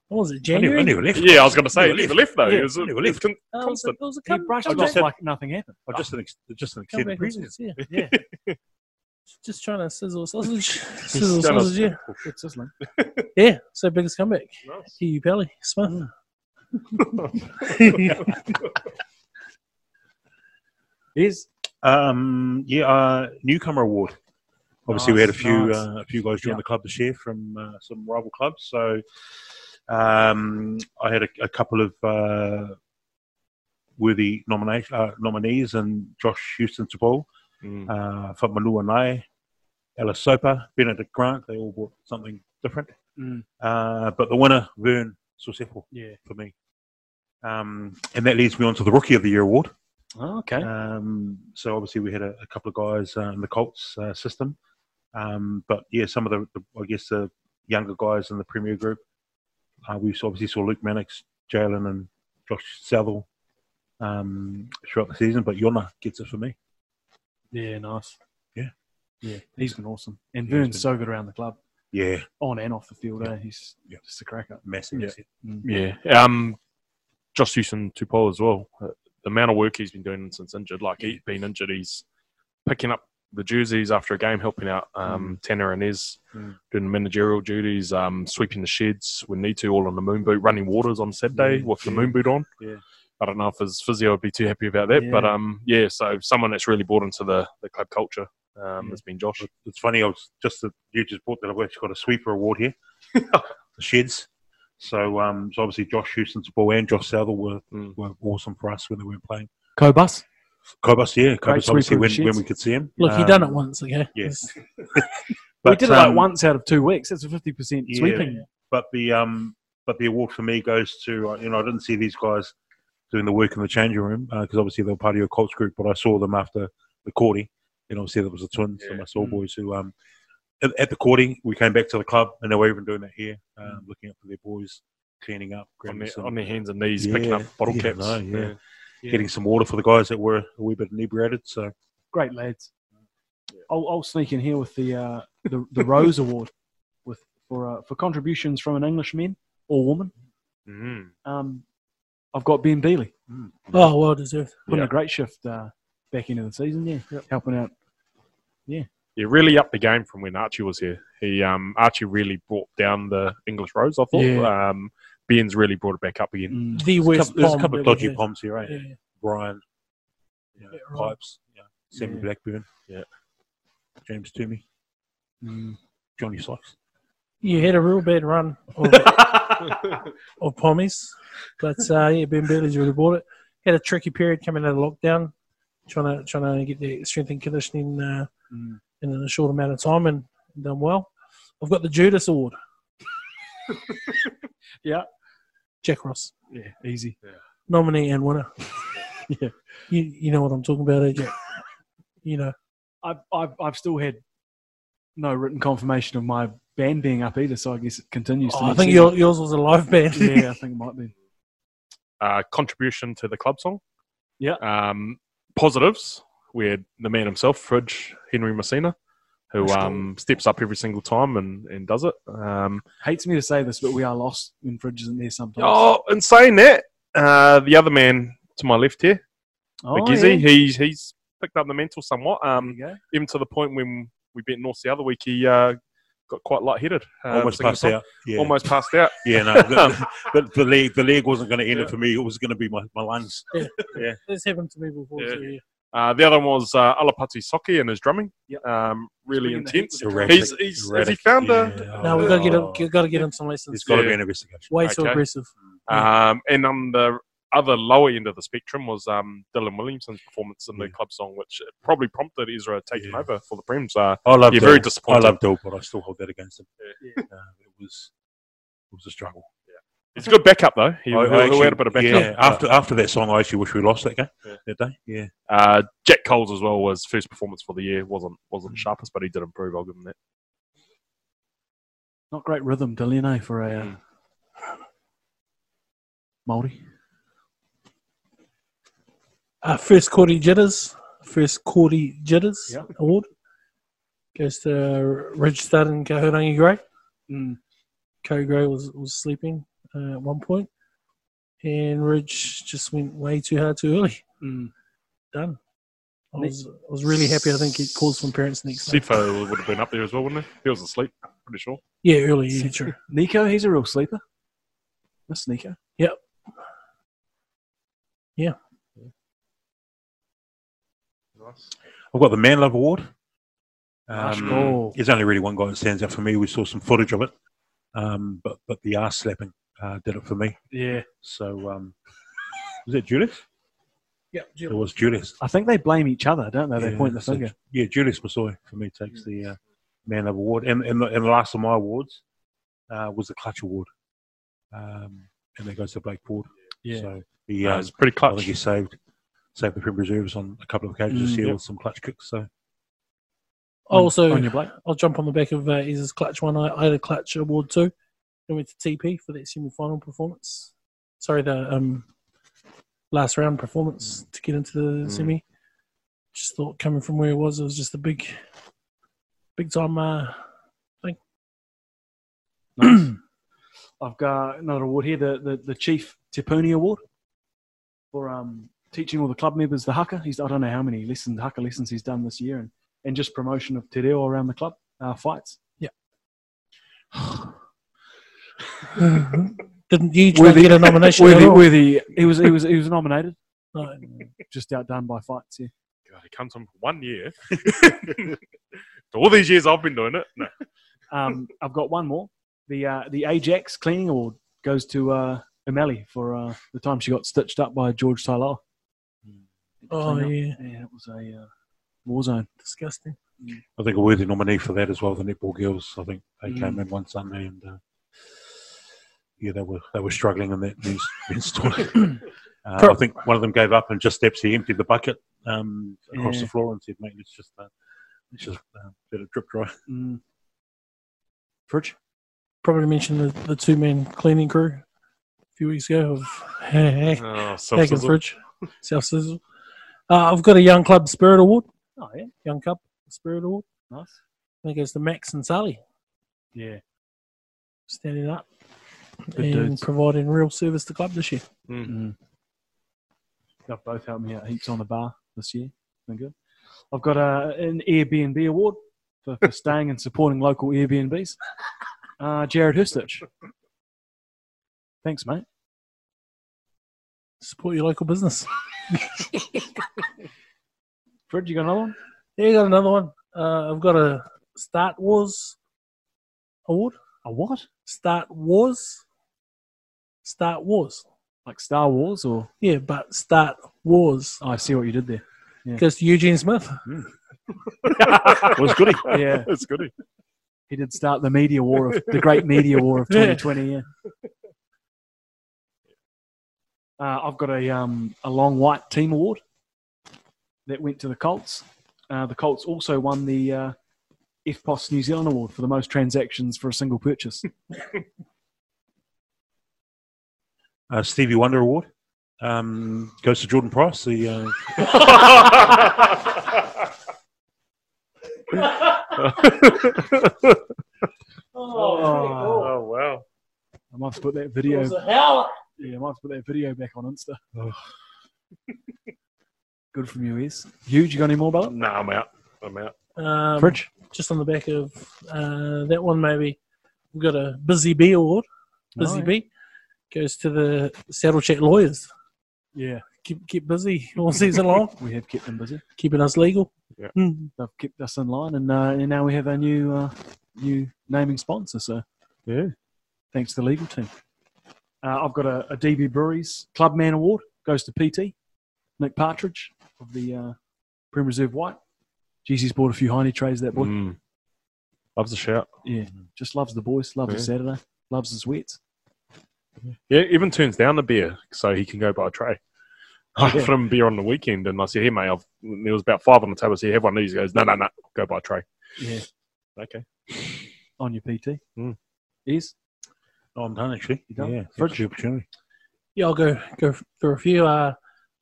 [SPEAKER 4] what was it?
[SPEAKER 5] I never,
[SPEAKER 4] January.
[SPEAKER 5] I never left.
[SPEAKER 6] yeah, I was going to say
[SPEAKER 5] Yeah,
[SPEAKER 6] he never left though.
[SPEAKER 5] Yeah,
[SPEAKER 6] He was,
[SPEAKER 5] never
[SPEAKER 6] he was
[SPEAKER 5] left.
[SPEAKER 6] con-
[SPEAKER 4] Oh, it was a-
[SPEAKER 6] constant.
[SPEAKER 4] it was a
[SPEAKER 3] He
[SPEAKER 4] come-
[SPEAKER 3] brushed it
[SPEAKER 4] comeback-
[SPEAKER 3] off like nothing happened.
[SPEAKER 5] I Oh, just an ex- just an extended
[SPEAKER 4] comeback
[SPEAKER 5] present.
[SPEAKER 4] was- yeah.
[SPEAKER 3] Yeah,
[SPEAKER 4] Just trying to sizzle a sausage. sizzle a sausage, yeah.
[SPEAKER 3] it's sizzling.
[SPEAKER 4] Yeah, so biggest comeback.
[SPEAKER 6] Nice.
[SPEAKER 4] Kiwi Pelly, Smith.
[SPEAKER 3] It is.
[SPEAKER 5] Um, yeah, uh, newcomer award. Obviously, we had a
[SPEAKER 3] Nice,
[SPEAKER 5] few
[SPEAKER 3] nice.
[SPEAKER 5] uh, a few guys join
[SPEAKER 3] Yeah.
[SPEAKER 5] the club this year from uh, some rival clubs. So um, I had a, a couple of uh, worthy nomination, uh, nominees, and Josh Houston to Paul,
[SPEAKER 6] Mm.
[SPEAKER 5] uh, Fatmanua Nai, Alice Soper, Benedict Grant. They all brought something different.
[SPEAKER 3] Mm.
[SPEAKER 5] Uh, but the winner, Vern Sosepo,
[SPEAKER 3] Yeah.
[SPEAKER 5] for me. Um, and that leads me on to the Rookie of the Year award.
[SPEAKER 3] Oh, okay.
[SPEAKER 5] Um, so obviously we had a, a couple of guys uh, in the Colts uh, system, um, but yeah, some of the, the I guess the younger guys in the Premier Group. Uh, we saw- obviously saw Luke Mannix, Jalen, and Josh Saville um, throughout the season, but Yona gets it for me.
[SPEAKER 3] Yeah, nice.
[SPEAKER 5] Yeah.
[SPEAKER 3] Yeah, he's been awesome. And
[SPEAKER 5] Yeah, he's
[SPEAKER 3] Vern's
[SPEAKER 5] been-
[SPEAKER 3] so good around the club,
[SPEAKER 5] Yeah,
[SPEAKER 3] on and off the field. Eh? He's
[SPEAKER 5] Yeah.
[SPEAKER 3] just a cracker. Mm.
[SPEAKER 5] massive.
[SPEAKER 6] Yeah.
[SPEAKER 5] asset.
[SPEAKER 6] Yeah. Um, Josh Houston Tupou as well. Uh, The amount of work he's been doing since injured, like he's been injured, he's picking up the jerseys after a game, helping out um, Tanner and Ez,
[SPEAKER 5] Mm.
[SPEAKER 6] doing managerial duties, um, sweeping the sheds when need to, all on the moon boot, running waters on Saturday
[SPEAKER 5] Yeah,
[SPEAKER 6] with the
[SPEAKER 5] Mm. yeah.
[SPEAKER 6] moon boot on.
[SPEAKER 5] Yeah.
[SPEAKER 6] I don't know if his physio would be too happy about that, but
[SPEAKER 3] Yeah.
[SPEAKER 6] um, yeah. So someone that's really bought into the, the club culture um,
[SPEAKER 5] Yeah.
[SPEAKER 6] has been Josh.
[SPEAKER 5] It's funny. I was just that you just brought that. I've actually got a sweeper award here, the sheds. So, um, so obviously Josh Houston's ball and Josh Saville were,
[SPEAKER 6] Mm.
[SPEAKER 5] were awesome for us when they weren't playing.
[SPEAKER 3] Cobus.
[SPEAKER 5] Cobus, yeah, Cobus
[SPEAKER 3] sweep
[SPEAKER 5] obviously
[SPEAKER 3] through
[SPEAKER 5] when,
[SPEAKER 3] the
[SPEAKER 5] when
[SPEAKER 3] sheets.
[SPEAKER 5] we could see him.
[SPEAKER 4] Look, he
[SPEAKER 5] Um,
[SPEAKER 4] done it once, okay?
[SPEAKER 5] yeah.
[SPEAKER 4] It's-
[SPEAKER 3] we
[SPEAKER 5] but,
[SPEAKER 3] did it like
[SPEAKER 5] um,
[SPEAKER 3] once out of two weeks. That's a fifty percent
[SPEAKER 5] Yeah.
[SPEAKER 3] sweeping.
[SPEAKER 5] But the um, but the award for me goes to uh, you know I didn't see these guys doing the work in the changing room because obviously they were part of your Colts group, but I saw them after the Cordy, and obviously there was the twins and us all
[SPEAKER 3] Mm.
[SPEAKER 5] boys who um, at, at the Cordy we came back to the club and they were even doing that here, um, looking up for their boys, cleaning up,
[SPEAKER 6] On
[SPEAKER 5] grabbing
[SPEAKER 6] their,
[SPEAKER 5] some-
[SPEAKER 6] on their hands and knees, picking
[SPEAKER 5] Yeah.
[SPEAKER 6] up bottle
[SPEAKER 5] Yeah,
[SPEAKER 6] caps.
[SPEAKER 5] no, yeah.
[SPEAKER 6] Yeah.
[SPEAKER 5] getting some water for the guys that were a wee bit inebriated. So
[SPEAKER 3] Great lads. I'll, I'll sneak in here with the uh, the, the Rose Award, with for uh, for contributions from an Englishman or woman.
[SPEAKER 6] Mm.
[SPEAKER 3] Um, I've got Ben Bealey.
[SPEAKER 5] Mm.
[SPEAKER 4] Oh, well deserved.
[SPEAKER 3] putting
[SPEAKER 6] Yeah.
[SPEAKER 3] a great shift uh, back into the season. Yeah, helping out.
[SPEAKER 6] Yeah, really upped the game from when Archie was here. He um, Archie really brought down the English Rose, I thought.
[SPEAKER 3] Yeah.
[SPEAKER 6] Um, Ben's really brought it back up again.
[SPEAKER 3] Mm.
[SPEAKER 4] The
[SPEAKER 5] there's a
[SPEAKER 4] West
[SPEAKER 5] couple, there's a
[SPEAKER 4] Pom
[SPEAKER 5] couple of
[SPEAKER 4] that we
[SPEAKER 5] dodgy
[SPEAKER 4] had.
[SPEAKER 5] pomps here, right?
[SPEAKER 4] Yeah.
[SPEAKER 5] Brian, you know,
[SPEAKER 4] Yeah, right.
[SPEAKER 5] Pipes, you know, Sammy
[SPEAKER 3] Yeah.
[SPEAKER 5] Blackburn,
[SPEAKER 6] Yeah.
[SPEAKER 5] James Toomey,
[SPEAKER 3] Mm.
[SPEAKER 5] Johnny Sykes.
[SPEAKER 4] You had a real bad run of, of pommies, but uh, yeah, Ben Bailey's really bought it. Had a tricky period coming out of lockdown, trying to trying to get the strength and conditioning uh,
[SPEAKER 3] Mm.
[SPEAKER 4] and in a short amount of time and done well. I've got the Judas Award.
[SPEAKER 3] Yeah.
[SPEAKER 4] Jack Ross,
[SPEAKER 3] Yeah, easy.
[SPEAKER 4] nominee and winner.
[SPEAKER 3] Yeah.
[SPEAKER 4] you, you know what I'm talking about, eh, Jack? You know,
[SPEAKER 3] I've, I've, I've still had no written confirmation of my band being up either, so I guess it continues. to
[SPEAKER 4] Oh, I think your, yours was a live band.
[SPEAKER 3] yeah, I think it might be.
[SPEAKER 6] uh, contribution to the club song.
[SPEAKER 3] Yeah.
[SPEAKER 6] Um, positives. We had the man himself, Fridge Henry Messina, who
[SPEAKER 3] That's cool.
[SPEAKER 6] um, steps up every single time and, and does it. Um,
[SPEAKER 3] Hates me to say this, but we are lost when Fridge isn't there sometimes.
[SPEAKER 6] oh, and saying that, uh, the other man to my left here,
[SPEAKER 3] Oh,
[SPEAKER 6] oh,
[SPEAKER 3] yeah.
[SPEAKER 6] he's he's picked up the mantle somewhat,
[SPEAKER 3] There
[SPEAKER 6] um,
[SPEAKER 3] you go.
[SPEAKER 6] even to the point when we beat North the other week, he uh, got quite lightheaded. Uh,
[SPEAKER 5] Almost
[SPEAKER 6] singing
[SPEAKER 5] passed
[SPEAKER 6] the song.
[SPEAKER 5] out. Yeah,
[SPEAKER 6] Almost passed out.
[SPEAKER 5] yeah. No, the, the, the leg, the leg wasn't going to end
[SPEAKER 6] Yeah.
[SPEAKER 5] it for me. It was going to be my, my lungs.
[SPEAKER 4] That's happened to me before.
[SPEAKER 6] Yeah.
[SPEAKER 4] too, yeah.
[SPEAKER 6] Uh, the other one was uh, Alapati Soki and his drumming.
[SPEAKER 3] Yep.
[SPEAKER 6] Um, really
[SPEAKER 3] Bringing the heat
[SPEAKER 6] intense.
[SPEAKER 3] with the
[SPEAKER 5] Erratic.
[SPEAKER 6] He's, he's, has he
[SPEAKER 5] Erratic,
[SPEAKER 6] found a,
[SPEAKER 5] yeah.
[SPEAKER 4] No, we've got to get
[SPEAKER 3] Oh.
[SPEAKER 4] him. Got to get him some
[SPEAKER 5] There's
[SPEAKER 4] lessons.
[SPEAKER 5] got to
[SPEAKER 6] Yeah.
[SPEAKER 5] be an investigation.
[SPEAKER 4] Way too
[SPEAKER 6] Okay.
[SPEAKER 4] aggressive.
[SPEAKER 6] Um, and on the other lower end of the spectrum was um, Dylan Williamson's performance in the
[SPEAKER 5] Yeah.
[SPEAKER 6] club song, which probably prompted Ezra taking
[SPEAKER 5] Yeah.
[SPEAKER 6] over for the Prems. Uh,
[SPEAKER 5] I love
[SPEAKER 6] yeah, very
[SPEAKER 5] I
[SPEAKER 6] disappointed.
[SPEAKER 5] love Dill, but I still hold that against him. Uh, it was it was a struggle.
[SPEAKER 6] He's a good backup, though. He,
[SPEAKER 5] I- I
[SPEAKER 6] who- who
[SPEAKER 5] actually-
[SPEAKER 6] had a bit of backup.
[SPEAKER 5] Yeah, after after that song, I actually wish we lost that game
[SPEAKER 6] Yeah.
[SPEAKER 5] that day. Yeah,
[SPEAKER 6] Uh, Jack Coles as well was first performance for the year. wasn't wasn't the sharpest, but he did improve. I'll give him that.
[SPEAKER 3] Not great rhythm, Dylan, eh, for a uh, Māori.
[SPEAKER 4] Uh, first Cordy Jitters. First Cordy Jitters
[SPEAKER 3] Yeah.
[SPEAKER 4] award goes to Reg Stud and Kahurangi Gray.
[SPEAKER 3] Mm.
[SPEAKER 4] Co Gray was, was sleeping uh, at one point, and Reg just went way too hard too early.
[SPEAKER 3] Mm.
[SPEAKER 4] Done. I was, I was really happy. I think he called some parents next. day.
[SPEAKER 6] Sifo would have been up there as well, wouldn't he? He was asleep, pretty sure.
[SPEAKER 4] Yeah, early. Yeah, true.
[SPEAKER 3] Nico, he's a real sleeper. Miss Nico.
[SPEAKER 5] I've got the Man Love Award.
[SPEAKER 3] Nice
[SPEAKER 5] Um,
[SPEAKER 3] goal.
[SPEAKER 5] There's only really one guy that stands out for me. We saw some footage of it, um, but but the ass slapping uh, did it for me.
[SPEAKER 3] Yeah.
[SPEAKER 5] So um, was it Julius?
[SPEAKER 4] Yeah,
[SPEAKER 5] It was Julius.
[SPEAKER 3] I think they blame each other, don't they? They
[SPEAKER 5] Yeah,
[SPEAKER 3] point the
[SPEAKER 5] so-
[SPEAKER 3] finger.
[SPEAKER 5] yeah, Julius Masoy for me takes the uh, Man Love Award, and and the, and the last of my awards uh, was the Clutch Award, um, and that goes to Blake Ford.
[SPEAKER 3] Yeah.
[SPEAKER 5] So he,
[SPEAKER 6] Yeah,
[SPEAKER 5] um,
[SPEAKER 6] it's pretty
[SPEAKER 5] I think
[SPEAKER 6] clutch.
[SPEAKER 5] he saved saved the Prim Reserves on a couple of occasions
[SPEAKER 3] Mm,
[SPEAKER 5] this year
[SPEAKER 3] yep.
[SPEAKER 5] with some clutch kicks. So
[SPEAKER 4] I also,
[SPEAKER 3] on your black.
[SPEAKER 4] I'll jump on the back of uh, Iz's clutch one. I, I had a clutch award too. I went to TP for that semi-final performance. Sorry, the um, last round performance to get into the
[SPEAKER 6] Mm.
[SPEAKER 4] semi. Just thought coming from where it was, it was just a big, big time. Uh,
[SPEAKER 3] Nice. I've got another award here, the, the, the Chief Tipuni Award for um, teaching all the club members the haka. He's I don't know how many lessons haka lessons he's done this year, and, and just promotion of te reo around the club uh, fights.
[SPEAKER 4] didn't you try to get a nomination? at
[SPEAKER 3] Worthy,
[SPEAKER 4] all?
[SPEAKER 3] worthy. He was he was he was nominated,
[SPEAKER 4] No.
[SPEAKER 3] just outdone by fights. Yeah.
[SPEAKER 6] God, he comes on for one year. All these years I've been doing it. No.
[SPEAKER 3] Um, I've got one more. The uh, the Ajax Cleaning Award goes to uh, O'Malley for uh, the time she got stitched up by George Taylor.
[SPEAKER 4] Oh yeah,
[SPEAKER 3] Yeah, it was a uh, war zone.
[SPEAKER 4] disgusting.
[SPEAKER 5] I think a worthy nominee for that as well. The netball girls. I think they
[SPEAKER 3] Mm.
[SPEAKER 5] came in one Sunday and uh, yeah, they were they were struggling in that men's, men's tournament. Uh, I think one of them gave up and just actually emptied the bucket um, across
[SPEAKER 3] Yeah.
[SPEAKER 5] the floor and said, "Mate, let's just uh, let's just uh, let it drip dry."
[SPEAKER 3] Mm. Fridge.
[SPEAKER 4] Probably mentioned the, the two-man cleaning crew a few weeks ago of
[SPEAKER 6] Oh,
[SPEAKER 4] Hack and
[SPEAKER 6] self-sizzle.
[SPEAKER 4] Fridge, South Sizzle. Uh, I've got a Young Club Spirit Award,
[SPEAKER 3] Oh yeah,
[SPEAKER 4] Young Club Spirit Award.
[SPEAKER 3] nice.
[SPEAKER 4] I think it's the Max and Sally
[SPEAKER 3] Yeah.
[SPEAKER 4] standing up
[SPEAKER 3] Good
[SPEAKER 4] and
[SPEAKER 3] dudes.
[SPEAKER 4] providing real service to club this year.
[SPEAKER 3] Mm. They've both helped me out heaps on the bar this year. Been good. I've got uh, an Airbnb award for, for staying and supporting local Airbnbs. Uh, Jared Hurstich. Thanks, mate.
[SPEAKER 4] Support your local business.
[SPEAKER 3] Fred, you got another one?
[SPEAKER 4] Yeah, you got another one. Uh, I've got a Start Wars Award.
[SPEAKER 3] A what?
[SPEAKER 4] Start Wars. Start Wars.
[SPEAKER 3] Like Star Wars or
[SPEAKER 4] Yeah, but Start Wars.
[SPEAKER 3] oh, I see what you did there.
[SPEAKER 4] Goes to Eugene Smith.
[SPEAKER 6] it was goody.
[SPEAKER 3] Yeah,
[SPEAKER 6] It's goody.
[SPEAKER 3] he did start the media war of the great media war of
[SPEAKER 4] Yeah.
[SPEAKER 3] 2020. Yeah. Uh, I've got a um, a long white team award that went to the Colts. Uh, the Colts also won the uh, FPOS New Zealand award for the most transactions for a single purchase.
[SPEAKER 5] Uh, Stevie Wonder Award um, goes to Jordan Price, the uh,
[SPEAKER 4] Oh,
[SPEAKER 6] oh wow.
[SPEAKER 3] I might have to put that
[SPEAKER 4] it
[SPEAKER 3] video.
[SPEAKER 4] was a howler.
[SPEAKER 3] Yeah, I might have to put that video back on Insta. Good from you, Ez. Huge. You got any more, Bella?
[SPEAKER 6] No, I'm out. I'm out.
[SPEAKER 4] Um,
[SPEAKER 3] Fridge.
[SPEAKER 4] just on the back of uh, that one, maybe we've got a Busy Bee award. Busy
[SPEAKER 3] Oh, yeah.
[SPEAKER 4] Bee goes to the Saddle Chat lawyers.
[SPEAKER 3] Yeah,
[SPEAKER 4] Keep keep busy all season long,
[SPEAKER 3] we have kept them busy.
[SPEAKER 4] keeping us legal.
[SPEAKER 6] Yeah.
[SPEAKER 4] Hmm.
[SPEAKER 3] They've kept us in line, and, uh, and now we have our new uh, new naming sponsor. So yeah, thanks to the legal team. Uh, I've got a, a DB Breweries Clubman Award goes to PT Nick Partridge of the uh, Prim Reserve White. Jeez, he's bought a few hiney trays that boy.
[SPEAKER 6] Mm. Loves a shout.
[SPEAKER 3] Yeah, just loves the boys, loves
[SPEAKER 6] Yeah.
[SPEAKER 3] his Saturday, loves his wets.
[SPEAKER 6] Yeah, even turns down the beer so he can go buy a tray. I
[SPEAKER 3] Yeah.
[SPEAKER 6] offered him beer on the weekend, and I said, "Hey, mate, I've, there was about five on the table. I said, have one of these." He goes, "No, no, no, go buy a tray."
[SPEAKER 3] Yeah,
[SPEAKER 6] Okay.
[SPEAKER 3] on your PT.
[SPEAKER 6] Mm.
[SPEAKER 3] Is
[SPEAKER 5] Oh, I'm done actually.
[SPEAKER 3] You done?
[SPEAKER 5] Yeah,
[SPEAKER 3] Fridge?
[SPEAKER 5] thanks for the opportunity.
[SPEAKER 4] Yeah, I'll go go through a few. Uh,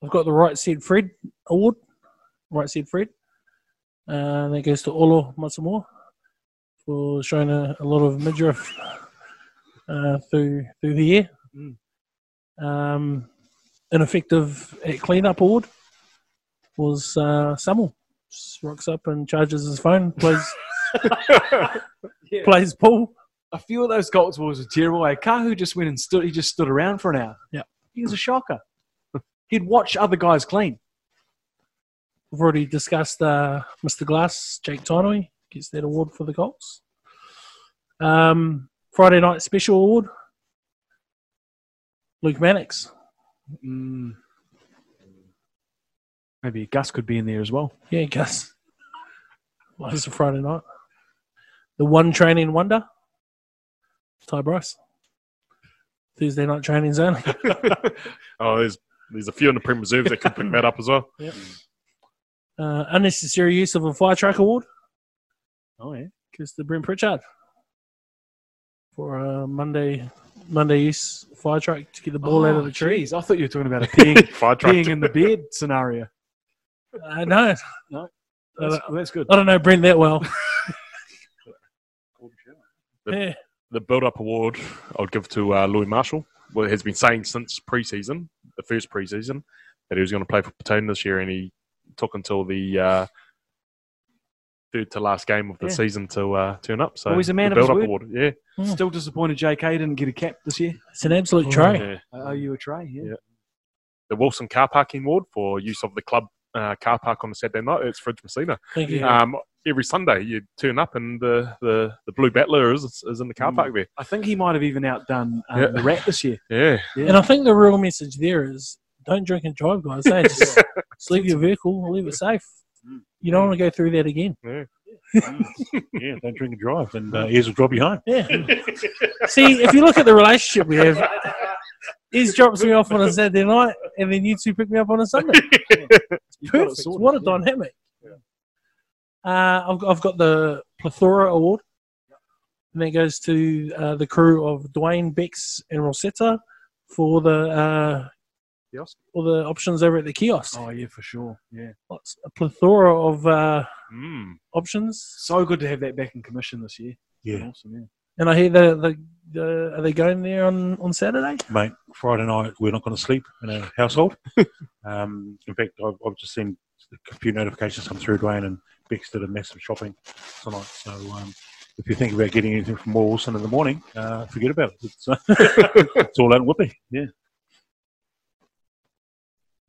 [SPEAKER 4] I've got the Right Said Fred award. Right Said Fred. Uh, that goes to Olo Matsumura for showing a, a lot of midriff uh, through through the year.
[SPEAKER 3] Mm.
[SPEAKER 4] Um, ineffective at cleanup award was uh, Samuel. Just rocks up and charges his phone, plays
[SPEAKER 3] Yeah.
[SPEAKER 4] plays pool.
[SPEAKER 3] a few of those Colts balls were terrible. Eh? Kahu just went and stood. He just stood around for an hour.
[SPEAKER 4] Yeah.
[SPEAKER 3] he was a shocker. He'd watch other guys clean.
[SPEAKER 4] We've already discussed uh, Mr. Glass, Jake Tinoi gets that award for the Colts. Um, Friday night special award, Luke Mannix.
[SPEAKER 3] Mm. Maybe Gus could be in there as well.
[SPEAKER 4] Yeah, Gus. Well, it's a Friday night. The one training wonder, Ty Bryce. Thursday night training's only.
[SPEAKER 6] oh, there's there's a few in the prem reserves that could pick that up as well.
[SPEAKER 4] Uh, unnecessary use of a fire truck award
[SPEAKER 3] Oh yeah,
[SPEAKER 4] goes to Brent Pritchard for a Monday Monday use fire truck to get the ball out of the tree.
[SPEAKER 3] trees. Oh, I thought you were talking about a peeing,
[SPEAKER 6] Fire truck.
[SPEAKER 3] peeing in the bed scenario.
[SPEAKER 4] I know. Uh,
[SPEAKER 3] That's, well, that's good.
[SPEAKER 4] I don't know Brent that well.
[SPEAKER 6] The-
[SPEAKER 4] yeah.
[SPEAKER 6] the build up award I would give to uh, Louis Marshall. Well, has been saying since preseason, the first preseason, that he was going to play for Platoon this year, and he took until the uh, third to last game of the
[SPEAKER 3] Yeah.
[SPEAKER 6] season to uh, turn up. So
[SPEAKER 3] Well, he's a man
[SPEAKER 6] the
[SPEAKER 3] of his
[SPEAKER 6] build-up
[SPEAKER 3] word.
[SPEAKER 6] award, yeah.
[SPEAKER 4] Mm.
[SPEAKER 3] Still disappointed JK didn't get a cap this year.
[SPEAKER 4] It's an absolute try.
[SPEAKER 6] Yeah.
[SPEAKER 3] I owe you a tray. Yeah.
[SPEAKER 6] Yeah. The Wilson car parking award for use of the club uh, car park on a Saturday night. It's Fridge Messina.
[SPEAKER 4] Thank you.
[SPEAKER 6] Um, every Sunday you turn up, and the the, the blue battler is is in the car
[SPEAKER 3] Mm.
[SPEAKER 6] park there.
[SPEAKER 3] I think he might have even outdone um,
[SPEAKER 6] Yeah.
[SPEAKER 3] the rat this year.
[SPEAKER 6] Yeah.
[SPEAKER 4] And I think the real message there is don't drink and drive, guys. eh? Just, just leave your vehicle, leave it safe. You don't want to go through that again.
[SPEAKER 5] yeah, don't drink and drive, and uh, ears will drop you home.
[SPEAKER 4] Yeah. See, if you look at the relationship we have, Ez drops me off on a Saturday night, and then you two pick me up on a Sunday.
[SPEAKER 3] You've got it
[SPEAKER 4] Perfect.
[SPEAKER 3] sorted,
[SPEAKER 4] What a
[SPEAKER 3] yeah.
[SPEAKER 4] dynamic. Uh, I've, got, I've got the Plethora Award, and that goes to uh, the crew of Dwayne, Bex, and Rosetta for the uh,
[SPEAKER 6] Kiosk?
[SPEAKER 4] all the options over at the kiosk.
[SPEAKER 3] Oh yeah, for sure. Yeah.
[SPEAKER 4] Lots- a plethora of uh,
[SPEAKER 6] Mm.
[SPEAKER 4] options.
[SPEAKER 3] So good to have that back in commission this year.
[SPEAKER 5] Yeah,
[SPEAKER 3] Awesome. Yeah.
[SPEAKER 4] And I hear the, the, the are they going there on, on Saturday?
[SPEAKER 5] mate. Friday night we're not going to sleep in a household. um, in fact, I've, I've just seen a few notifications come through, Dwayne, and Bex did a massive shopping tonight. So um, if you think about getting anything from Wilson in the morning, uh, forget about it. It's, uh, it's all out in Whippy. Yeah.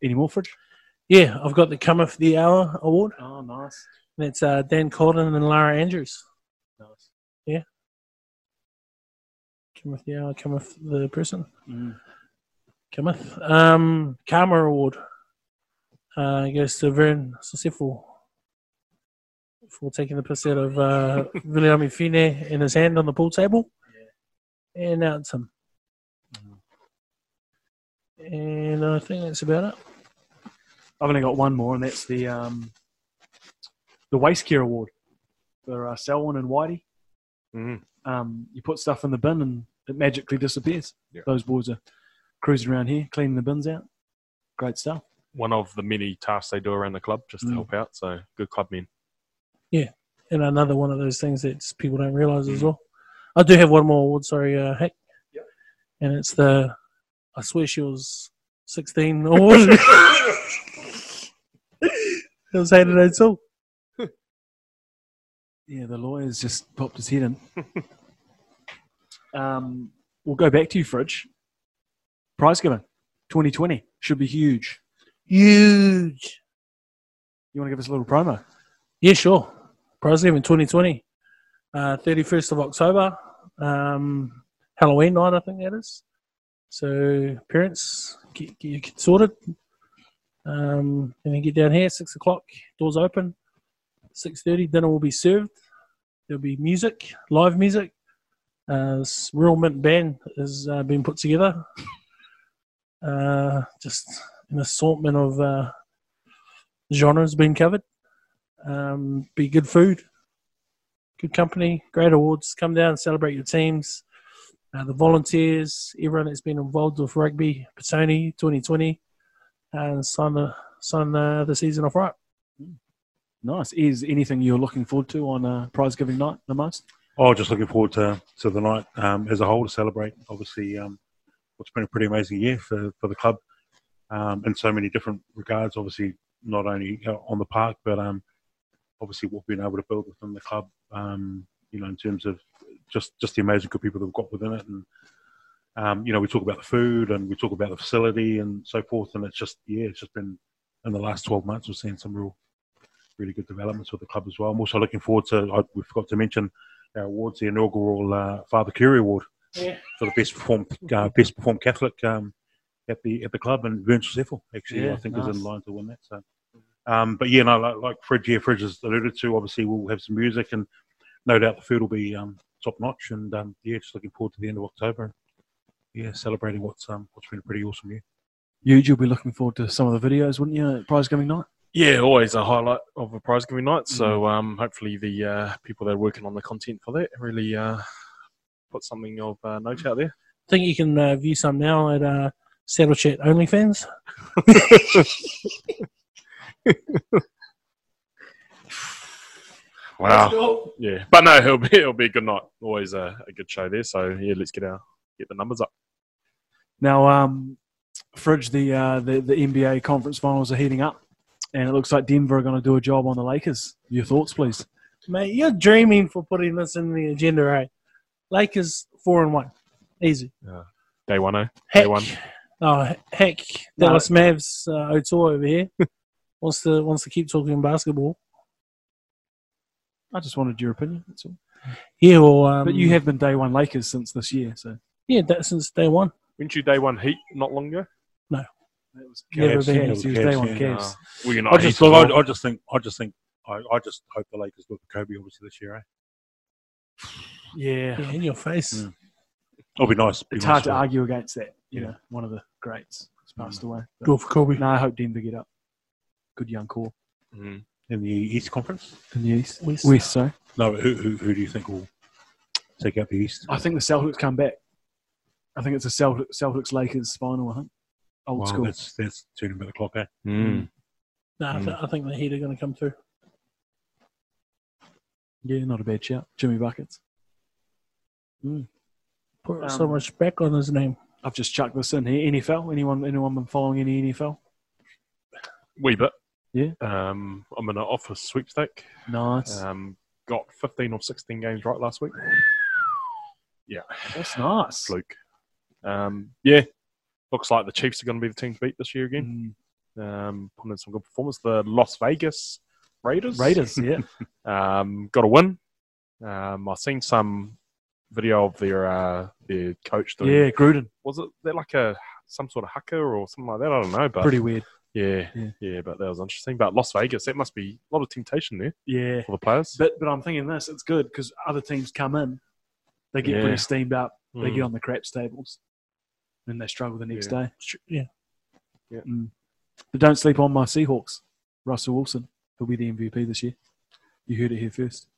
[SPEAKER 3] Any more fridge?
[SPEAKER 4] Yeah, I've got the Cometh the Hour award.
[SPEAKER 3] Oh, nice.
[SPEAKER 4] That's uh, Dan Corden and Lara Andrews.
[SPEAKER 3] Nice.
[SPEAKER 4] Cometh the Hour, Cometh the person.
[SPEAKER 3] Mm.
[SPEAKER 4] Cometh. Um, Karma award uh, goes to Vern Sisyphal for taking the piss out of uh, Viliami Fine and his hand on the pool table. And out it's him. And I think that's about it.
[SPEAKER 3] I've only got one more, and that's the um, the Waste Care Award for uh, Selwyn and Whitey.
[SPEAKER 6] Mhm.
[SPEAKER 3] Um, you put stuff in the bin, and it magically disappears.
[SPEAKER 6] Yeah.
[SPEAKER 3] Those boys are cruising around here, cleaning the bins out. Great stuff.
[SPEAKER 6] One of the many tasks they do around the club just to
[SPEAKER 4] Mm.
[SPEAKER 6] help out. So good club men.
[SPEAKER 4] And another one of those things that just people don't realise as well. I do have one more award, sorry, uh, Hick. And it's the, I swear she was 16 award. it was handed out too.
[SPEAKER 3] Yeah, the lawyer's just popped his head in. um, we'll go back to you, Fridge. Prize giving 2020 should be huge.
[SPEAKER 4] Huge.
[SPEAKER 3] You want to give us a little promo?
[SPEAKER 4] Yeah, sure. Prize Giving 2020, uh, 31st of October, um, Halloween night, I think that is. So, parents, get, get your kids sorted. Um, and then get down here, 6 o'clock, doors open. 6.30, dinner will be served. There'll be music, live music. Uh, this Real Mint Band has uh, been put together. Uh, just an assortment of uh, genres being covered um, be good food, good company, great awards. Come down, celebrate your teams, uh, the volunteers, everyone that's been involved with rugby, Petone 2020, and sign the sign uh, the season off right.
[SPEAKER 3] Nice. Is anything you're looking forward to on uh, prize giving night the most?
[SPEAKER 5] Oh, just looking forward to, to the night um, as a whole to celebrate. Obviously, um, it's been a pretty amazing year for, for the club um, in so many different regards. Obviously, not only uh, on the park, but um, obviously what we've been able to build within the club. Um, you know, in terms of just just the amazing good people that we've got within it, and um, you know, we talk about the food and we talk about the facility and so forth. And it's just yeah, it's just been in the last twelve months we've seen some real really good developments with the club as well. I'm also looking forward to. I, we forgot to mention our awards, the inaugural uh, Father Curie Award
[SPEAKER 4] Yeah.
[SPEAKER 5] for the best performed uh, best performed Catholic um, at the at the club, and Vern Seffel actually
[SPEAKER 3] Yeah,
[SPEAKER 5] I think
[SPEAKER 3] nice.
[SPEAKER 5] is in line to win that. So, um, but yeah, no, like, like Fridge, yeah, Fridge has alluded to. Obviously, we'll have some music, and no doubt the food will be um, top notch. And um, yeah, just looking forward to the end of October. Yeah, celebrating what's um, what's been a pretty awesome year.
[SPEAKER 3] Huge. You'll be looking forward to some of the videos, wouldn't you? At prize giving night.
[SPEAKER 6] Yeah, always a highlight of a prize giving night. So um, hopefully the uh, people that are working on the content for that really uh, put something of uh, note out there.
[SPEAKER 4] I think you can uh, view some now at uh, Saddle Chat OnlyFans.
[SPEAKER 6] Wow. Yeah, but no, it'll be it'll be a good night. Always a, a good show there. So yeah, let's get our get the numbers up.
[SPEAKER 3] Now, um, Fridge, the, uh, the the NBA conference finals are heating up, and it looks like Denver are going to do a job on the Lakers. Your thoughts, please.
[SPEAKER 4] Mate, you're dreaming for putting this in the agenda, right? Lakers four and one, easy.
[SPEAKER 6] Day one oh.
[SPEAKER 4] Heck,
[SPEAKER 6] Day one.
[SPEAKER 4] Oh, heck,
[SPEAKER 3] No.
[SPEAKER 4] Dallas Mavs uh, O'Toole over here wants to wants to keep talking basketball.
[SPEAKER 3] I just wanted your opinion. That's all.
[SPEAKER 4] Yeah, well, um,
[SPEAKER 3] but you have been day one Lakers since this year, so
[SPEAKER 4] yeah that since day one.
[SPEAKER 6] Weren't you day one heat not long ago?
[SPEAKER 3] that was
[SPEAKER 4] Never
[SPEAKER 5] Cavs,
[SPEAKER 4] been.
[SPEAKER 5] yeah,
[SPEAKER 3] Cavs.
[SPEAKER 5] it was
[SPEAKER 3] He was
[SPEAKER 5] Cavs,
[SPEAKER 3] day one
[SPEAKER 5] yeah.
[SPEAKER 3] Cavs.
[SPEAKER 6] Well, you're
[SPEAKER 5] I
[SPEAKER 6] Uh, not
[SPEAKER 5] just,
[SPEAKER 6] heat
[SPEAKER 5] look,
[SPEAKER 6] at
[SPEAKER 5] I,
[SPEAKER 6] all.
[SPEAKER 5] I just think, I just think, I, I just hope the Lakers look at Kobe obviously this year. Eh?
[SPEAKER 3] Yeah,
[SPEAKER 4] Yeah, in your face.
[SPEAKER 5] Mm. It'll be nice. be
[SPEAKER 3] it's
[SPEAKER 5] nice
[SPEAKER 3] hard to
[SPEAKER 5] for-
[SPEAKER 3] argue against that. You
[SPEAKER 5] Yeah.
[SPEAKER 3] know, one of the greats has passed away. But,
[SPEAKER 4] Go for Kobe.
[SPEAKER 3] No, I hope Denver get up. Good young core
[SPEAKER 6] Mm.
[SPEAKER 5] in the East Conference.
[SPEAKER 3] in the East.
[SPEAKER 4] West.
[SPEAKER 3] West, sorry.
[SPEAKER 5] No, who, who, who do you think will take out the East?
[SPEAKER 3] I think the Celtics come back. I think it's a Celtic, Celtics Lakers final. I think old
[SPEAKER 5] Wow,
[SPEAKER 3] school.
[SPEAKER 5] That's that's turning about the clock, eh?
[SPEAKER 6] Mm.
[SPEAKER 4] No, I, th- I think the Heat are going to come through.
[SPEAKER 3] Yeah, not a bad shout. Jimmy buckets.
[SPEAKER 4] Put
[SPEAKER 3] Um,
[SPEAKER 4] so much back on his name.
[SPEAKER 3] I've just chucked this in here. NFL. Anyone? Anyone been following any NFL?
[SPEAKER 6] Wee bit.
[SPEAKER 3] Yeah.
[SPEAKER 6] Um, I'm in an office sweepstake.
[SPEAKER 3] Nice.
[SPEAKER 6] Um, got 15 or 16 games right last week.
[SPEAKER 3] That's nice.
[SPEAKER 6] Fluke. Um, yeah. Looks like the Chiefs are going to be the team to beat this year again.
[SPEAKER 3] Mm,
[SPEAKER 6] um, putting in some good performance. The Las Vegas Raiders.
[SPEAKER 3] Raiders. Yeah.
[SPEAKER 6] Um, got a win. Um, I've seen some video of their uh, their coach doing.
[SPEAKER 3] yeah. Gruden.
[SPEAKER 6] Was it they're like a some sort of haka or something like that? I don't know, but
[SPEAKER 3] Pretty weird.
[SPEAKER 6] Yeah, yeah,
[SPEAKER 3] Yeah.
[SPEAKER 6] but that was interesting. But Las Vegas, that must be a lot of temptation there
[SPEAKER 3] Yeah,
[SPEAKER 6] for the players.
[SPEAKER 3] but but I'm thinking this. It's good because other teams come in, they get
[SPEAKER 6] Yeah.
[SPEAKER 3] pretty steamed up. They
[SPEAKER 6] Mm.
[SPEAKER 3] get on the craps tables, and they struggle the next day.
[SPEAKER 4] Yeah.
[SPEAKER 3] But don't sleep on my Seahawks. Russell Wilson, he'll be the MVP this year. You heard it here first.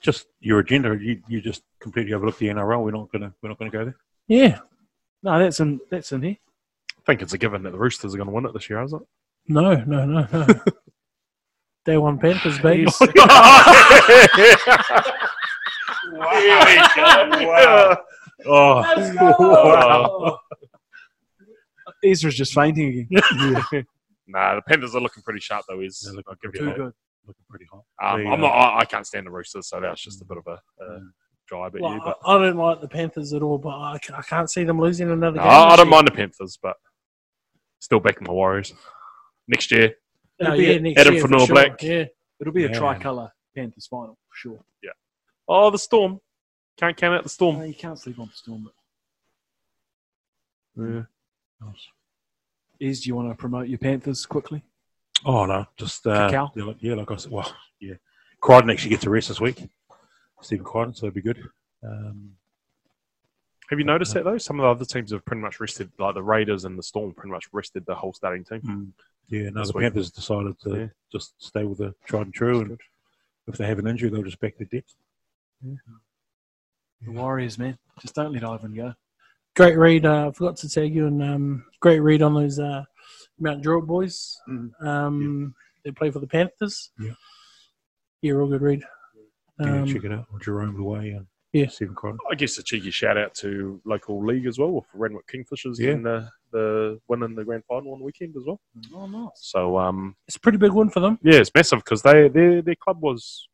[SPEAKER 5] Just your agenda. You, you just completely overlooked the NRL. We're not gonna we're not gonna go there.
[SPEAKER 4] Yeah.
[SPEAKER 3] No, that's in that's in here.
[SPEAKER 6] I think it's a given that the Roosters are going to win it this year, isn't
[SPEAKER 4] No, no, no, no. Day one Panthers, baby.
[SPEAKER 3] Yes.
[SPEAKER 6] it? Here we go. Wow.
[SPEAKER 5] Oh,
[SPEAKER 6] Wow.
[SPEAKER 3] Ezra's just fainting again.
[SPEAKER 6] Nah, the Panthers are looking pretty sharp though. Is
[SPEAKER 5] They're looking
[SPEAKER 6] I'll give
[SPEAKER 5] pretty
[SPEAKER 6] you
[SPEAKER 3] Too
[SPEAKER 6] that.
[SPEAKER 3] good.
[SPEAKER 5] looking pretty hot.
[SPEAKER 6] Um,
[SPEAKER 5] They,
[SPEAKER 6] I'm
[SPEAKER 5] uh,
[SPEAKER 6] not. I, I can't stand the Roosters, so that was just a bit of a uh, dry bit.
[SPEAKER 4] Well,
[SPEAKER 6] yeah, but
[SPEAKER 4] I I don't like the Panthers at all, but I, ca- I can't see them losing another
[SPEAKER 6] No,
[SPEAKER 4] game.
[SPEAKER 6] I, I
[SPEAKER 4] this
[SPEAKER 6] don't
[SPEAKER 4] year.
[SPEAKER 6] mind the Panthers, but still backing the Warriors next year.
[SPEAKER 4] It'll
[SPEAKER 3] No,
[SPEAKER 4] be
[SPEAKER 3] yeah.
[SPEAKER 4] it Oh, next
[SPEAKER 6] Adam
[SPEAKER 4] year
[SPEAKER 6] for
[SPEAKER 4] for
[SPEAKER 6] Noah
[SPEAKER 4] sure.
[SPEAKER 6] Black.
[SPEAKER 4] Yeah.
[SPEAKER 3] It'll be a
[SPEAKER 5] Man.
[SPEAKER 3] tricolour Panthers final for sure.
[SPEAKER 6] Oh, the Storm can't count out the Storm.
[SPEAKER 3] No, Uh, you can't sleep on the Storm.
[SPEAKER 5] Yeah.
[SPEAKER 3] Is do you want to promote your Panthers quickly?
[SPEAKER 5] Oh no, just uh,
[SPEAKER 3] Cacao?
[SPEAKER 5] Yeah, like, yeah, like I said, well, yeah. Crichton actually gets a rest this week. Stephen Crichton, so that'd be good. Um,
[SPEAKER 6] Have you noticed that though? Some of the other teams have pretty much rested, like the Raiders and the Storm, pretty much rested the whole starting team.
[SPEAKER 5] mm, yeah, no,
[SPEAKER 6] This
[SPEAKER 5] the
[SPEAKER 6] week.
[SPEAKER 5] Panthers decided to
[SPEAKER 6] Yeah.
[SPEAKER 5] just stay with the tried and true, and if they have an injury, they'll just back their depth.
[SPEAKER 3] The Warriors, man, just don't let Ivan go.
[SPEAKER 4] Great read. Uh, I forgot to tag you, and um, great read on those uh, Mount Druitt boys.
[SPEAKER 5] Mm.
[SPEAKER 4] Um, They play for the Panthers.
[SPEAKER 5] Yeah.
[SPEAKER 4] Yeah, real good read.
[SPEAKER 5] Yeah,
[SPEAKER 4] Um,
[SPEAKER 5] check it out. Or Jerome Luai and
[SPEAKER 4] Yeah.
[SPEAKER 5] Stephen Crichton.
[SPEAKER 6] I guess a cheeky shout out to local league as well, for Renwick Kingfishers
[SPEAKER 5] Yeah.
[SPEAKER 6] getting the the win in the grand final on the weekend as well.
[SPEAKER 3] Oh, nice.
[SPEAKER 6] So um,
[SPEAKER 4] it's a pretty big one for them.
[SPEAKER 6] Yeah, it's massive because they their their club was,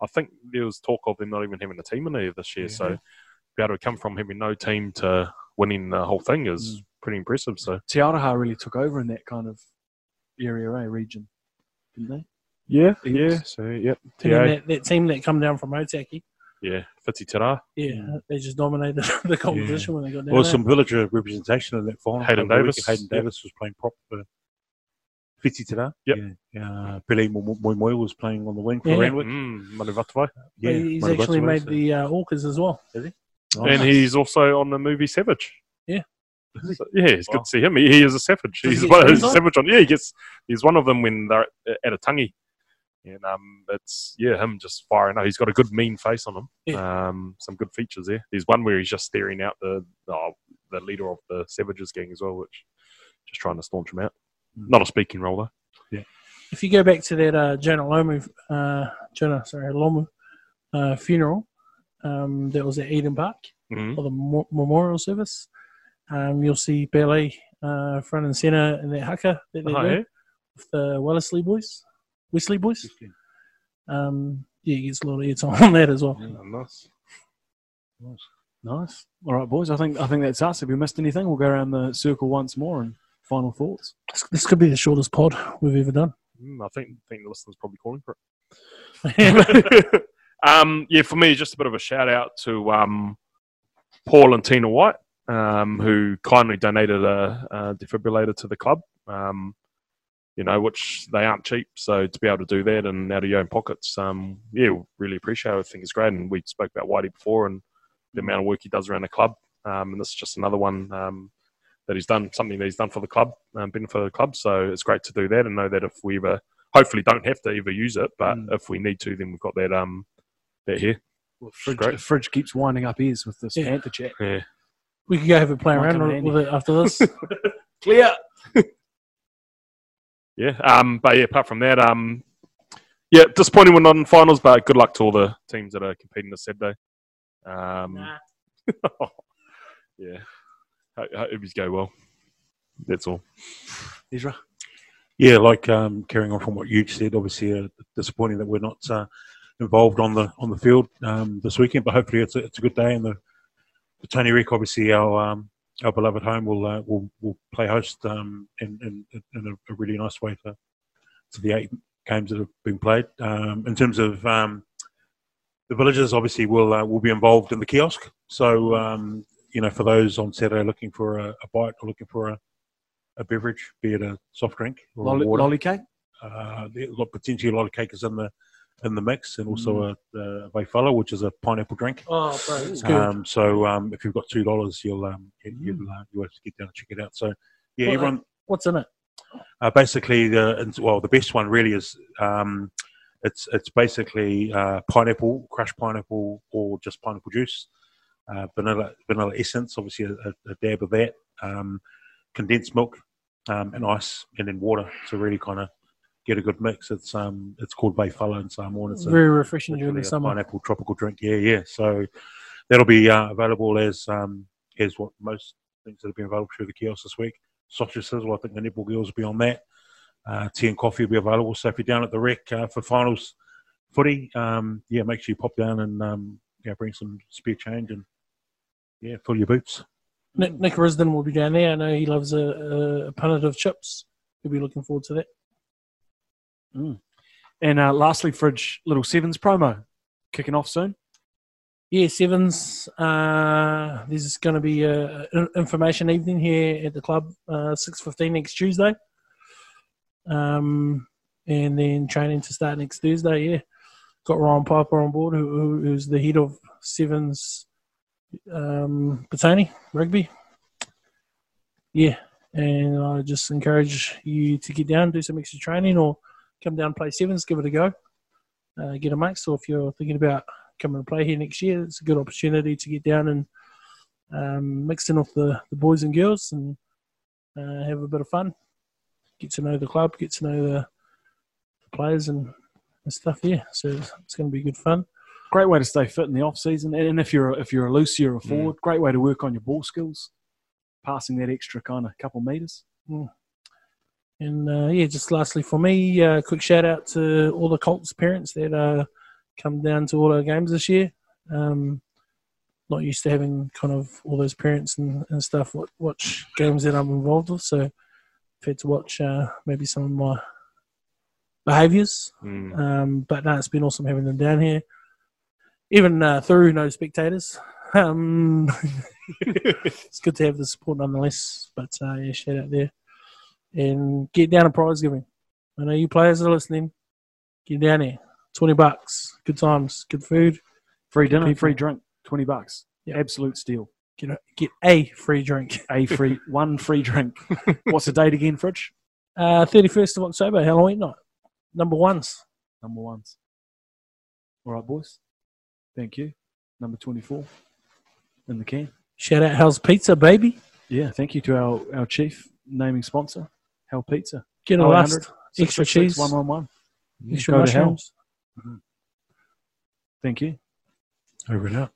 [SPEAKER 6] I think there was talk of them not even having a team in there this year.
[SPEAKER 5] Yeah.
[SPEAKER 6] So to be able to come from having no team to winning the whole thing is pretty impressive. So
[SPEAKER 3] Te Araha really took over in that kind of area, eh, region, didn't they?
[SPEAKER 6] yeah,
[SPEAKER 3] yeah,
[SPEAKER 6] so yep,
[SPEAKER 4] And then
[SPEAKER 6] TA,
[SPEAKER 4] that, that team that come down from Otaki,
[SPEAKER 6] yeah, Fitzy Tara,
[SPEAKER 4] yeah, they just dominated the competition when they got down
[SPEAKER 5] Well,
[SPEAKER 4] there.
[SPEAKER 5] some villager representation in that final.
[SPEAKER 6] Hayden
[SPEAKER 5] Over the
[SPEAKER 6] Davis.
[SPEAKER 5] weekend. Hayden
[SPEAKER 6] Yep.
[SPEAKER 5] Davis was playing prop for Fitzy today.
[SPEAKER 6] Yep.
[SPEAKER 5] Yeah. Uh, Billy Moimoy was playing on the wing for
[SPEAKER 4] Yeah.
[SPEAKER 5] Randwick.
[SPEAKER 6] mm, Manu Vatavai.
[SPEAKER 5] Yeah,
[SPEAKER 4] he's
[SPEAKER 5] Manu
[SPEAKER 4] actually
[SPEAKER 5] Batawai,
[SPEAKER 4] made
[SPEAKER 5] so-
[SPEAKER 4] the uh, Orcas as well.
[SPEAKER 5] Oh,
[SPEAKER 6] and
[SPEAKER 5] nice.
[SPEAKER 6] he's also on the movie Savage.
[SPEAKER 4] Yeah.
[SPEAKER 6] So, yeah, it's
[SPEAKER 5] Wow.
[SPEAKER 6] good to see him. He, he is a savage.
[SPEAKER 4] Does he
[SPEAKER 6] He's,
[SPEAKER 4] get
[SPEAKER 6] one,
[SPEAKER 4] friends
[SPEAKER 6] he's a
[SPEAKER 4] on?
[SPEAKER 6] savage on. Yeah, he gets. He's one of them when they're at, at a tangy, and um, it's yeah, him just firing. out. He's got a good mean face on him. Um, some good features there. There's one where he's just staring out the oh, the leader of the savages gang as well, which just trying to staunch him out.
[SPEAKER 4] Hmm.
[SPEAKER 5] Mm.
[SPEAKER 6] Not a speaking role though.
[SPEAKER 4] if you go back to that uh, Jonah Lomu, uh, Jonah, sorry, Lomu uh, funeral um, that was at Eden Park
[SPEAKER 6] Mhm.
[SPEAKER 4] or the mo- memorial service, um, you'll see Bailey uh, front and center in that haka that they
[SPEAKER 6] Oh,
[SPEAKER 4] do
[SPEAKER 6] yeah?
[SPEAKER 4] with the Wellesley boys, Wesley boys.
[SPEAKER 5] Interesting.
[SPEAKER 4] Um, yeah, he gets a lot of air time on that as well.
[SPEAKER 6] Yeah, nice.
[SPEAKER 5] Nice.
[SPEAKER 3] Nice. All right, boys. I think I think that's us. If we missed anything, we'll go around the circle once more and final thoughts.
[SPEAKER 4] This, this could be the shortest pod we've ever done.
[SPEAKER 6] Mm, I think think the listeners probably calling for it. um, yeah, for me, just a bit of a shout out to um, Paul and Tina White, um, who kindly donated a, a defibrillator to the club. Um, you know, which they aren't cheap, so to be able to do that and out of your own pockets, um, yeah, really appreciate. it. I think it's great, and we spoke about Whitey before and the amount of work he does around the club, um, and this is just another one. Um, that he's done something that he's done for the club, um, been for the club. So it's great to do that and know that if we ever hopefully don't have to ever use it, but
[SPEAKER 3] Mm.
[SPEAKER 6] if we need to, then we've got that um that here.
[SPEAKER 3] Well, fridge,
[SPEAKER 6] great.
[SPEAKER 3] the fridge keeps winding up ears with this
[SPEAKER 4] Yeah.
[SPEAKER 3] Panther chat.
[SPEAKER 6] Yeah.
[SPEAKER 4] We could go have a play
[SPEAKER 3] Might
[SPEAKER 4] around
[SPEAKER 3] come in
[SPEAKER 4] with it after this.
[SPEAKER 3] Clear.
[SPEAKER 6] Yeah. Um but yeah, apart from that, um yeah, disappointing we're not in finals, but good luck to all the teams that are competing this Saturday. Um
[SPEAKER 4] Nah.
[SPEAKER 6] Yeah. Hope, hope these go well. That's all.
[SPEAKER 3] Ezra.
[SPEAKER 5] Yeah, like um, carrying on from what you said, obviously uh, disappointing that we're not uh, involved on the on the field um, this weekend, but hopefully it's a, it's a good day. And the, the Tony Rick, obviously our um, our beloved home, will uh, will will play host um, in, in in a- a really nice way to to the eight games that have been played. Um, in terms of um, the villagers, obviously will uh, will be involved in the kiosk, so um, you know, for those on Saturday looking for a, a bite or looking for a, a beverage, be it a soft drink or a
[SPEAKER 3] Lolly,
[SPEAKER 5] water,
[SPEAKER 3] lolly cake?
[SPEAKER 5] uh, the- look, potentially a lot of cake is in the in the mix, and also
[SPEAKER 4] Mm.
[SPEAKER 5] a, a Vayfala, which is a pineapple drink.
[SPEAKER 4] Oh, bro, it's good. Mm.
[SPEAKER 5] Um, so um, if you've got two dollars, you'll um, you- you'll, uh, you'll have to get down and check it out. So yeah,
[SPEAKER 4] Well, uh,
[SPEAKER 5] everyone.
[SPEAKER 4] What's in it?
[SPEAKER 5] Uh, basically, the and- well, the best one really is um, it's it's basically uh, pineapple, crushed pineapple, or just pineapple juice, uh, vanilla vanilla essence, obviously a, a, a dab of that, um, condensed milk, um, and ice, and then water to really kind of get a good mix. It's um it's called Bayfala in Samoan. It's a,
[SPEAKER 4] Very refreshing during
[SPEAKER 5] literally
[SPEAKER 4] the
[SPEAKER 5] a
[SPEAKER 4] summer.
[SPEAKER 5] pineapple tropical drink. Yeah, yeah. So that'll be uh, available as um, as what most things that have been available through the kiosk this week. Sausage sizzle. I think the nipple girls will be on that. Uh, tea and coffee will be available. So if you're down at the rec uh, for finals footy, um, yeah, make sure you pop down and um, yeah, bring some spare change and yeah, fill your boots.
[SPEAKER 4] Nick, Nick Risden will be down there. I know he loves a, a, a punnet of chips. He'll be looking forward to that.
[SPEAKER 3] And uh, lastly, Fridge Little Sevens promo kicking off soon.
[SPEAKER 4] Yeah, Sevens. Uh, there's going to be a, a information evening here at the club, uh, six fifteen next Tuesday, um, and then training to start next Thursday. Yeah, got Ryan Piper on board, who, who- who's the head of Sevens um, Batani Rugby. Yeah, and I just encourage you to get down, do some extra training, or come down play Sevens, give it a go, uh, get amongst. Or if you're thinking about come and play here next year. It's a good opportunity to get down and um, mix in with the, the boys and girls and uh, have a bit of fun. Get to know the club, get to know the, the players and, and stuff. Yeah, so it's, going to be good fun.
[SPEAKER 3] Great way to stay fit in the off season, and, and if you're a, if you're a loose, you're a forward. Great way to work on your ball skills, passing that extra kind of couple meters.
[SPEAKER 4] And uh, yeah, just lastly for me, uh, quick shout out to all the Colts parents that uh, come down to all our games this year. Um, not used to having kind of all those parents and, and stuff wa- watch games that I'm involved with, so I've had to watch uh, maybe some of my behaviours.
[SPEAKER 6] Mm.
[SPEAKER 4] Um, but no, it's been awesome having them down here. Even uh, through no spectators. Um, it's good to have the support nonetheless. But uh, yeah, shout out there. And get down to prize giving. I know you players are listening. Get down here. 20 bucks. Good times. Good food.
[SPEAKER 3] Free dinner,
[SPEAKER 4] People-
[SPEAKER 3] free drink, twenty bucks.
[SPEAKER 4] Yeah.
[SPEAKER 3] Absolute steal.
[SPEAKER 4] Get a, get a free drink.
[SPEAKER 3] A free one free drink. What's the date again, Fridge?
[SPEAKER 4] Uh, 31st of October, Halloween night. Number ones.
[SPEAKER 3] Number ones. All right, boys. Thank you. Number twenty-four in the can.
[SPEAKER 4] Shout out Hell's Pizza, baby.
[SPEAKER 3] Yeah, thank you to our, our chief naming sponsor, Hell Pizza.
[SPEAKER 4] Get a last. Extra cheese.
[SPEAKER 3] One one one.
[SPEAKER 4] Extra
[SPEAKER 3] Go to hell.
[SPEAKER 4] mushrooms.
[SPEAKER 3] Thank you.
[SPEAKER 5] Over and out.